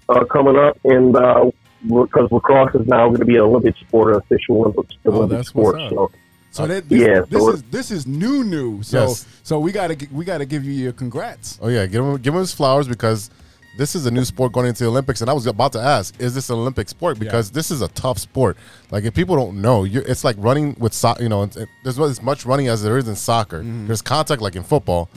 Speaker 14: uh, coming up. And uh, because lacrosse is now going to be an Olympic sport, an official Olympic, Olympic
Speaker 3: Oh, that's
Speaker 14: sport.
Speaker 3: what's up.
Speaker 14: So,
Speaker 3: So that, this,
Speaker 14: yeah,
Speaker 3: this
Speaker 14: so
Speaker 3: is this is new new. So
Speaker 2: Uh, Yes.
Speaker 3: so we gotta gi- we gotta give you your congrats.
Speaker 2: Oh yeah, give him give him his flowers because this is a new sport going into the Olympics. And I was about to ask, is this an Olympic sport? Because this is a tough sport. Like if people don't know, you it's like running with soccer. You know, it's- it- there's not as much running as there is in soccer.
Speaker 3: Mm-hmm.
Speaker 2: There's contact like in football,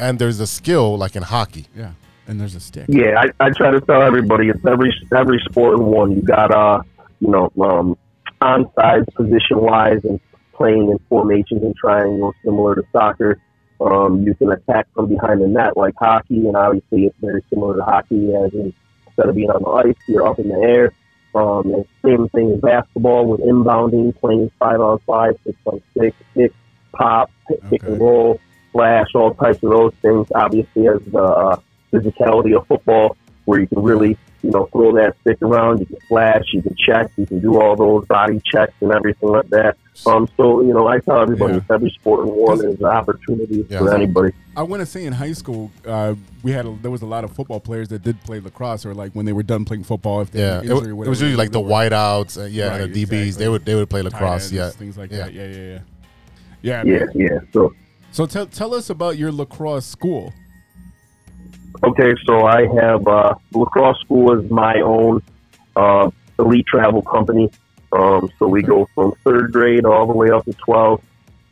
Speaker 2: and there's a skill like in hockey.
Speaker 3: Yeah, and there's a stick.
Speaker 14: Yeah, I, I try to tell everybody it's every every sport in one. You got uh, you know, um, onside position wise and playing in formations and triangles similar to soccer. Um, you can attack from behind the net like hockey, and obviously it's very similar to hockey as in, instead of being on the ice, you're up in the air. Um, and same thing as basketball with inbounding, playing five on five, six on six, kick, pop, pick, pick and roll, flash, all types of those things. Obviously, as the uh, physicality of football, where you can really, you know, throw that stick around, you can flash, you can check, you can do all those body checks and everything like that. Um, so you know, I tell everybody it's every sport in one is an opportunity for anybody.
Speaker 3: I want to say in high school, uh, we had a, there was a lot of football players that did play lacrosse, or like when they were done playing football, if they
Speaker 2: Yeah,
Speaker 3: had
Speaker 2: it,
Speaker 3: an
Speaker 2: wa-
Speaker 3: injury, or
Speaker 2: it
Speaker 3: whatever.
Speaker 2: was usually like the whiteouts, uh, yeah, and
Speaker 3: Right,
Speaker 2: the DBs. They would they would play
Speaker 3: Tight
Speaker 2: lacrosse,
Speaker 3: ends,
Speaker 2: yeah,
Speaker 3: things like
Speaker 2: yeah.
Speaker 3: that. Yeah, yeah, yeah, yeah.
Speaker 14: Yeah,
Speaker 3: man.
Speaker 14: yeah. So
Speaker 3: So tell tell us about your lacrosse school.
Speaker 14: Okay, so I have uh, lacrosse school is my own uh, elite travel company. Um, so we go from third grade all the way up to 12.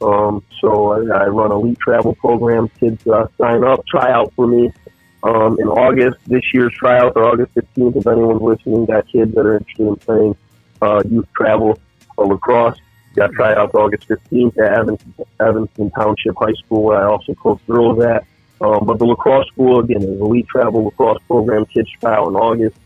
Speaker 14: Um, so I, I run elite travel program. Kids uh, sign up, try out for me um, in August. This year's tryouts are August 15th. If anyone's listening, got kids that are interested in playing uh, youth travel or lacrosse. Got tryouts August 15th at Evanston, Evanston Township High School, where I also coach girls at. Um, but the lacrosse school, again, is a elite travel lacrosse program. Kids try out in August,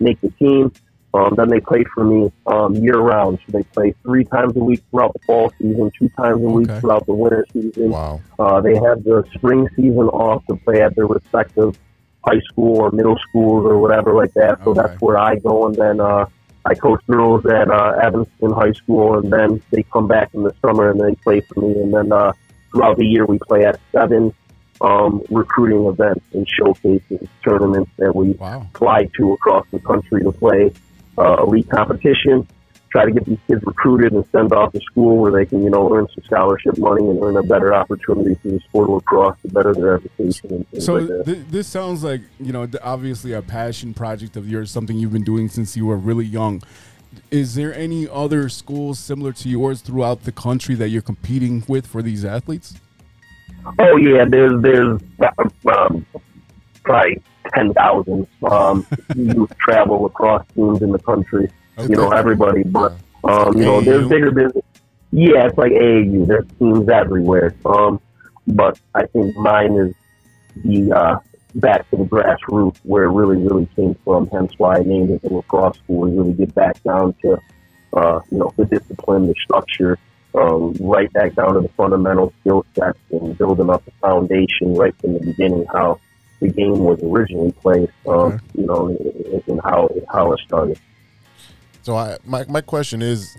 Speaker 14: make the team. Um, then they play for me um, year round. So they play three times a week throughout the fall season, two times a week
Speaker 2: Okay.
Speaker 14: throughout the winter season.
Speaker 2: Wow.
Speaker 14: Uh, they have the spring season off to play at their respective high school or middle schools or whatever like that. So that's where I go, and then uh, I coach girls at uh, Evanston High School, and then they come back in the summer and they play for me, and then uh, throughout the year we play at seven um, recruiting events and showcases, tournaments that we fly to across the country to play uh, elite competition. Try to get these kids recruited and send off to school where they can, you know, earn some scholarship money and earn a better opportunity through the sport of lacrosse to better their education and things like
Speaker 3: So
Speaker 14: that.
Speaker 3: th- this sounds like you know th- obviously a passion project of yours, something you've been doing since you were really young. Is there any other schools similar to yours throughout the country that you're competing with for these athletes?
Speaker 14: Oh yeah, there's there's um, probably ten thousand um, youth travel across teams in the country. You know everybody, but um, you know there's bigger business. Yeah, it's like AAU. There's teams everywhere. Um, but I think mine is the uh, back to the grassroots where it really really came from. Hence why I named it the lacrosse school. And really get back down to uh, you know the discipline, the structure, um, right back down to the fundamental skill sets and building up the foundation right from the beginning how the game was originally played, um, you know, and, and how how it started.
Speaker 2: So I, my, my question is,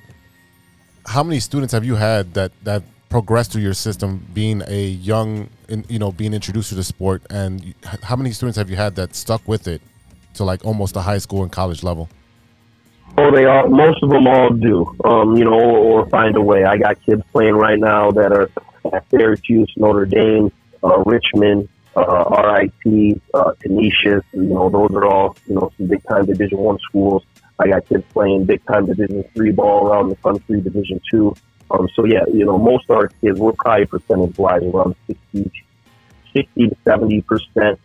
Speaker 2: how many students have you had that that progressed through your system, being a young, in, you know, being introduced to the sport, and you- h- how many students have you had that stuck with it to like almost the high school and college level?
Speaker 14: Oh, they all. Most of them all do. Um, you know, or, or find a way. I got kids playing right now that are at Syracuse, Notre Dame, uh, Richmond, uh, RIT, uh, Canisius. You know, those are all you know some big time Division One schools. I got kids playing big time Division Three ball around the country, Division Two. Um, so yeah, you know, most of our kids we're probably percentage wise around 60, 60 to seventy percent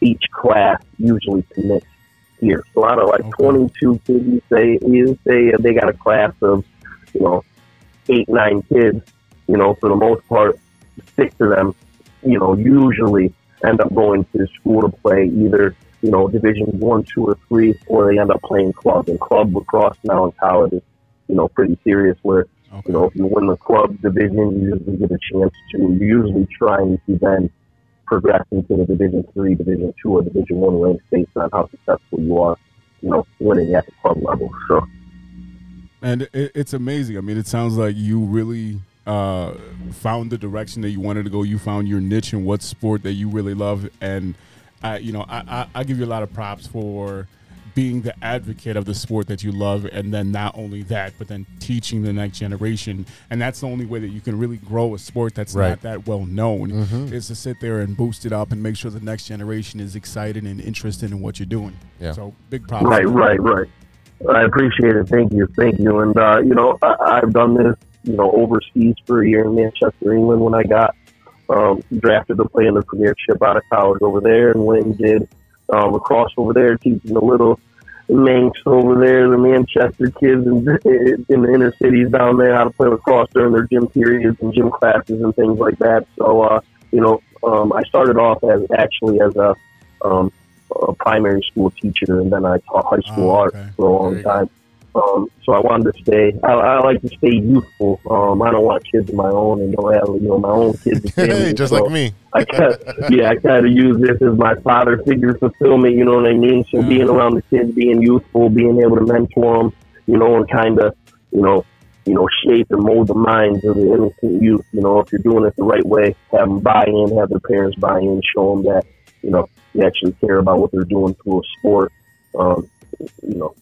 Speaker 14: each class usually commits here. So out of like 22 kids, you say you say they got a class of you know eight nine kids. You know, for the most part, six of them, you know, usually end up going to school to play either you know Division one, two, or three, or they end up playing club. And club lacrosse now in college is you know pretty serious. Where you know if you win the club division, you usually get a chance to you usually trying to then progress into the Division Three, Division Two, or Division One ranks based on how successful you are, you know, winning at the club level. So
Speaker 3: And it, it's amazing. I mean, it sounds like you really uh, found the direction that you wanted to go. You found your niche in what sport that you really love. And, I, you know, I, I, I give you a lot of props for being the advocate of the sport that you love. And then not only that, but then teaching the next generation. And that's the only way that you can really grow a sport that's
Speaker 2: Right.
Speaker 3: not that well known
Speaker 2: Mhm.
Speaker 3: is to sit there and boost it up and make sure the next generation is excited and interested in what you're doing.
Speaker 2: Yeah.
Speaker 3: So big props.
Speaker 14: Right, right, right. I appreciate it. Thank you, thank you. And uh, you know, I, I've done this, you know, overseas for a year in Manchester, England, when I got um, drafted to play in the Premiership out of college over there, and went and did um, across over there, teaching the little Manx over there, the Manchester kids in, in the inner cities down there how to play lacrosse during their gym periods and gym classes and things like that. So, uh, you know, um, I started off as actually as a um, a primary school teacher, and then I taught high school
Speaker 2: Oh,
Speaker 14: art for a long time. Um, so I wanted to stay. I, I like to stay youthful. Um, I don't want kids of my own, and don't have you know my own kids. and
Speaker 2: Hey,
Speaker 14: family.
Speaker 2: just
Speaker 14: So
Speaker 2: like me.
Speaker 14: I kind yeah, I kind of use this as my father figure fulfillment. You know what I mean? So being around the kids, being youthful, being able to mentor them, you know, and kind of, you know, you know, shape and mold the minds of the innocent youth. You know, if you're doing it the right way, have them buy in, have their parents buy in, show them that, you know, you actually care about what they're doing through a sport. Um, you know,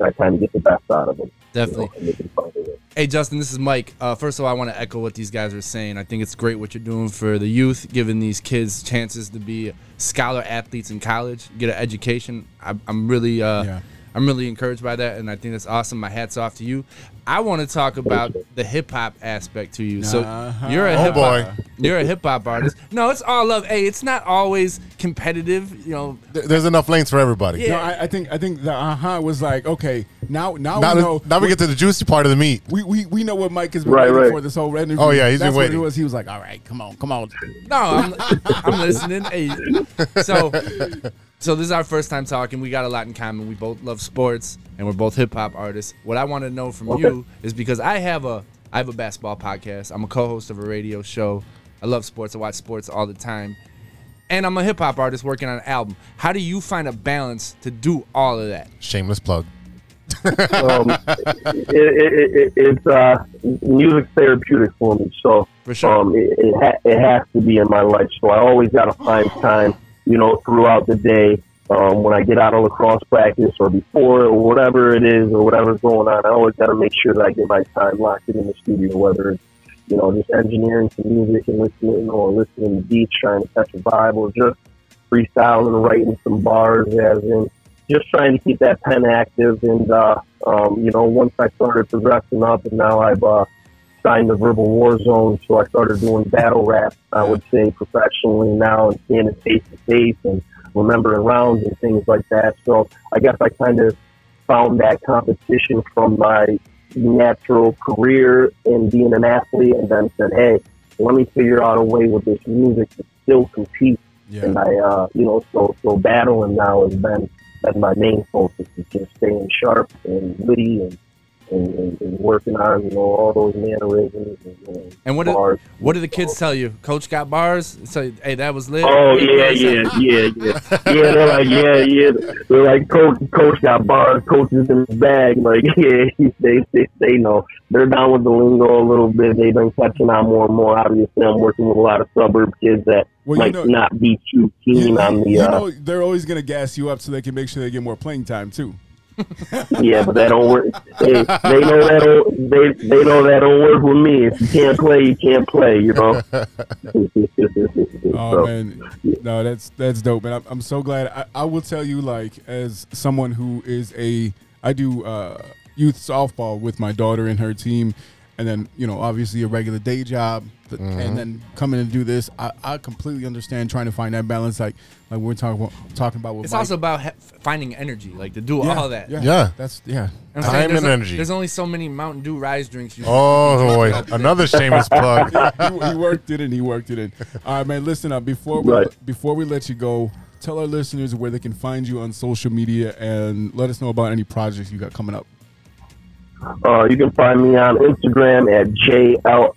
Speaker 14: I kind of get the best out of them.
Speaker 4: Definitely.
Speaker 14: You know, and they can find a way.
Speaker 4: Hey, Justin, this is Mike. Uh, first of all, I want to echo what these guys are saying. I think it's great what you're doing for the youth, giving these kids chances to be scholar athletes in college, get an education. I, I'm really, uh, I'm really encouraged by that, and I think that's awesome. My hats off to you. I want to talk about the hip hop aspect to you. So
Speaker 2: Uh-huh.
Speaker 4: you're a
Speaker 2: Oh,
Speaker 4: hip hop,
Speaker 2: boy.
Speaker 4: you're a hip hop artist. No, it's all love. Hey, it's not always competitive. You know,
Speaker 2: There- There's enough lanes for everybody.
Speaker 3: No, I, I think I think the uh huh was like okay now now,
Speaker 2: Now,
Speaker 3: we know
Speaker 2: now we get to the juicy part of the meat.
Speaker 3: we, we, we know what Mike has been
Speaker 2: Right,
Speaker 3: waiting
Speaker 2: right.
Speaker 3: for this whole interview.
Speaker 2: Oh, yeah, he's
Speaker 3: That's
Speaker 2: been
Speaker 3: what it
Speaker 2: waiting.
Speaker 3: was. He was like, all right, come on, come on.
Speaker 4: No, I'm, I'm listening. Hey, so, so this is our first time talking. We got a lot in common. We both love sports, and we're both hip hop artists. What I want to know from you is because I have a I have a basketball podcast. I'm a co-host of a radio show. I love sports. I watch sports all the time, and I'm a hip hop artist working on an album. How do you find a balance to do all of that?
Speaker 2: Shameless plug.
Speaker 14: um, it, it, it, it's uh, music therapeutic for me. So um, it, it, ha- it has to be in my life. So I always got to find time, you know, throughout the day um, when I get out of lacrosse practice or before or whatever it is or whatever's going on. I always got to make sure that I get my time locked in in the studio, whether it's you know, just engineering some music and listening or listening to beats, trying to catch a vibe or just freestyling, writing some bars as in just trying to keep that pen active and uh, um, you know, once I started progressing up and now I've uh, signed the verbal war zone, so I started doing battle rap, I would say professionally now and seeing it face to face and remembering rounds and things like that. So I guess I kind of found that competition from my natural career and being an athlete and then said, hey, let me figure out a way with this music to still compete. And I, uh, you know, so, so battling now has been that's my main focus is just staying sharp and witty and, and, and, and working on, you know, all those mannerisms. And, and,
Speaker 4: And what do,
Speaker 14: bars.
Speaker 4: what do the kids tell you? Coach got bars. So hey, that was lit.
Speaker 14: Oh yeah, yeah, yeah, yeah, yeah. They're like, yeah, yeah. They're like, coach, coach got bars. Coach is in the bag. Like, yeah, they, they, they know. They're down with the lingo a little bit. They've been catching on more and more. Obviously, I'm working with a lot of suburb kids that
Speaker 3: Well, you
Speaker 14: might
Speaker 3: know-
Speaker 14: not be too keen on the.
Speaker 3: you
Speaker 14: uh,
Speaker 3: know, they're always gonna gas you up so they can make sure they get more playing time too.
Speaker 14: Yeah, but that don't work. They, they know that don't, they they know that don't work with me. If you can't play, you can't play. You know.
Speaker 3: Oh man, no, that's that's dope, man. I'm, I'm so glad. I, I will tell you, like, as someone who is a, I do uh, youth softball with my daughter and her team, and then you know, obviously a regular day job, th- and then coming to do this, I, I completely understand trying to find that balance. Like, like we're talking about, talking about. With
Speaker 4: It's
Speaker 3: Mike.
Speaker 4: also about he- finding energy, like to do
Speaker 3: Yeah,
Speaker 4: all that.
Speaker 3: yeah. Yeah. That's- yeah.
Speaker 4: I'm saying
Speaker 2: Time
Speaker 4: there's
Speaker 2: and
Speaker 4: o-
Speaker 2: energy.
Speaker 4: There's only so many Mountain Dew rise drinks. you can
Speaker 2: Oh,
Speaker 4: drink
Speaker 2: boy.
Speaker 4: throughout the day.
Speaker 2: Another shameless plug.
Speaker 3: he, he worked it in. He worked it in. All right, man. Listen up before we
Speaker 2: Right.
Speaker 3: before we let you go. Tell our listeners where they can find you on social media and let us know about any projects you got coming up.
Speaker 14: Uh, you can find me on Instagram at uh,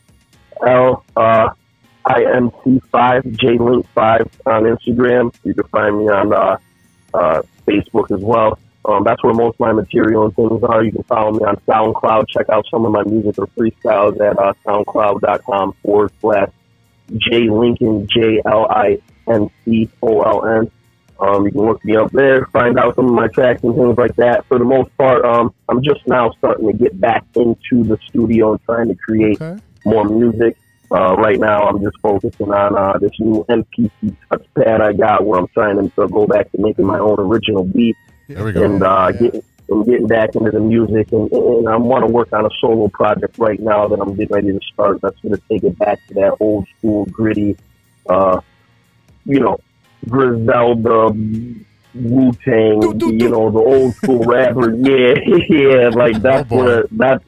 Speaker 14: JLLIMC5, JLink5 on Instagram. You can find me on uh, uh, Facebook as well. Um, that's where most of my material and things are. You can follow me on SoundCloud. Check out some of my music or freestyles at uh, soundcloud.com forward slash J Lincoln, J L I N C O L N. Um, you can look me up there, find out some of my tracks and things like that. For the most part, um, I'm just now starting to get back into the studio and trying to create more music. Uh, right now, I'm just focusing on uh, this new MPC touchpad I got where I'm trying to go back to making my own original beats.
Speaker 2: There we go.
Speaker 14: And, uh, Getting, and getting back into the music. And, and I want to work on a solo project right now that I'm getting ready to start. That's going to take it back to that old school, gritty, uh, you know, Griselda, Wu Tang, you know, the old school rapper. Yeah, yeah,
Speaker 2: Oh,
Speaker 14: like that's where that's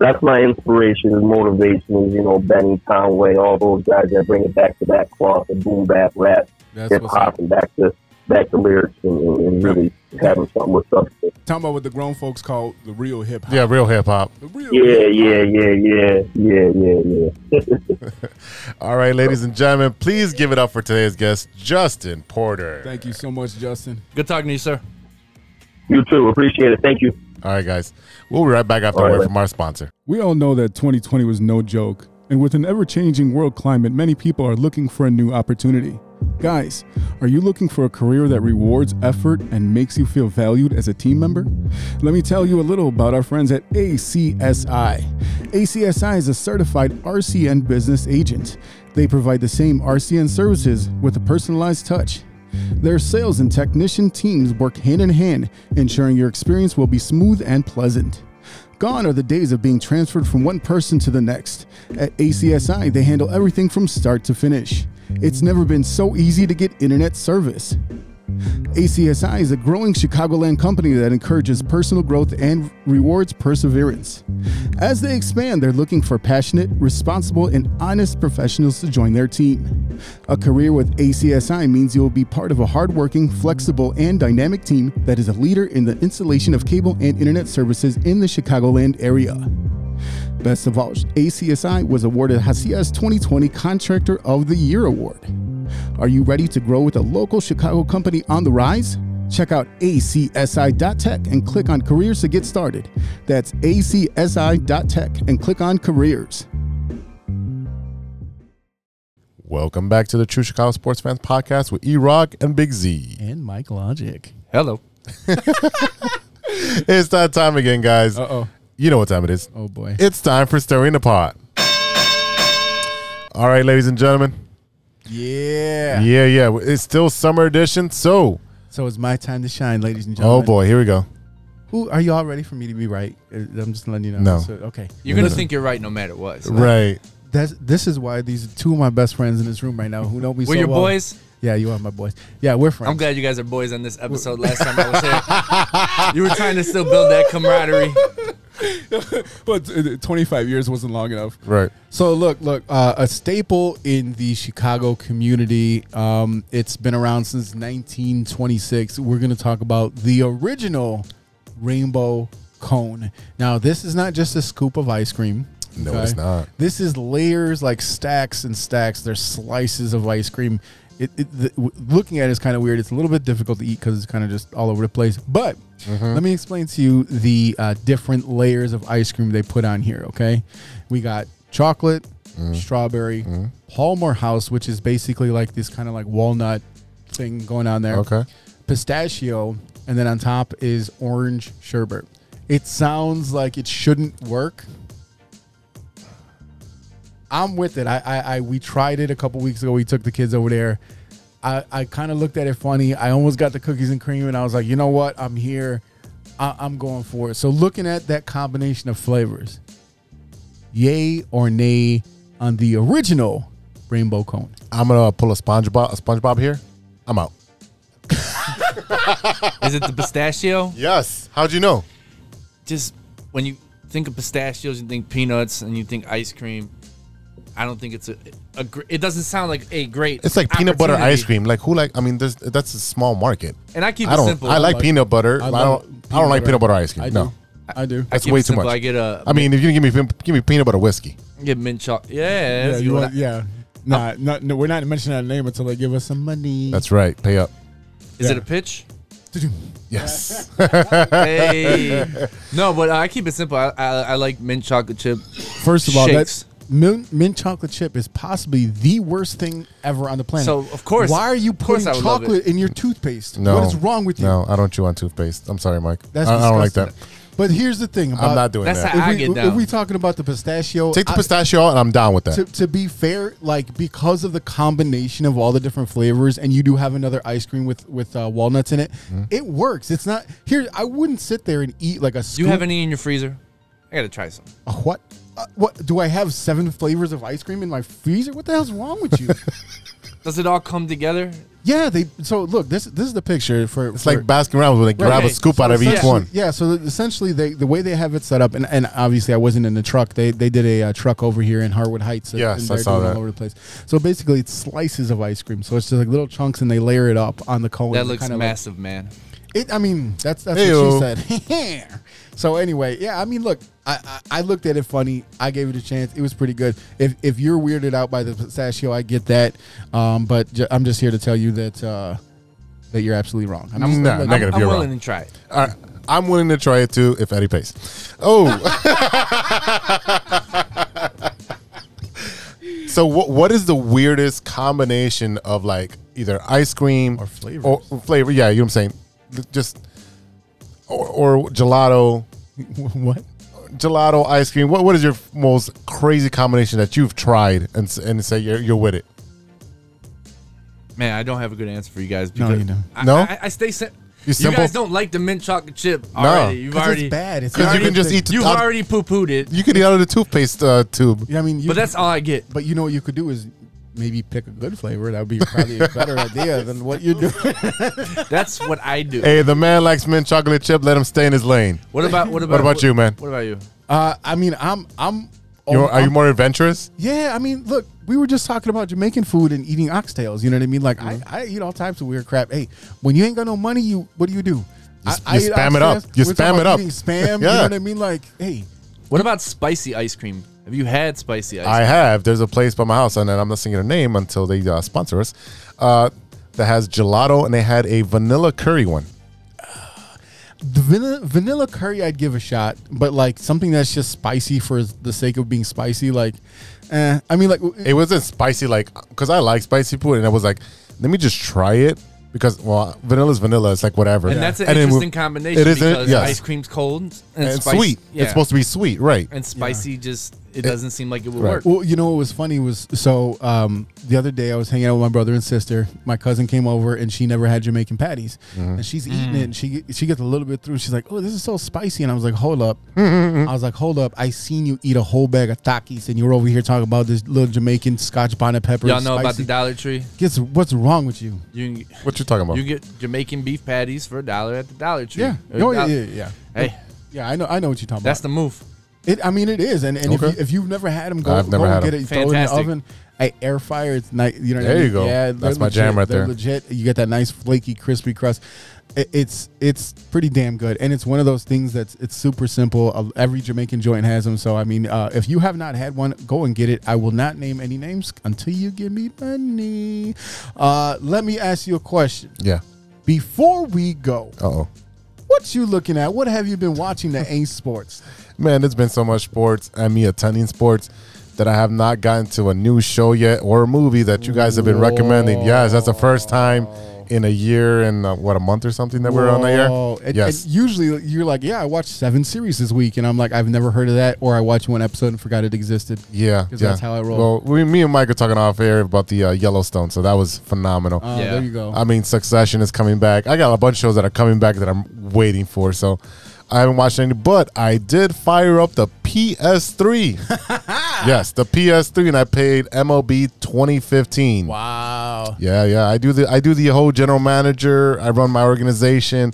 Speaker 14: that's my inspiration and motivation is you know Benny Conway, all those guys that bring it back to that cloth and boom bap rap,
Speaker 15: That's
Speaker 14: hip
Speaker 15: what's
Speaker 14: hop, and back to back to lyrics and, and, and really having something with substance.
Speaker 15: Talking about what the grown folks call the real hip hop.
Speaker 2: Yeah, real hip hop.
Speaker 14: Yeah, yeah, yeah, yeah, yeah, yeah, yeah.
Speaker 2: All right, ladies and gentlemen, please give it up for today's guest, Justin Porter.
Speaker 15: Thank you so much, Justin.
Speaker 4: Good talking to you, sir.
Speaker 14: You too. Appreciate it. Thank you.
Speaker 2: All right, guys. We'll be right back after a word from our sponsor.
Speaker 3: We all know that 2020 was no joke, and with an ever changing world climate, many people are looking for a new opportunity. Guys, are you looking for a career that rewards effort and makes you feel valued as a team member? Let me tell you a little about our friends at ACSI. ACSI is a certified RCN business agent. They provide the same RCN services with a personalized touch. Their sales and technician teams work hand in hand, ensuring your experience will be smooth and pleasant. Gone are the days of being transferred from one person to the next. At ACSI, they handle everything from start to finish. It's never been so easy to get internet service. ACSI is a growing Chicagoland company that encourages personal growth and rewards perseverance. As they expand, they're looking for passionate, responsible, and honest professionals to join their team. A career with ACSI means you'll be part of a hardworking, flexible, and dynamic team that is a leader in the installation of cable and internet services in the Chicagoland area. Best of all, ACSI was awarded Hacia's 2020 Contractor of the Year Award. Are you ready to grow with a local Chicago company on the rise? Check out acsi.tech and click on careers to get started. That's acsi.tech and click on careers.
Speaker 2: Welcome back to the True Chicago Sports Fans Podcast with E Rock and Big Z.
Speaker 16: And Mike Logic.
Speaker 4: Hello.
Speaker 2: it's that time again, guys. Uh oh. You know what time it is.
Speaker 16: Oh, boy.
Speaker 2: It's time for Stirring the Pot. All right, ladies and gentlemen.
Speaker 16: Yeah.
Speaker 2: Yeah, yeah. It's still summer edition. So,
Speaker 16: So it's my time to shine, ladies and
Speaker 2: oh
Speaker 16: gentlemen.
Speaker 2: boy, here we go.
Speaker 16: Who are you all ready for me to be right? Uh, I'm just letting you know.
Speaker 2: No.
Speaker 16: So, okay.
Speaker 4: You're gonna think you're right no matter what. so-
Speaker 16: That's, this is why these are two of my best friends in this room right now who know me
Speaker 4: We're
Speaker 16: so
Speaker 4: your
Speaker 16: well.
Speaker 4: boys?
Speaker 16: Yeah, you are my boys. Yeah, we're friends.
Speaker 4: I'm glad you guys are boys on this episode. Last time I was here, you were trying to still build that camaraderie.
Speaker 15: but uh, 25 years wasn't long enough.
Speaker 2: Right.
Speaker 16: So look, look, uh, a staple in the Chicago community. Um, it's been around since 1926. We're going to talk about the original rainbow cone. Now, this is not just a scoop of ice cream.
Speaker 2: No, it's not.
Speaker 16: This is layers like stacks and stacks. There's slices of ice cream. It, it, the, w- looking at it is kind of weird. It's a little bit difficult to eat because it's kind of just all over the place. But
Speaker 3: Mhm.
Speaker 16: let me explain to you the uh, different layers of ice cream they put on here. Okay, we got chocolate, strawberry, Palmer House, which is basically like this kind of like walnut thing going on there.
Speaker 2: Okay.
Speaker 16: pistachio, and then on top is orange sherbet. It sounds like it shouldn't work. I'm with it. I, I, I we tried it a couple weeks ago. We took the kids over there. I, I kind of looked at it funny. I almost got the cookies and cream, and I was like, you know what? I'm here. I, I'm going for it. So looking at that combination of flavors, yay or nay on the original rainbow cone.
Speaker 2: I'm gonna pull a SpongeBob a SpongeBob here. I'm out.
Speaker 4: Is it the pistachio?
Speaker 2: Yes. How'd you know?
Speaker 4: Just when you think of pistachios, you think peanuts and you think ice cream. I don't think it's a. a gr- it doesn't sound like a great.
Speaker 2: It's like peanut butter
Speaker 4: opportunity.
Speaker 2: ice cream. Like who like? I mean, there's, that's a small market.
Speaker 4: And I keep
Speaker 2: I
Speaker 4: it
Speaker 2: don't,
Speaker 4: simple.
Speaker 2: I
Speaker 4: I
Speaker 2: like
Speaker 4: like-
Speaker 2: peanut butter.
Speaker 4: I
Speaker 2: I,
Speaker 4: love
Speaker 2: don't. I don't like peanut butter ice cream.
Speaker 4: I do.
Speaker 2: no,
Speaker 16: I do.
Speaker 4: I
Speaker 2: That's
Speaker 4: keep
Speaker 2: way
Speaker 4: it
Speaker 2: too
Speaker 4: simple.
Speaker 2: much.
Speaker 4: I get a-
Speaker 2: I mean, if you can give me give me peanut butter whiskey,
Speaker 4: Get mint chocolate. Yeah,
Speaker 16: Yeah,
Speaker 4: that's
Speaker 16: you
Speaker 4: what
Speaker 16: want,
Speaker 4: I-
Speaker 16: yeah. Nah, not, no, we're not mentioning that name until they give us some money.
Speaker 2: that's right. Pay up.
Speaker 4: Is
Speaker 16: Yeah.
Speaker 4: it a pitch?
Speaker 2: Yes.
Speaker 4: hey. No, but I keep it simple. I, I, I like mint chocolate chip.
Speaker 3: First of all,
Speaker 4: shakes.
Speaker 3: that's mint, mint chocolate chip is possibly the worst thing ever on the planet.
Speaker 4: So, of course-
Speaker 3: why are you
Speaker 4: of course
Speaker 3: putting
Speaker 4: I would love
Speaker 3: chocolate
Speaker 4: it.
Speaker 3: in your toothpaste?
Speaker 2: No.
Speaker 3: what is wrong with you?
Speaker 2: No, I don't chew on toothpaste. I'm sorry, Mike.
Speaker 3: That's
Speaker 2: I, I don't like that.
Speaker 3: disgusting. But here's the thing. About,
Speaker 2: not doing That's that. how
Speaker 3: if
Speaker 2: I
Speaker 3: we,
Speaker 2: get
Speaker 3: if
Speaker 2: down.
Speaker 3: we talking about the pistachio,
Speaker 2: Take the
Speaker 3: I-
Speaker 2: pistachio out, and I'm down with that.
Speaker 3: to, to be fair, like because of the combination of all the different flavors, and you do have another ice cream with with uh, walnuts in it,
Speaker 2: Mm-hmm.
Speaker 3: it works. It's not here. I wouldn't sit there and eat like a. Scoop.
Speaker 4: Do you have any in your freezer? I gotta try some.
Speaker 3: A what? Uh, what do I have? Seven flavors of ice cream in my freezer? What the hell's wrong with you?
Speaker 4: Does it all come together?
Speaker 3: yeah, they. So look, this this is the picture for.
Speaker 2: It's like Baskin Robbins when they grab a scoop out of each one.
Speaker 3: Yeah, so essentially, they, the way they have it set up, and, and obviously, I wasn't in the truck. They they did a uh, truck over here in Harwood Heights. and-
Speaker 2: Yes,
Speaker 3: and
Speaker 2: I
Speaker 3: they're
Speaker 2: saw
Speaker 3: doing it
Speaker 2: that.
Speaker 3: all over the place. So basically, it's slices of ice cream. So it's just like little chunks, and they layer it up on the cone.
Speaker 4: That
Speaker 3: It's
Speaker 4: looks
Speaker 3: kinda like-
Speaker 4: massive, man.
Speaker 3: it, I mean, that's that's
Speaker 2: Heyo.
Speaker 3: what she said. so anyway, yeah, I mean, look, I, I I looked at it funny. I gave it a chance. It was pretty good. If if you're weirded out by the pistachio, I get that. Um, but ju- I'm just here to tell you that uh, that you're absolutely wrong. I'm, just-
Speaker 2: Nah,
Speaker 3: look,
Speaker 2: negative.
Speaker 4: I'm
Speaker 2: you're
Speaker 4: willing
Speaker 2: wrong.
Speaker 4: to try it.
Speaker 2: All right, I'm willing to try it too if Eddie pays. Oh. so what what is the weirdest combination of like either ice cream or flavor or flavor? Yeah, you know what I'm saying. Just or, or gelato.
Speaker 3: What?
Speaker 2: Gelato ice cream. What what is your most crazy combination that you've tried and s- and say you're you're with it?
Speaker 4: Man, I don't have a good answer for you guys.
Speaker 2: No,
Speaker 4: Because
Speaker 2: you don't.
Speaker 4: I,
Speaker 2: No?
Speaker 4: I, I- I stay sim-
Speaker 2: You
Speaker 4: you
Speaker 2: simple?
Speaker 4: guys don't like the mint chocolate chip already. You've
Speaker 3: 'Cause it's
Speaker 4: already
Speaker 3: bad. It's
Speaker 2: Because
Speaker 3: not
Speaker 2: you can
Speaker 3: a
Speaker 2: just
Speaker 3: thing.
Speaker 2: eat. the
Speaker 4: You've
Speaker 2: top-
Speaker 4: already poo pooed it.
Speaker 2: You can eat out of the toothpaste uh, tube.
Speaker 3: Yeah, I mean, you,
Speaker 4: But that's all I get.
Speaker 3: But you know what you could do is maybe pick a good flavor. That would be probably a better idea than what you're doing.
Speaker 4: That's what I do.
Speaker 2: Hey, the man likes mint chocolate chip. Let him stay in his lane.
Speaker 4: What about what about
Speaker 2: What about you, man?
Speaker 4: What about you?
Speaker 3: Uh, I mean, I'm I'm.
Speaker 2: You, are you
Speaker 3: Oh, I'm-
Speaker 2: more adventurous?
Speaker 3: Yeah, I mean, look, we were just talking about Jamaican food and eating oxtails. You know what I mean? Like,
Speaker 2: Mm-hmm.
Speaker 3: I, I eat all types of weird crap. Hey, when you ain't got no money, you what do you do? I,
Speaker 2: s- you spam it up.
Speaker 3: oxtails.
Speaker 2: You
Speaker 3: We're talking
Speaker 2: spam it
Speaker 3: about
Speaker 2: up.
Speaker 3: eating Spam. You know
Speaker 2: Yeah.
Speaker 3: what I mean? Like, hey,
Speaker 4: What about spicy ice cream? Have you had spicy ice
Speaker 2: I
Speaker 4: cream?
Speaker 2: have. There's a place by my house, and I'm not saying their name until they uh, sponsor us. Uh, that has gelato, and they had a vanilla curry one.
Speaker 3: the vanilla, vanilla curry, I'd give a shot, but like something that's just spicy for the sake of being spicy, like, eh. I mean, like,
Speaker 2: It wasn't spicy, like because I like spicy food, and I was like, let me just try it because well, vanilla's vanilla. It's like whatever,
Speaker 4: And that's an
Speaker 2: then we-
Speaker 4: interesting combination
Speaker 2: It is,
Speaker 4: because
Speaker 2: yes.
Speaker 4: ice cream's cold and,
Speaker 2: and,
Speaker 4: spicy-
Speaker 2: sweet.
Speaker 4: yeah.
Speaker 2: It's supposed to be sweet, right?
Speaker 4: and spicy just it,
Speaker 2: It-
Speaker 4: doesn't seem like it would work.
Speaker 3: Well, you know what was funny was so um, the other day I was hanging out with my brother and sister. My cousin came over and she never had Jamaican patties,
Speaker 2: Mhm.
Speaker 4: Mm-hmm.
Speaker 3: and
Speaker 4: Mm.
Speaker 3: she's eating it. And she get- she gets a little bit through. She's like, "Oh, this is so spicy," and I was like, "Hold up!"
Speaker 4: Mm-hmm,
Speaker 3: I was like, "Hold up!" I seen you eat a whole bag of Takis, and you were over here talking about this little Jamaican Scotch bonnet pepper.
Speaker 4: Y'all know about
Speaker 3: spicy.
Speaker 4: the Dollar Tree?
Speaker 3: Guess what's wrong with you?
Speaker 4: You can,
Speaker 2: What you talking about?
Speaker 4: You get Jamaican beef patties for a dollar at the Dollar Tree.
Speaker 3: Yeah.
Speaker 4: Or
Speaker 2: Oh,
Speaker 3: No, yeah,
Speaker 4: dollar-
Speaker 3: yeah, yeah.
Speaker 4: Hey,
Speaker 3: Yeah, I know. I know what you're talking
Speaker 4: that's
Speaker 3: about.
Speaker 4: the move.
Speaker 3: It, I mean, it is, and,
Speaker 2: Okay.
Speaker 3: and if, you, if you've never had them, go,
Speaker 2: I've never
Speaker 3: go
Speaker 2: had
Speaker 3: get
Speaker 2: 'em.
Speaker 3: it, throw it in the
Speaker 4: Fantastic.
Speaker 3: oven. I air fire. It's nice. You know. what I
Speaker 2: There you
Speaker 3: mean?
Speaker 2: go.
Speaker 3: Yeah, they're
Speaker 2: That's my jam
Speaker 3: legit.
Speaker 2: right
Speaker 3: They're
Speaker 2: there.
Speaker 3: Legit. You get that nice flaky, crispy crust. It, it's it's pretty damn good, and it's one of those things that's it's super simple. Uh, Every Jamaican joint has them. So I mean, uh, if you have not had one, go and get it. I will not name any names until you give me money. Uh, let me ask you a question
Speaker 2: Yeah.
Speaker 3: before we go.
Speaker 2: Uh oh.
Speaker 3: What you looking at? What have you been watching that ain't sports?
Speaker 2: Man, there's been so much sports and me attending sports that I have not gotten to a new show yet or a movie that you guys have been recommending. Yes, that's the first time in a year and uh, what a month or something that we're on the
Speaker 3: Whoa.
Speaker 2: air.
Speaker 3: Oh, And-
Speaker 2: Yes,
Speaker 3: and usually you're like, yeah, I watched seven series this week, and I'm like, I've never heard of that, or I watched one episode and forgot it existed.
Speaker 2: yeah, yeah.
Speaker 3: because that's how I roll.
Speaker 2: Well, we, me and Mike are talking off air about the uh, Yellowstone, so that was phenomenal.
Speaker 3: Oh, Yeah. there you go.
Speaker 2: I mean, Succession is coming back. I got a bunch of shows that are coming back that I'm waiting for, so I haven't watched any. But I did fire up the PS3. yes, the PS3, and I paid MLB 2015.
Speaker 3: wow.
Speaker 2: Yeah, yeah. I do the I do the whole general manager. I run my organization.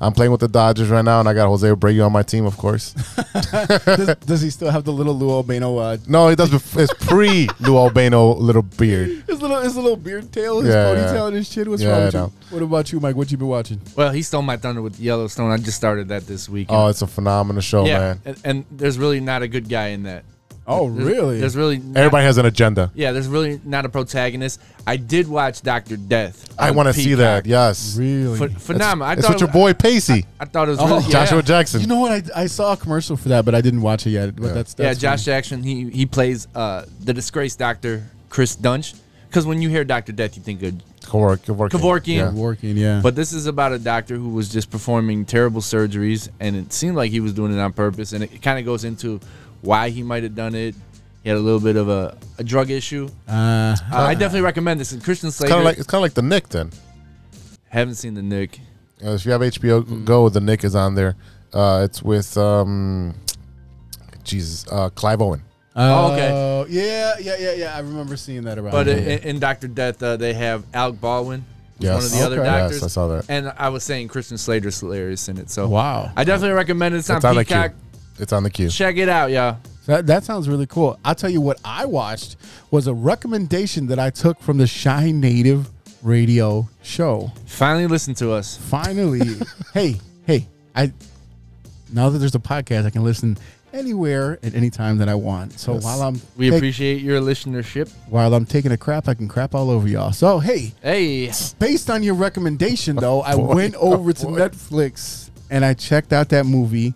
Speaker 2: I'm playing with the Dodgers right now, and I got Jose Abreu on my team, of course.
Speaker 3: does, does he still have the little Lou Albano? Uh,
Speaker 2: No, it does. bef- It's pre Lou Albano little beard.
Speaker 3: his little his little beard tail, his
Speaker 2: Yeah,
Speaker 3: ponytail,
Speaker 2: yeah.
Speaker 3: and his shit. What's
Speaker 2: Yeah,
Speaker 3: wrong
Speaker 2: I
Speaker 3: with
Speaker 2: know.
Speaker 3: you? What about you, Mike? What you been watching?
Speaker 4: Well, he stole my thunder with Yellowstone. I just started that this week.
Speaker 2: Oh, it's a Oh, phenomenal show,
Speaker 4: yeah,
Speaker 2: man.
Speaker 4: And, and there's really not a good guy in that.
Speaker 3: Oh,
Speaker 4: There's-
Speaker 3: really?
Speaker 4: There's really not-
Speaker 2: Everybody has an agenda.
Speaker 4: Yeah, there's really not a protagonist. I did watch Doctor Death.
Speaker 2: I
Speaker 4: on
Speaker 2: want to see
Speaker 4: Peacock.
Speaker 2: that. Yes, really,
Speaker 4: Ph- phenomenal. I
Speaker 2: It's
Speaker 4: thought
Speaker 2: with your
Speaker 4: it-
Speaker 2: boy Pacey.
Speaker 4: I thought it was really-
Speaker 2: Joshua
Speaker 4: Oh, yeah.
Speaker 2: Jackson.
Speaker 3: You know what? I, I saw a commercial for that, but I didn't watch it yet. But that's,
Speaker 4: yeah,
Speaker 3: that's
Speaker 4: Josh Jackson. He he plays uh, the disgraced doctor Chris Dunch. Because when you hear Doctor Death, you think of
Speaker 2: Kevork- Kevorkian.
Speaker 4: Kevorkian.
Speaker 2: Yeah.
Speaker 3: Kevorkian, yeah.
Speaker 4: But this is about a doctor who was just performing terrible surgeries, and it seemed like he was doing it on purpose. And it kind of goes into why he might have done it. He had a little bit of a, a drug issue.
Speaker 3: Uh,
Speaker 4: I definitely recommend this. And Christian
Speaker 2: Uh-huh. It's kind
Speaker 4: Slater.
Speaker 2: of like it's kind of like the Nick then.
Speaker 4: haven't seen the Nick.
Speaker 2: Uh, if you have
Speaker 4: Mm.
Speaker 2: HBO Go, the Nick is on there. Uh, it's with um, Jesus, uh, Clive Owen.
Speaker 4: Oh, okay.
Speaker 3: Oh, yeah, yeah, yeah, yeah. I remember seeing that around.
Speaker 2: Uh-huh.
Speaker 4: But
Speaker 3: here.
Speaker 4: in, in Doctor Death, uh, they have Alec Baldwin, who's
Speaker 2: Yes.
Speaker 4: one of the other
Speaker 2: Okay. Yes,
Speaker 4: doctors.
Speaker 2: I saw that.
Speaker 4: And I was saying Christian Slater's hilarious in it. So
Speaker 3: Wow.
Speaker 4: I definitely recommend it. It's, on,
Speaker 2: the
Speaker 4: Peacock.
Speaker 2: queue. It's on the queue.
Speaker 4: Check it out, y'all.
Speaker 3: That, that sounds really cool. I'll tell you what I watched was a recommendation that I took from the Shy Native radio show.
Speaker 4: Finally, listen to us.
Speaker 3: Finally, hey, hey, I now that there's a podcast, I can listen anywhere at any time that I want. So
Speaker 4: Yes.
Speaker 3: while I'm
Speaker 4: we
Speaker 3: take-
Speaker 4: appreciate your listenership.
Speaker 3: while I'm taking a crap, I can crap all over y'all. So hey,
Speaker 4: Hey,
Speaker 3: based on your recommendation though, I
Speaker 4: Boy,
Speaker 3: went over to Netflix and I checked out that movie,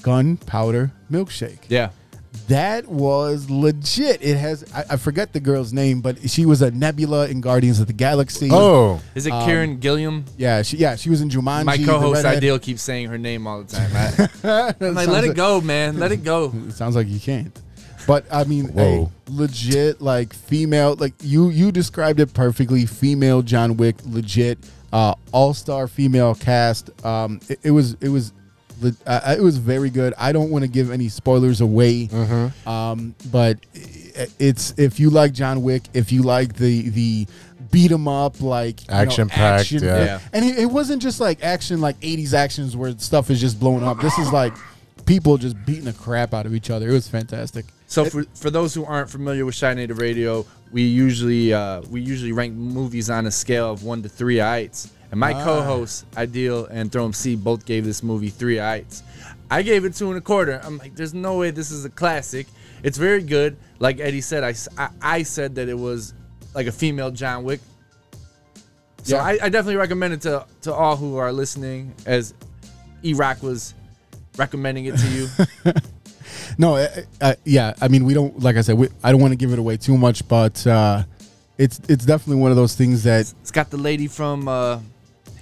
Speaker 3: Gunpowder Milkshake.
Speaker 4: Yeah.
Speaker 3: That was legit. It has I, I forget the girl's name, but she was a Nebula in Guardians of the Galaxy.
Speaker 2: Oh.
Speaker 4: is it
Speaker 3: Um,
Speaker 4: Kieran Gilliam?
Speaker 3: Yeah, she yeah she was in Jumanji.
Speaker 4: My
Speaker 3: the
Speaker 4: co-host
Speaker 3: redhead.
Speaker 4: Ideal keeps saying her name all the time. I- I'm like, let
Speaker 3: Sounds
Speaker 4: it
Speaker 3: like-
Speaker 4: go, man. Let it go.
Speaker 3: It sounds like you can't. But I mean, hey, legit, like female, like you you described it perfectly. Female John Wick, legit, uh, all star female cast. Um, it, it was it was. le- Uh, uh, it was very good. I don't want to give any spoilers away, um, but i- it's if you like John Wick, if you like the the beat 'em up like you know,
Speaker 2: Action-packed,
Speaker 3: action-
Speaker 2: yeah. Yeah.
Speaker 3: and it, it wasn't just like action like 80s actions where stuff is just blowing up this is like people just beating the crap out of each other it was fantastic
Speaker 4: So for, for those who aren't familiar with Shy Native Radio, we usually uh, we usually rank movies on a scale of one to three ites. And my
Speaker 3: Ah.
Speaker 4: co-hosts Ideal and Throne C both gave this movie three ites. I gave it two and a quarter. I'm like, there's no way this is a classic. It's very good. Like Eddie said, I, s- I, I said that it was like a female John Wick. So
Speaker 3: Yeah.
Speaker 4: I, I definitely recommend it to, to all who are listening, as E-Rock was recommending it to you.
Speaker 3: no uh, uh, yeah i mean we don't like i said we, i don't want to give it away too much but uh it's it's definitely one of those things that
Speaker 4: It's got the lady from uh,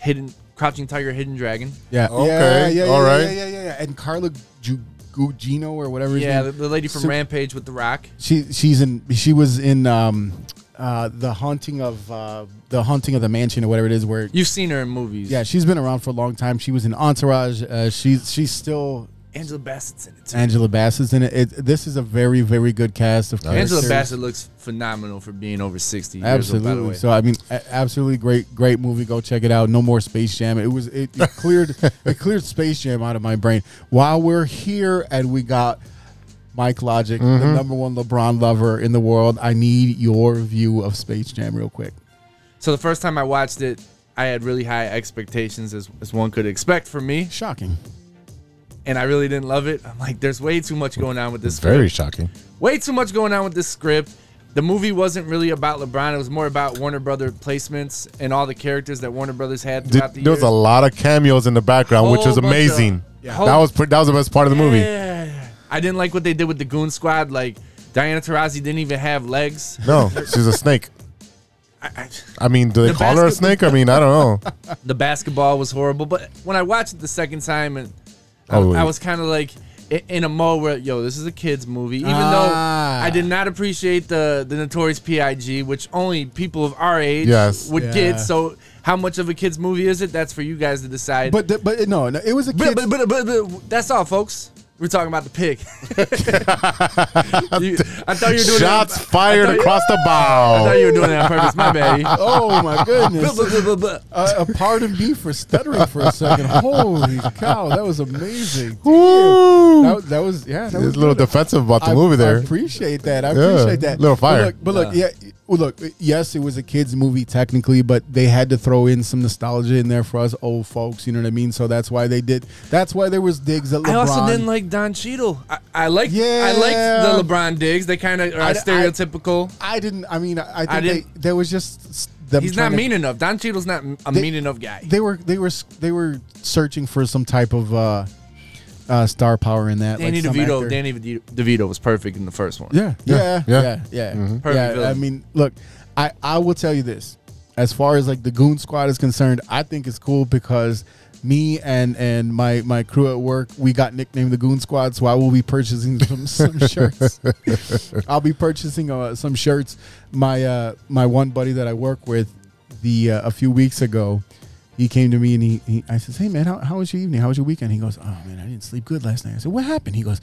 Speaker 4: Hidden Crouching Tiger, Hidden Dragon.
Speaker 3: yeah yeah,
Speaker 2: Okay,
Speaker 3: yeah, yeah,
Speaker 2: all
Speaker 3: yeah,
Speaker 2: right.
Speaker 3: yeah, yeah yeah yeah and carla Ju- gugino or whatever his
Speaker 4: Yeah,
Speaker 3: name-
Speaker 4: the, the lady from
Speaker 3: Su-
Speaker 4: Rampage with the Rock.
Speaker 3: she she's in she was in um uh the haunting of uh the haunting of the mansion or whatever it is where
Speaker 4: You've seen her in movies.
Speaker 3: yeah she's been around for a long time she was in entourage uh she's she's still
Speaker 4: Angela Bassett's in it too.
Speaker 3: Angela Bassett's in it. it. This is a very, very good cast of characters.
Speaker 4: Angela Bassett looks phenomenal for being over sixty. Years Old, by the
Speaker 3: Absolutely.
Speaker 4: way.
Speaker 3: So I mean, a- absolutely great, great movie. Go check it out. No more Space Jam. It was it, it cleared it cleared Space Jam out of my brain. While we're here, and we got Mike Logic, the
Speaker 2: Mhm.
Speaker 3: number one LeBron lover in the world. I need your view of Space Jam real quick.
Speaker 4: So the first time I watched it, I had really high expectations, as, as one could expect from me.
Speaker 3: Shocking.
Speaker 4: And I really didn't love it. I'm like, there's way too much going on with this.
Speaker 2: Very
Speaker 4: script.
Speaker 2: shocking.
Speaker 4: Way too much going on with this script. The movie wasn't really about LeBron. It was more about Warner Brother placements and all the characters that Warner Brothers had
Speaker 2: Did-
Speaker 4: throughout the
Speaker 2: there was a
Speaker 4: years.
Speaker 2: lot of cameos in the background, which
Speaker 4: Whole
Speaker 2: was
Speaker 4: bunch of-
Speaker 2: amazing.
Speaker 4: Yeah.
Speaker 2: That was pre- that was the best part of the movie.
Speaker 4: Yeah. I didn't like what they did with the Goon Squad. Like Diana Taurasi didn't even have legs.
Speaker 2: No, she's a snake. I mean, do they
Speaker 4: The
Speaker 2: call her a
Speaker 4: basket-
Speaker 2: snake? I mean, I don't know.
Speaker 4: the basketball was horrible. But when I watched it the second time, and I,
Speaker 2: Oh,
Speaker 4: I
Speaker 2: yeah.
Speaker 4: was kind of like i- in a mode where yo, this is a kids movie. Even
Speaker 3: Ah.
Speaker 4: though I did not appreciate the the Notorious P.I.G., which only people of our age
Speaker 2: Yes.
Speaker 4: would
Speaker 3: Yeah.
Speaker 4: get. So how much of a kids movie is it? That's for you guys to decide.
Speaker 3: But the, but no, no, it was a
Speaker 4: But,
Speaker 3: kid.
Speaker 4: but, but, but, but that's all, folks. We're talking about the pig. You- I thought you were doing
Speaker 2: Shots
Speaker 4: that. I
Speaker 2: fired
Speaker 4: thought you-
Speaker 2: across the bow.
Speaker 4: I thought you were doing that on purpose. My bad. E.
Speaker 3: Oh my goodness!
Speaker 4: Blah, blah, blah, blah,
Speaker 3: blah. Uh, uh, pardon me for stuttering for a second. Holy cow, that was amazing!
Speaker 2: Woo!
Speaker 3: That, that was yeah. That
Speaker 2: He's
Speaker 3: was
Speaker 2: a little
Speaker 3: good.
Speaker 2: defensive about the
Speaker 3: I-
Speaker 2: movie there.
Speaker 3: I appreciate that. I
Speaker 2: Yeah,
Speaker 3: appreciate that.
Speaker 2: little
Speaker 3: But
Speaker 2: fire.
Speaker 3: look, but look, yeah. Well, look, yes, it was a kids' movie technically, but they had to throw in some nostalgia in there for us old folks. You know what I mean? So that's why they did. That's why there was digs at LeBron.
Speaker 4: I also didn't like Don Cheadle. I, I like I
Speaker 3: Yeah.
Speaker 4: liked the LeBron digs. They kind of are
Speaker 3: I- I-
Speaker 4: stereotypical.
Speaker 3: I didn't. I mean, I think
Speaker 4: I
Speaker 3: they,
Speaker 4: didn't-
Speaker 3: there was just s- them
Speaker 4: He's
Speaker 3: trying
Speaker 4: not
Speaker 3: to-
Speaker 4: mean enough. Don Cheadle's not a
Speaker 3: They-
Speaker 4: mean enough guy.
Speaker 3: They were they were s- they were searching for some type of uh, uh, star power in that.
Speaker 4: Danny
Speaker 3: like some
Speaker 4: DeVito.
Speaker 3: actor.
Speaker 4: Danny DeVito- DeVito was perfect in the first one.
Speaker 3: Yeah, yeah, yeah, yeah. Mm-hmm. yeah.
Speaker 4: Perfect
Speaker 3: I
Speaker 4: villain.
Speaker 3: mean, look, I I will tell you this. As far as like the Goon Squad is concerned, I think it's cool because me and and my my crew at work we got nicknamed the Goon Squad, so I will be purchasing some, some shirts. I'll be purchasing uh, some shirts. My uh my one buddy that I work with, the uh, a few weeks ago. He came to me and he, he I says, "Hey man, how, how was your evening? How was your weekend?" He goes, "Oh man, I didn't sleep good last night." I said, "What happened?" He goes,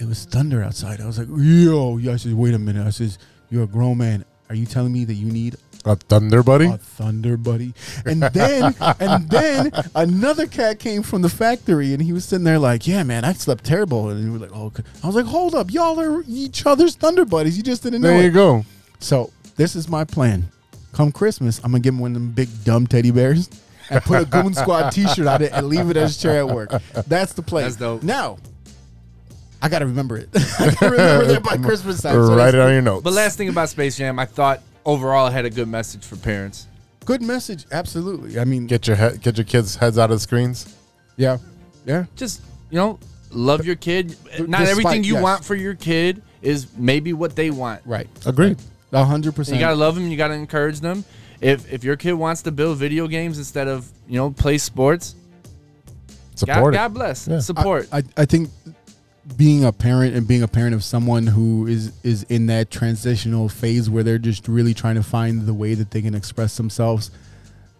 Speaker 3: it was thunder outside. I was like, yo, yo. I said, wait a minute. I says, you're a grown man. Are you telling me that you need
Speaker 2: A thunder buddy.
Speaker 3: a thunder buddy? And then, and then another cat came from the factory, and he was sitting there like, yeah, man, I slept terrible. And we were like, oh, okay. I was like, hold up, y'all are each other's thunder buddies. You just didn't know.
Speaker 2: There you
Speaker 3: it."
Speaker 2: go.
Speaker 3: So this is my plan. Come Christmas, I'm gonna give him one of them big dumb teddy bears. And put a Goon Squad T-shirt on it and leave it as a chair at work. That's the place.
Speaker 4: That's dope.
Speaker 3: Now, I gotta remember it. I gotta remember that by Christmas time. so
Speaker 2: Write
Speaker 3: that's
Speaker 2: it on your notes.
Speaker 4: But last thing about Space Jam, I thought overall it had a good message for parents.
Speaker 3: Good message, absolutely. I mean,
Speaker 2: Get your head, get your kids' heads out of the screens.
Speaker 3: yeah, yeah.
Speaker 4: Just you know, love your kid. Not
Speaker 3: despite-
Speaker 4: everything you
Speaker 3: yes.
Speaker 4: want for your kid is maybe what they want.
Speaker 3: Right,
Speaker 2: Agreed.
Speaker 3: a hundred
Speaker 4: You
Speaker 3: percent.
Speaker 4: gotta love them. You gotta encourage them. If if your kid wants to build video games instead of you know play sports,
Speaker 2: Support it.
Speaker 4: God, God bless.
Speaker 2: Yeah.
Speaker 4: Support.
Speaker 3: I, I think being a parent and being a parent of someone who is is in that transitional phase where they're just really trying to find the way that they can express themselves.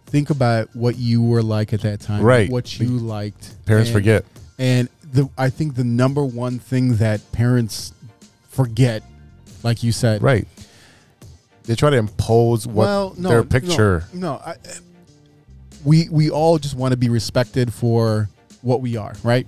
Speaker 3: Think about what you were like at that time,
Speaker 2: Right.
Speaker 3: What you liked.
Speaker 2: Parents forget.
Speaker 3: and the I think the number one thing that parents forget, like you said,
Speaker 2: Right. They try to impose what their picture.
Speaker 3: No, no I, we we all just want to be respected for what we are, right?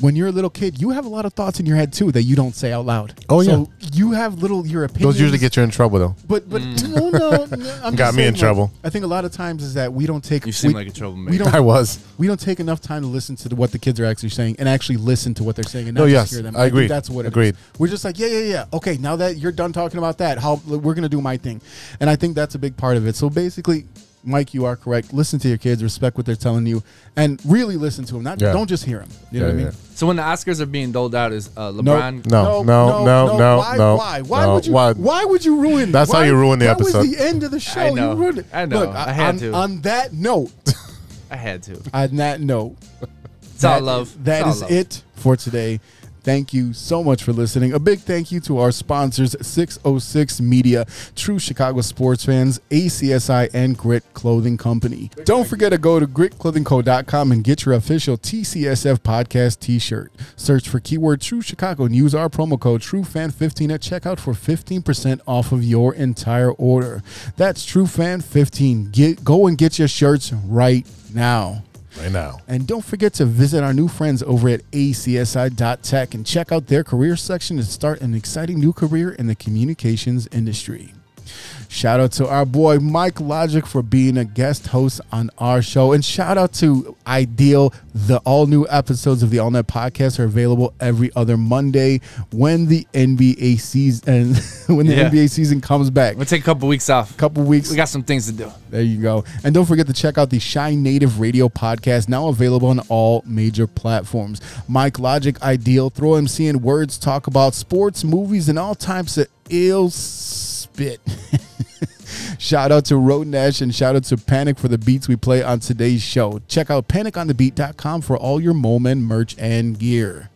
Speaker 3: When you're a little kid, you have a lot of thoughts in your head too that you don't say out loud.
Speaker 2: Oh,
Speaker 3: so yeah, you have little your opinions.
Speaker 2: Those usually get you in trouble though.
Speaker 3: But but
Speaker 4: Mm.
Speaker 3: no no, no I'm
Speaker 2: Got
Speaker 3: just
Speaker 2: me in
Speaker 3: saying, like,
Speaker 2: trouble.
Speaker 3: I think a lot of times is that we don't take.
Speaker 4: You seem
Speaker 3: we-
Speaker 4: like a troublemaker.
Speaker 3: We don't.
Speaker 2: I was.
Speaker 3: We don't take enough time to listen to the- what the kids are actually saying and actually listen to what they're saying and not
Speaker 2: No,
Speaker 3: just
Speaker 2: yes,
Speaker 3: hear them.
Speaker 2: I
Speaker 3: think
Speaker 2: agree.
Speaker 3: That's what it is.
Speaker 2: Agreed.
Speaker 3: We're just like, yeah, yeah, yeah. Okay, now that you're done talking about that, how we're gonna do my thing, and I think that's a big part of it. So basically, Mike, you are correct. Listen to your kids, respect what they're telling you, and really listen to them. Not
Speaker 2: Yeah.
Speaker 3: don't just hear them. You
Speaker 2: Yeah,
Speaker 3: know what I mean?
Speaker 2: yeah.
Speaker 4: So when the Oscars are being doled out, is uh, LeBron?
Speaker 2: No, no, no, no, no.
Speaker 3: Why? why? Why
Speaker 2: no.
Speaker 3: would you? Why? would you ruin?
Speaker 2: That's how
Speaker 3: why-
Speaker 2: you ruin the
Speaker 3: that
Speaker 2: episode.
Speaker 3: was the end of the show.
Speaker 4: I know.
Speaker 3: You ruined it.
Speaker 4: I know.
Speaker 3: Look,
Speaker 4: I had
Speaker 3: on,
Speaker 4: to.
Speaker 3: On that note,
Speaker 4: I had to.
Speaker 3: on that note,
Speaker 4: It's all love.
Speaker 3: that
Speaker 4: It's all
Speaker 3: is
Speaker 4: love.
Speaker 3: it for today. Thank you so much for listening. A big thank you to our sponsors, 606 Media, True Chicago Sports Fans, ACSI, and Grit Clothing Company. Don't forget to go to gritclothingco.com and get your official TCSF podcast t shirt. Search for keyword True Chicago and use our promo code TrueFan15 at checkout for 15% off of your entire order. That's TrueFan15. Get, go and get your shirts right now.
Speaker 2: Right now.
Speaker 3: And don't forget to visit our new friends over at acsi.tech and check out their career section and start an exciting new career in the communications industry. Shout out to our boy Mike Logic for being a guest host on our show. And shout out to Ideal. The all new episodes of the All Net podcast are available every other Monday when the NBA season when the
Speaker 4: Yeah.
Speaker 3: NBA season comes back.
Speaker 4: We'll take a couple weeks off.
Speaker 3: Couple weeks.
Speaker 4: We got some things to do.
Speaker 3: There you go. And don't forget to check out the Shine Native Radio podcast, now available on all major platforms. Mike Logic, Ideal, Throw MC, and Words talk about sports, movies, and all types of ill spit. shout out to Road Nash and shout out to Panic for the beats we play on today's show. Check out paniconthebeat.com for all your moment merch and gear.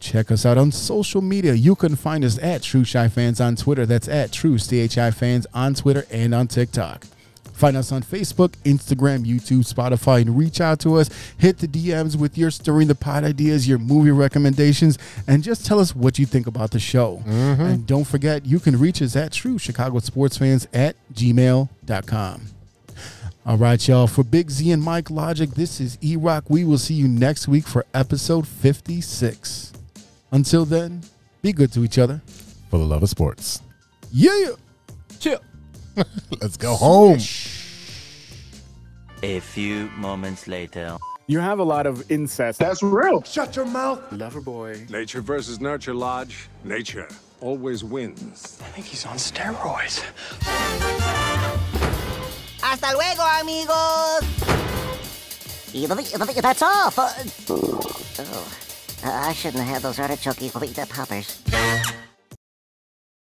Speaker 3: Check us out on social media. You can find us at True Shy Fans on Twitter. That's at True CHI Fans on Twitter and on TikTok. Find us on Facebook, Instagram, YouTube, Spotify, and reach out to us. Hit the DMs with your stirring the pot ideas, your movie recommendations, and just tell us what you think about the show. And don't forget, you can reach us at True Chicago Sports Fans at gmail.com. All right, y'all. For Big Z and Mike Logic, this is E Rock. We will see you next week for episode 56. Until then, be good to each other.
Speaker 2: For the love of sports.
Speaker 3: Yeah.
Speaker 17: Chill.
Speaker 3: Let's go home.
Speaker 18: A few moments later.
Speaker 19: You have a lot of incest. That's real. Shut your mouth.
Speaker 20: Lover boy. Nature versus nurture, Lodge. Nature always wins.
Speaker 21: I think he's on steroids.
Speaker 22: Hasta luego, amigos. That's all. Uh, For...
Speaker 14: Oh, I shouldn't have had those artichoke poppers.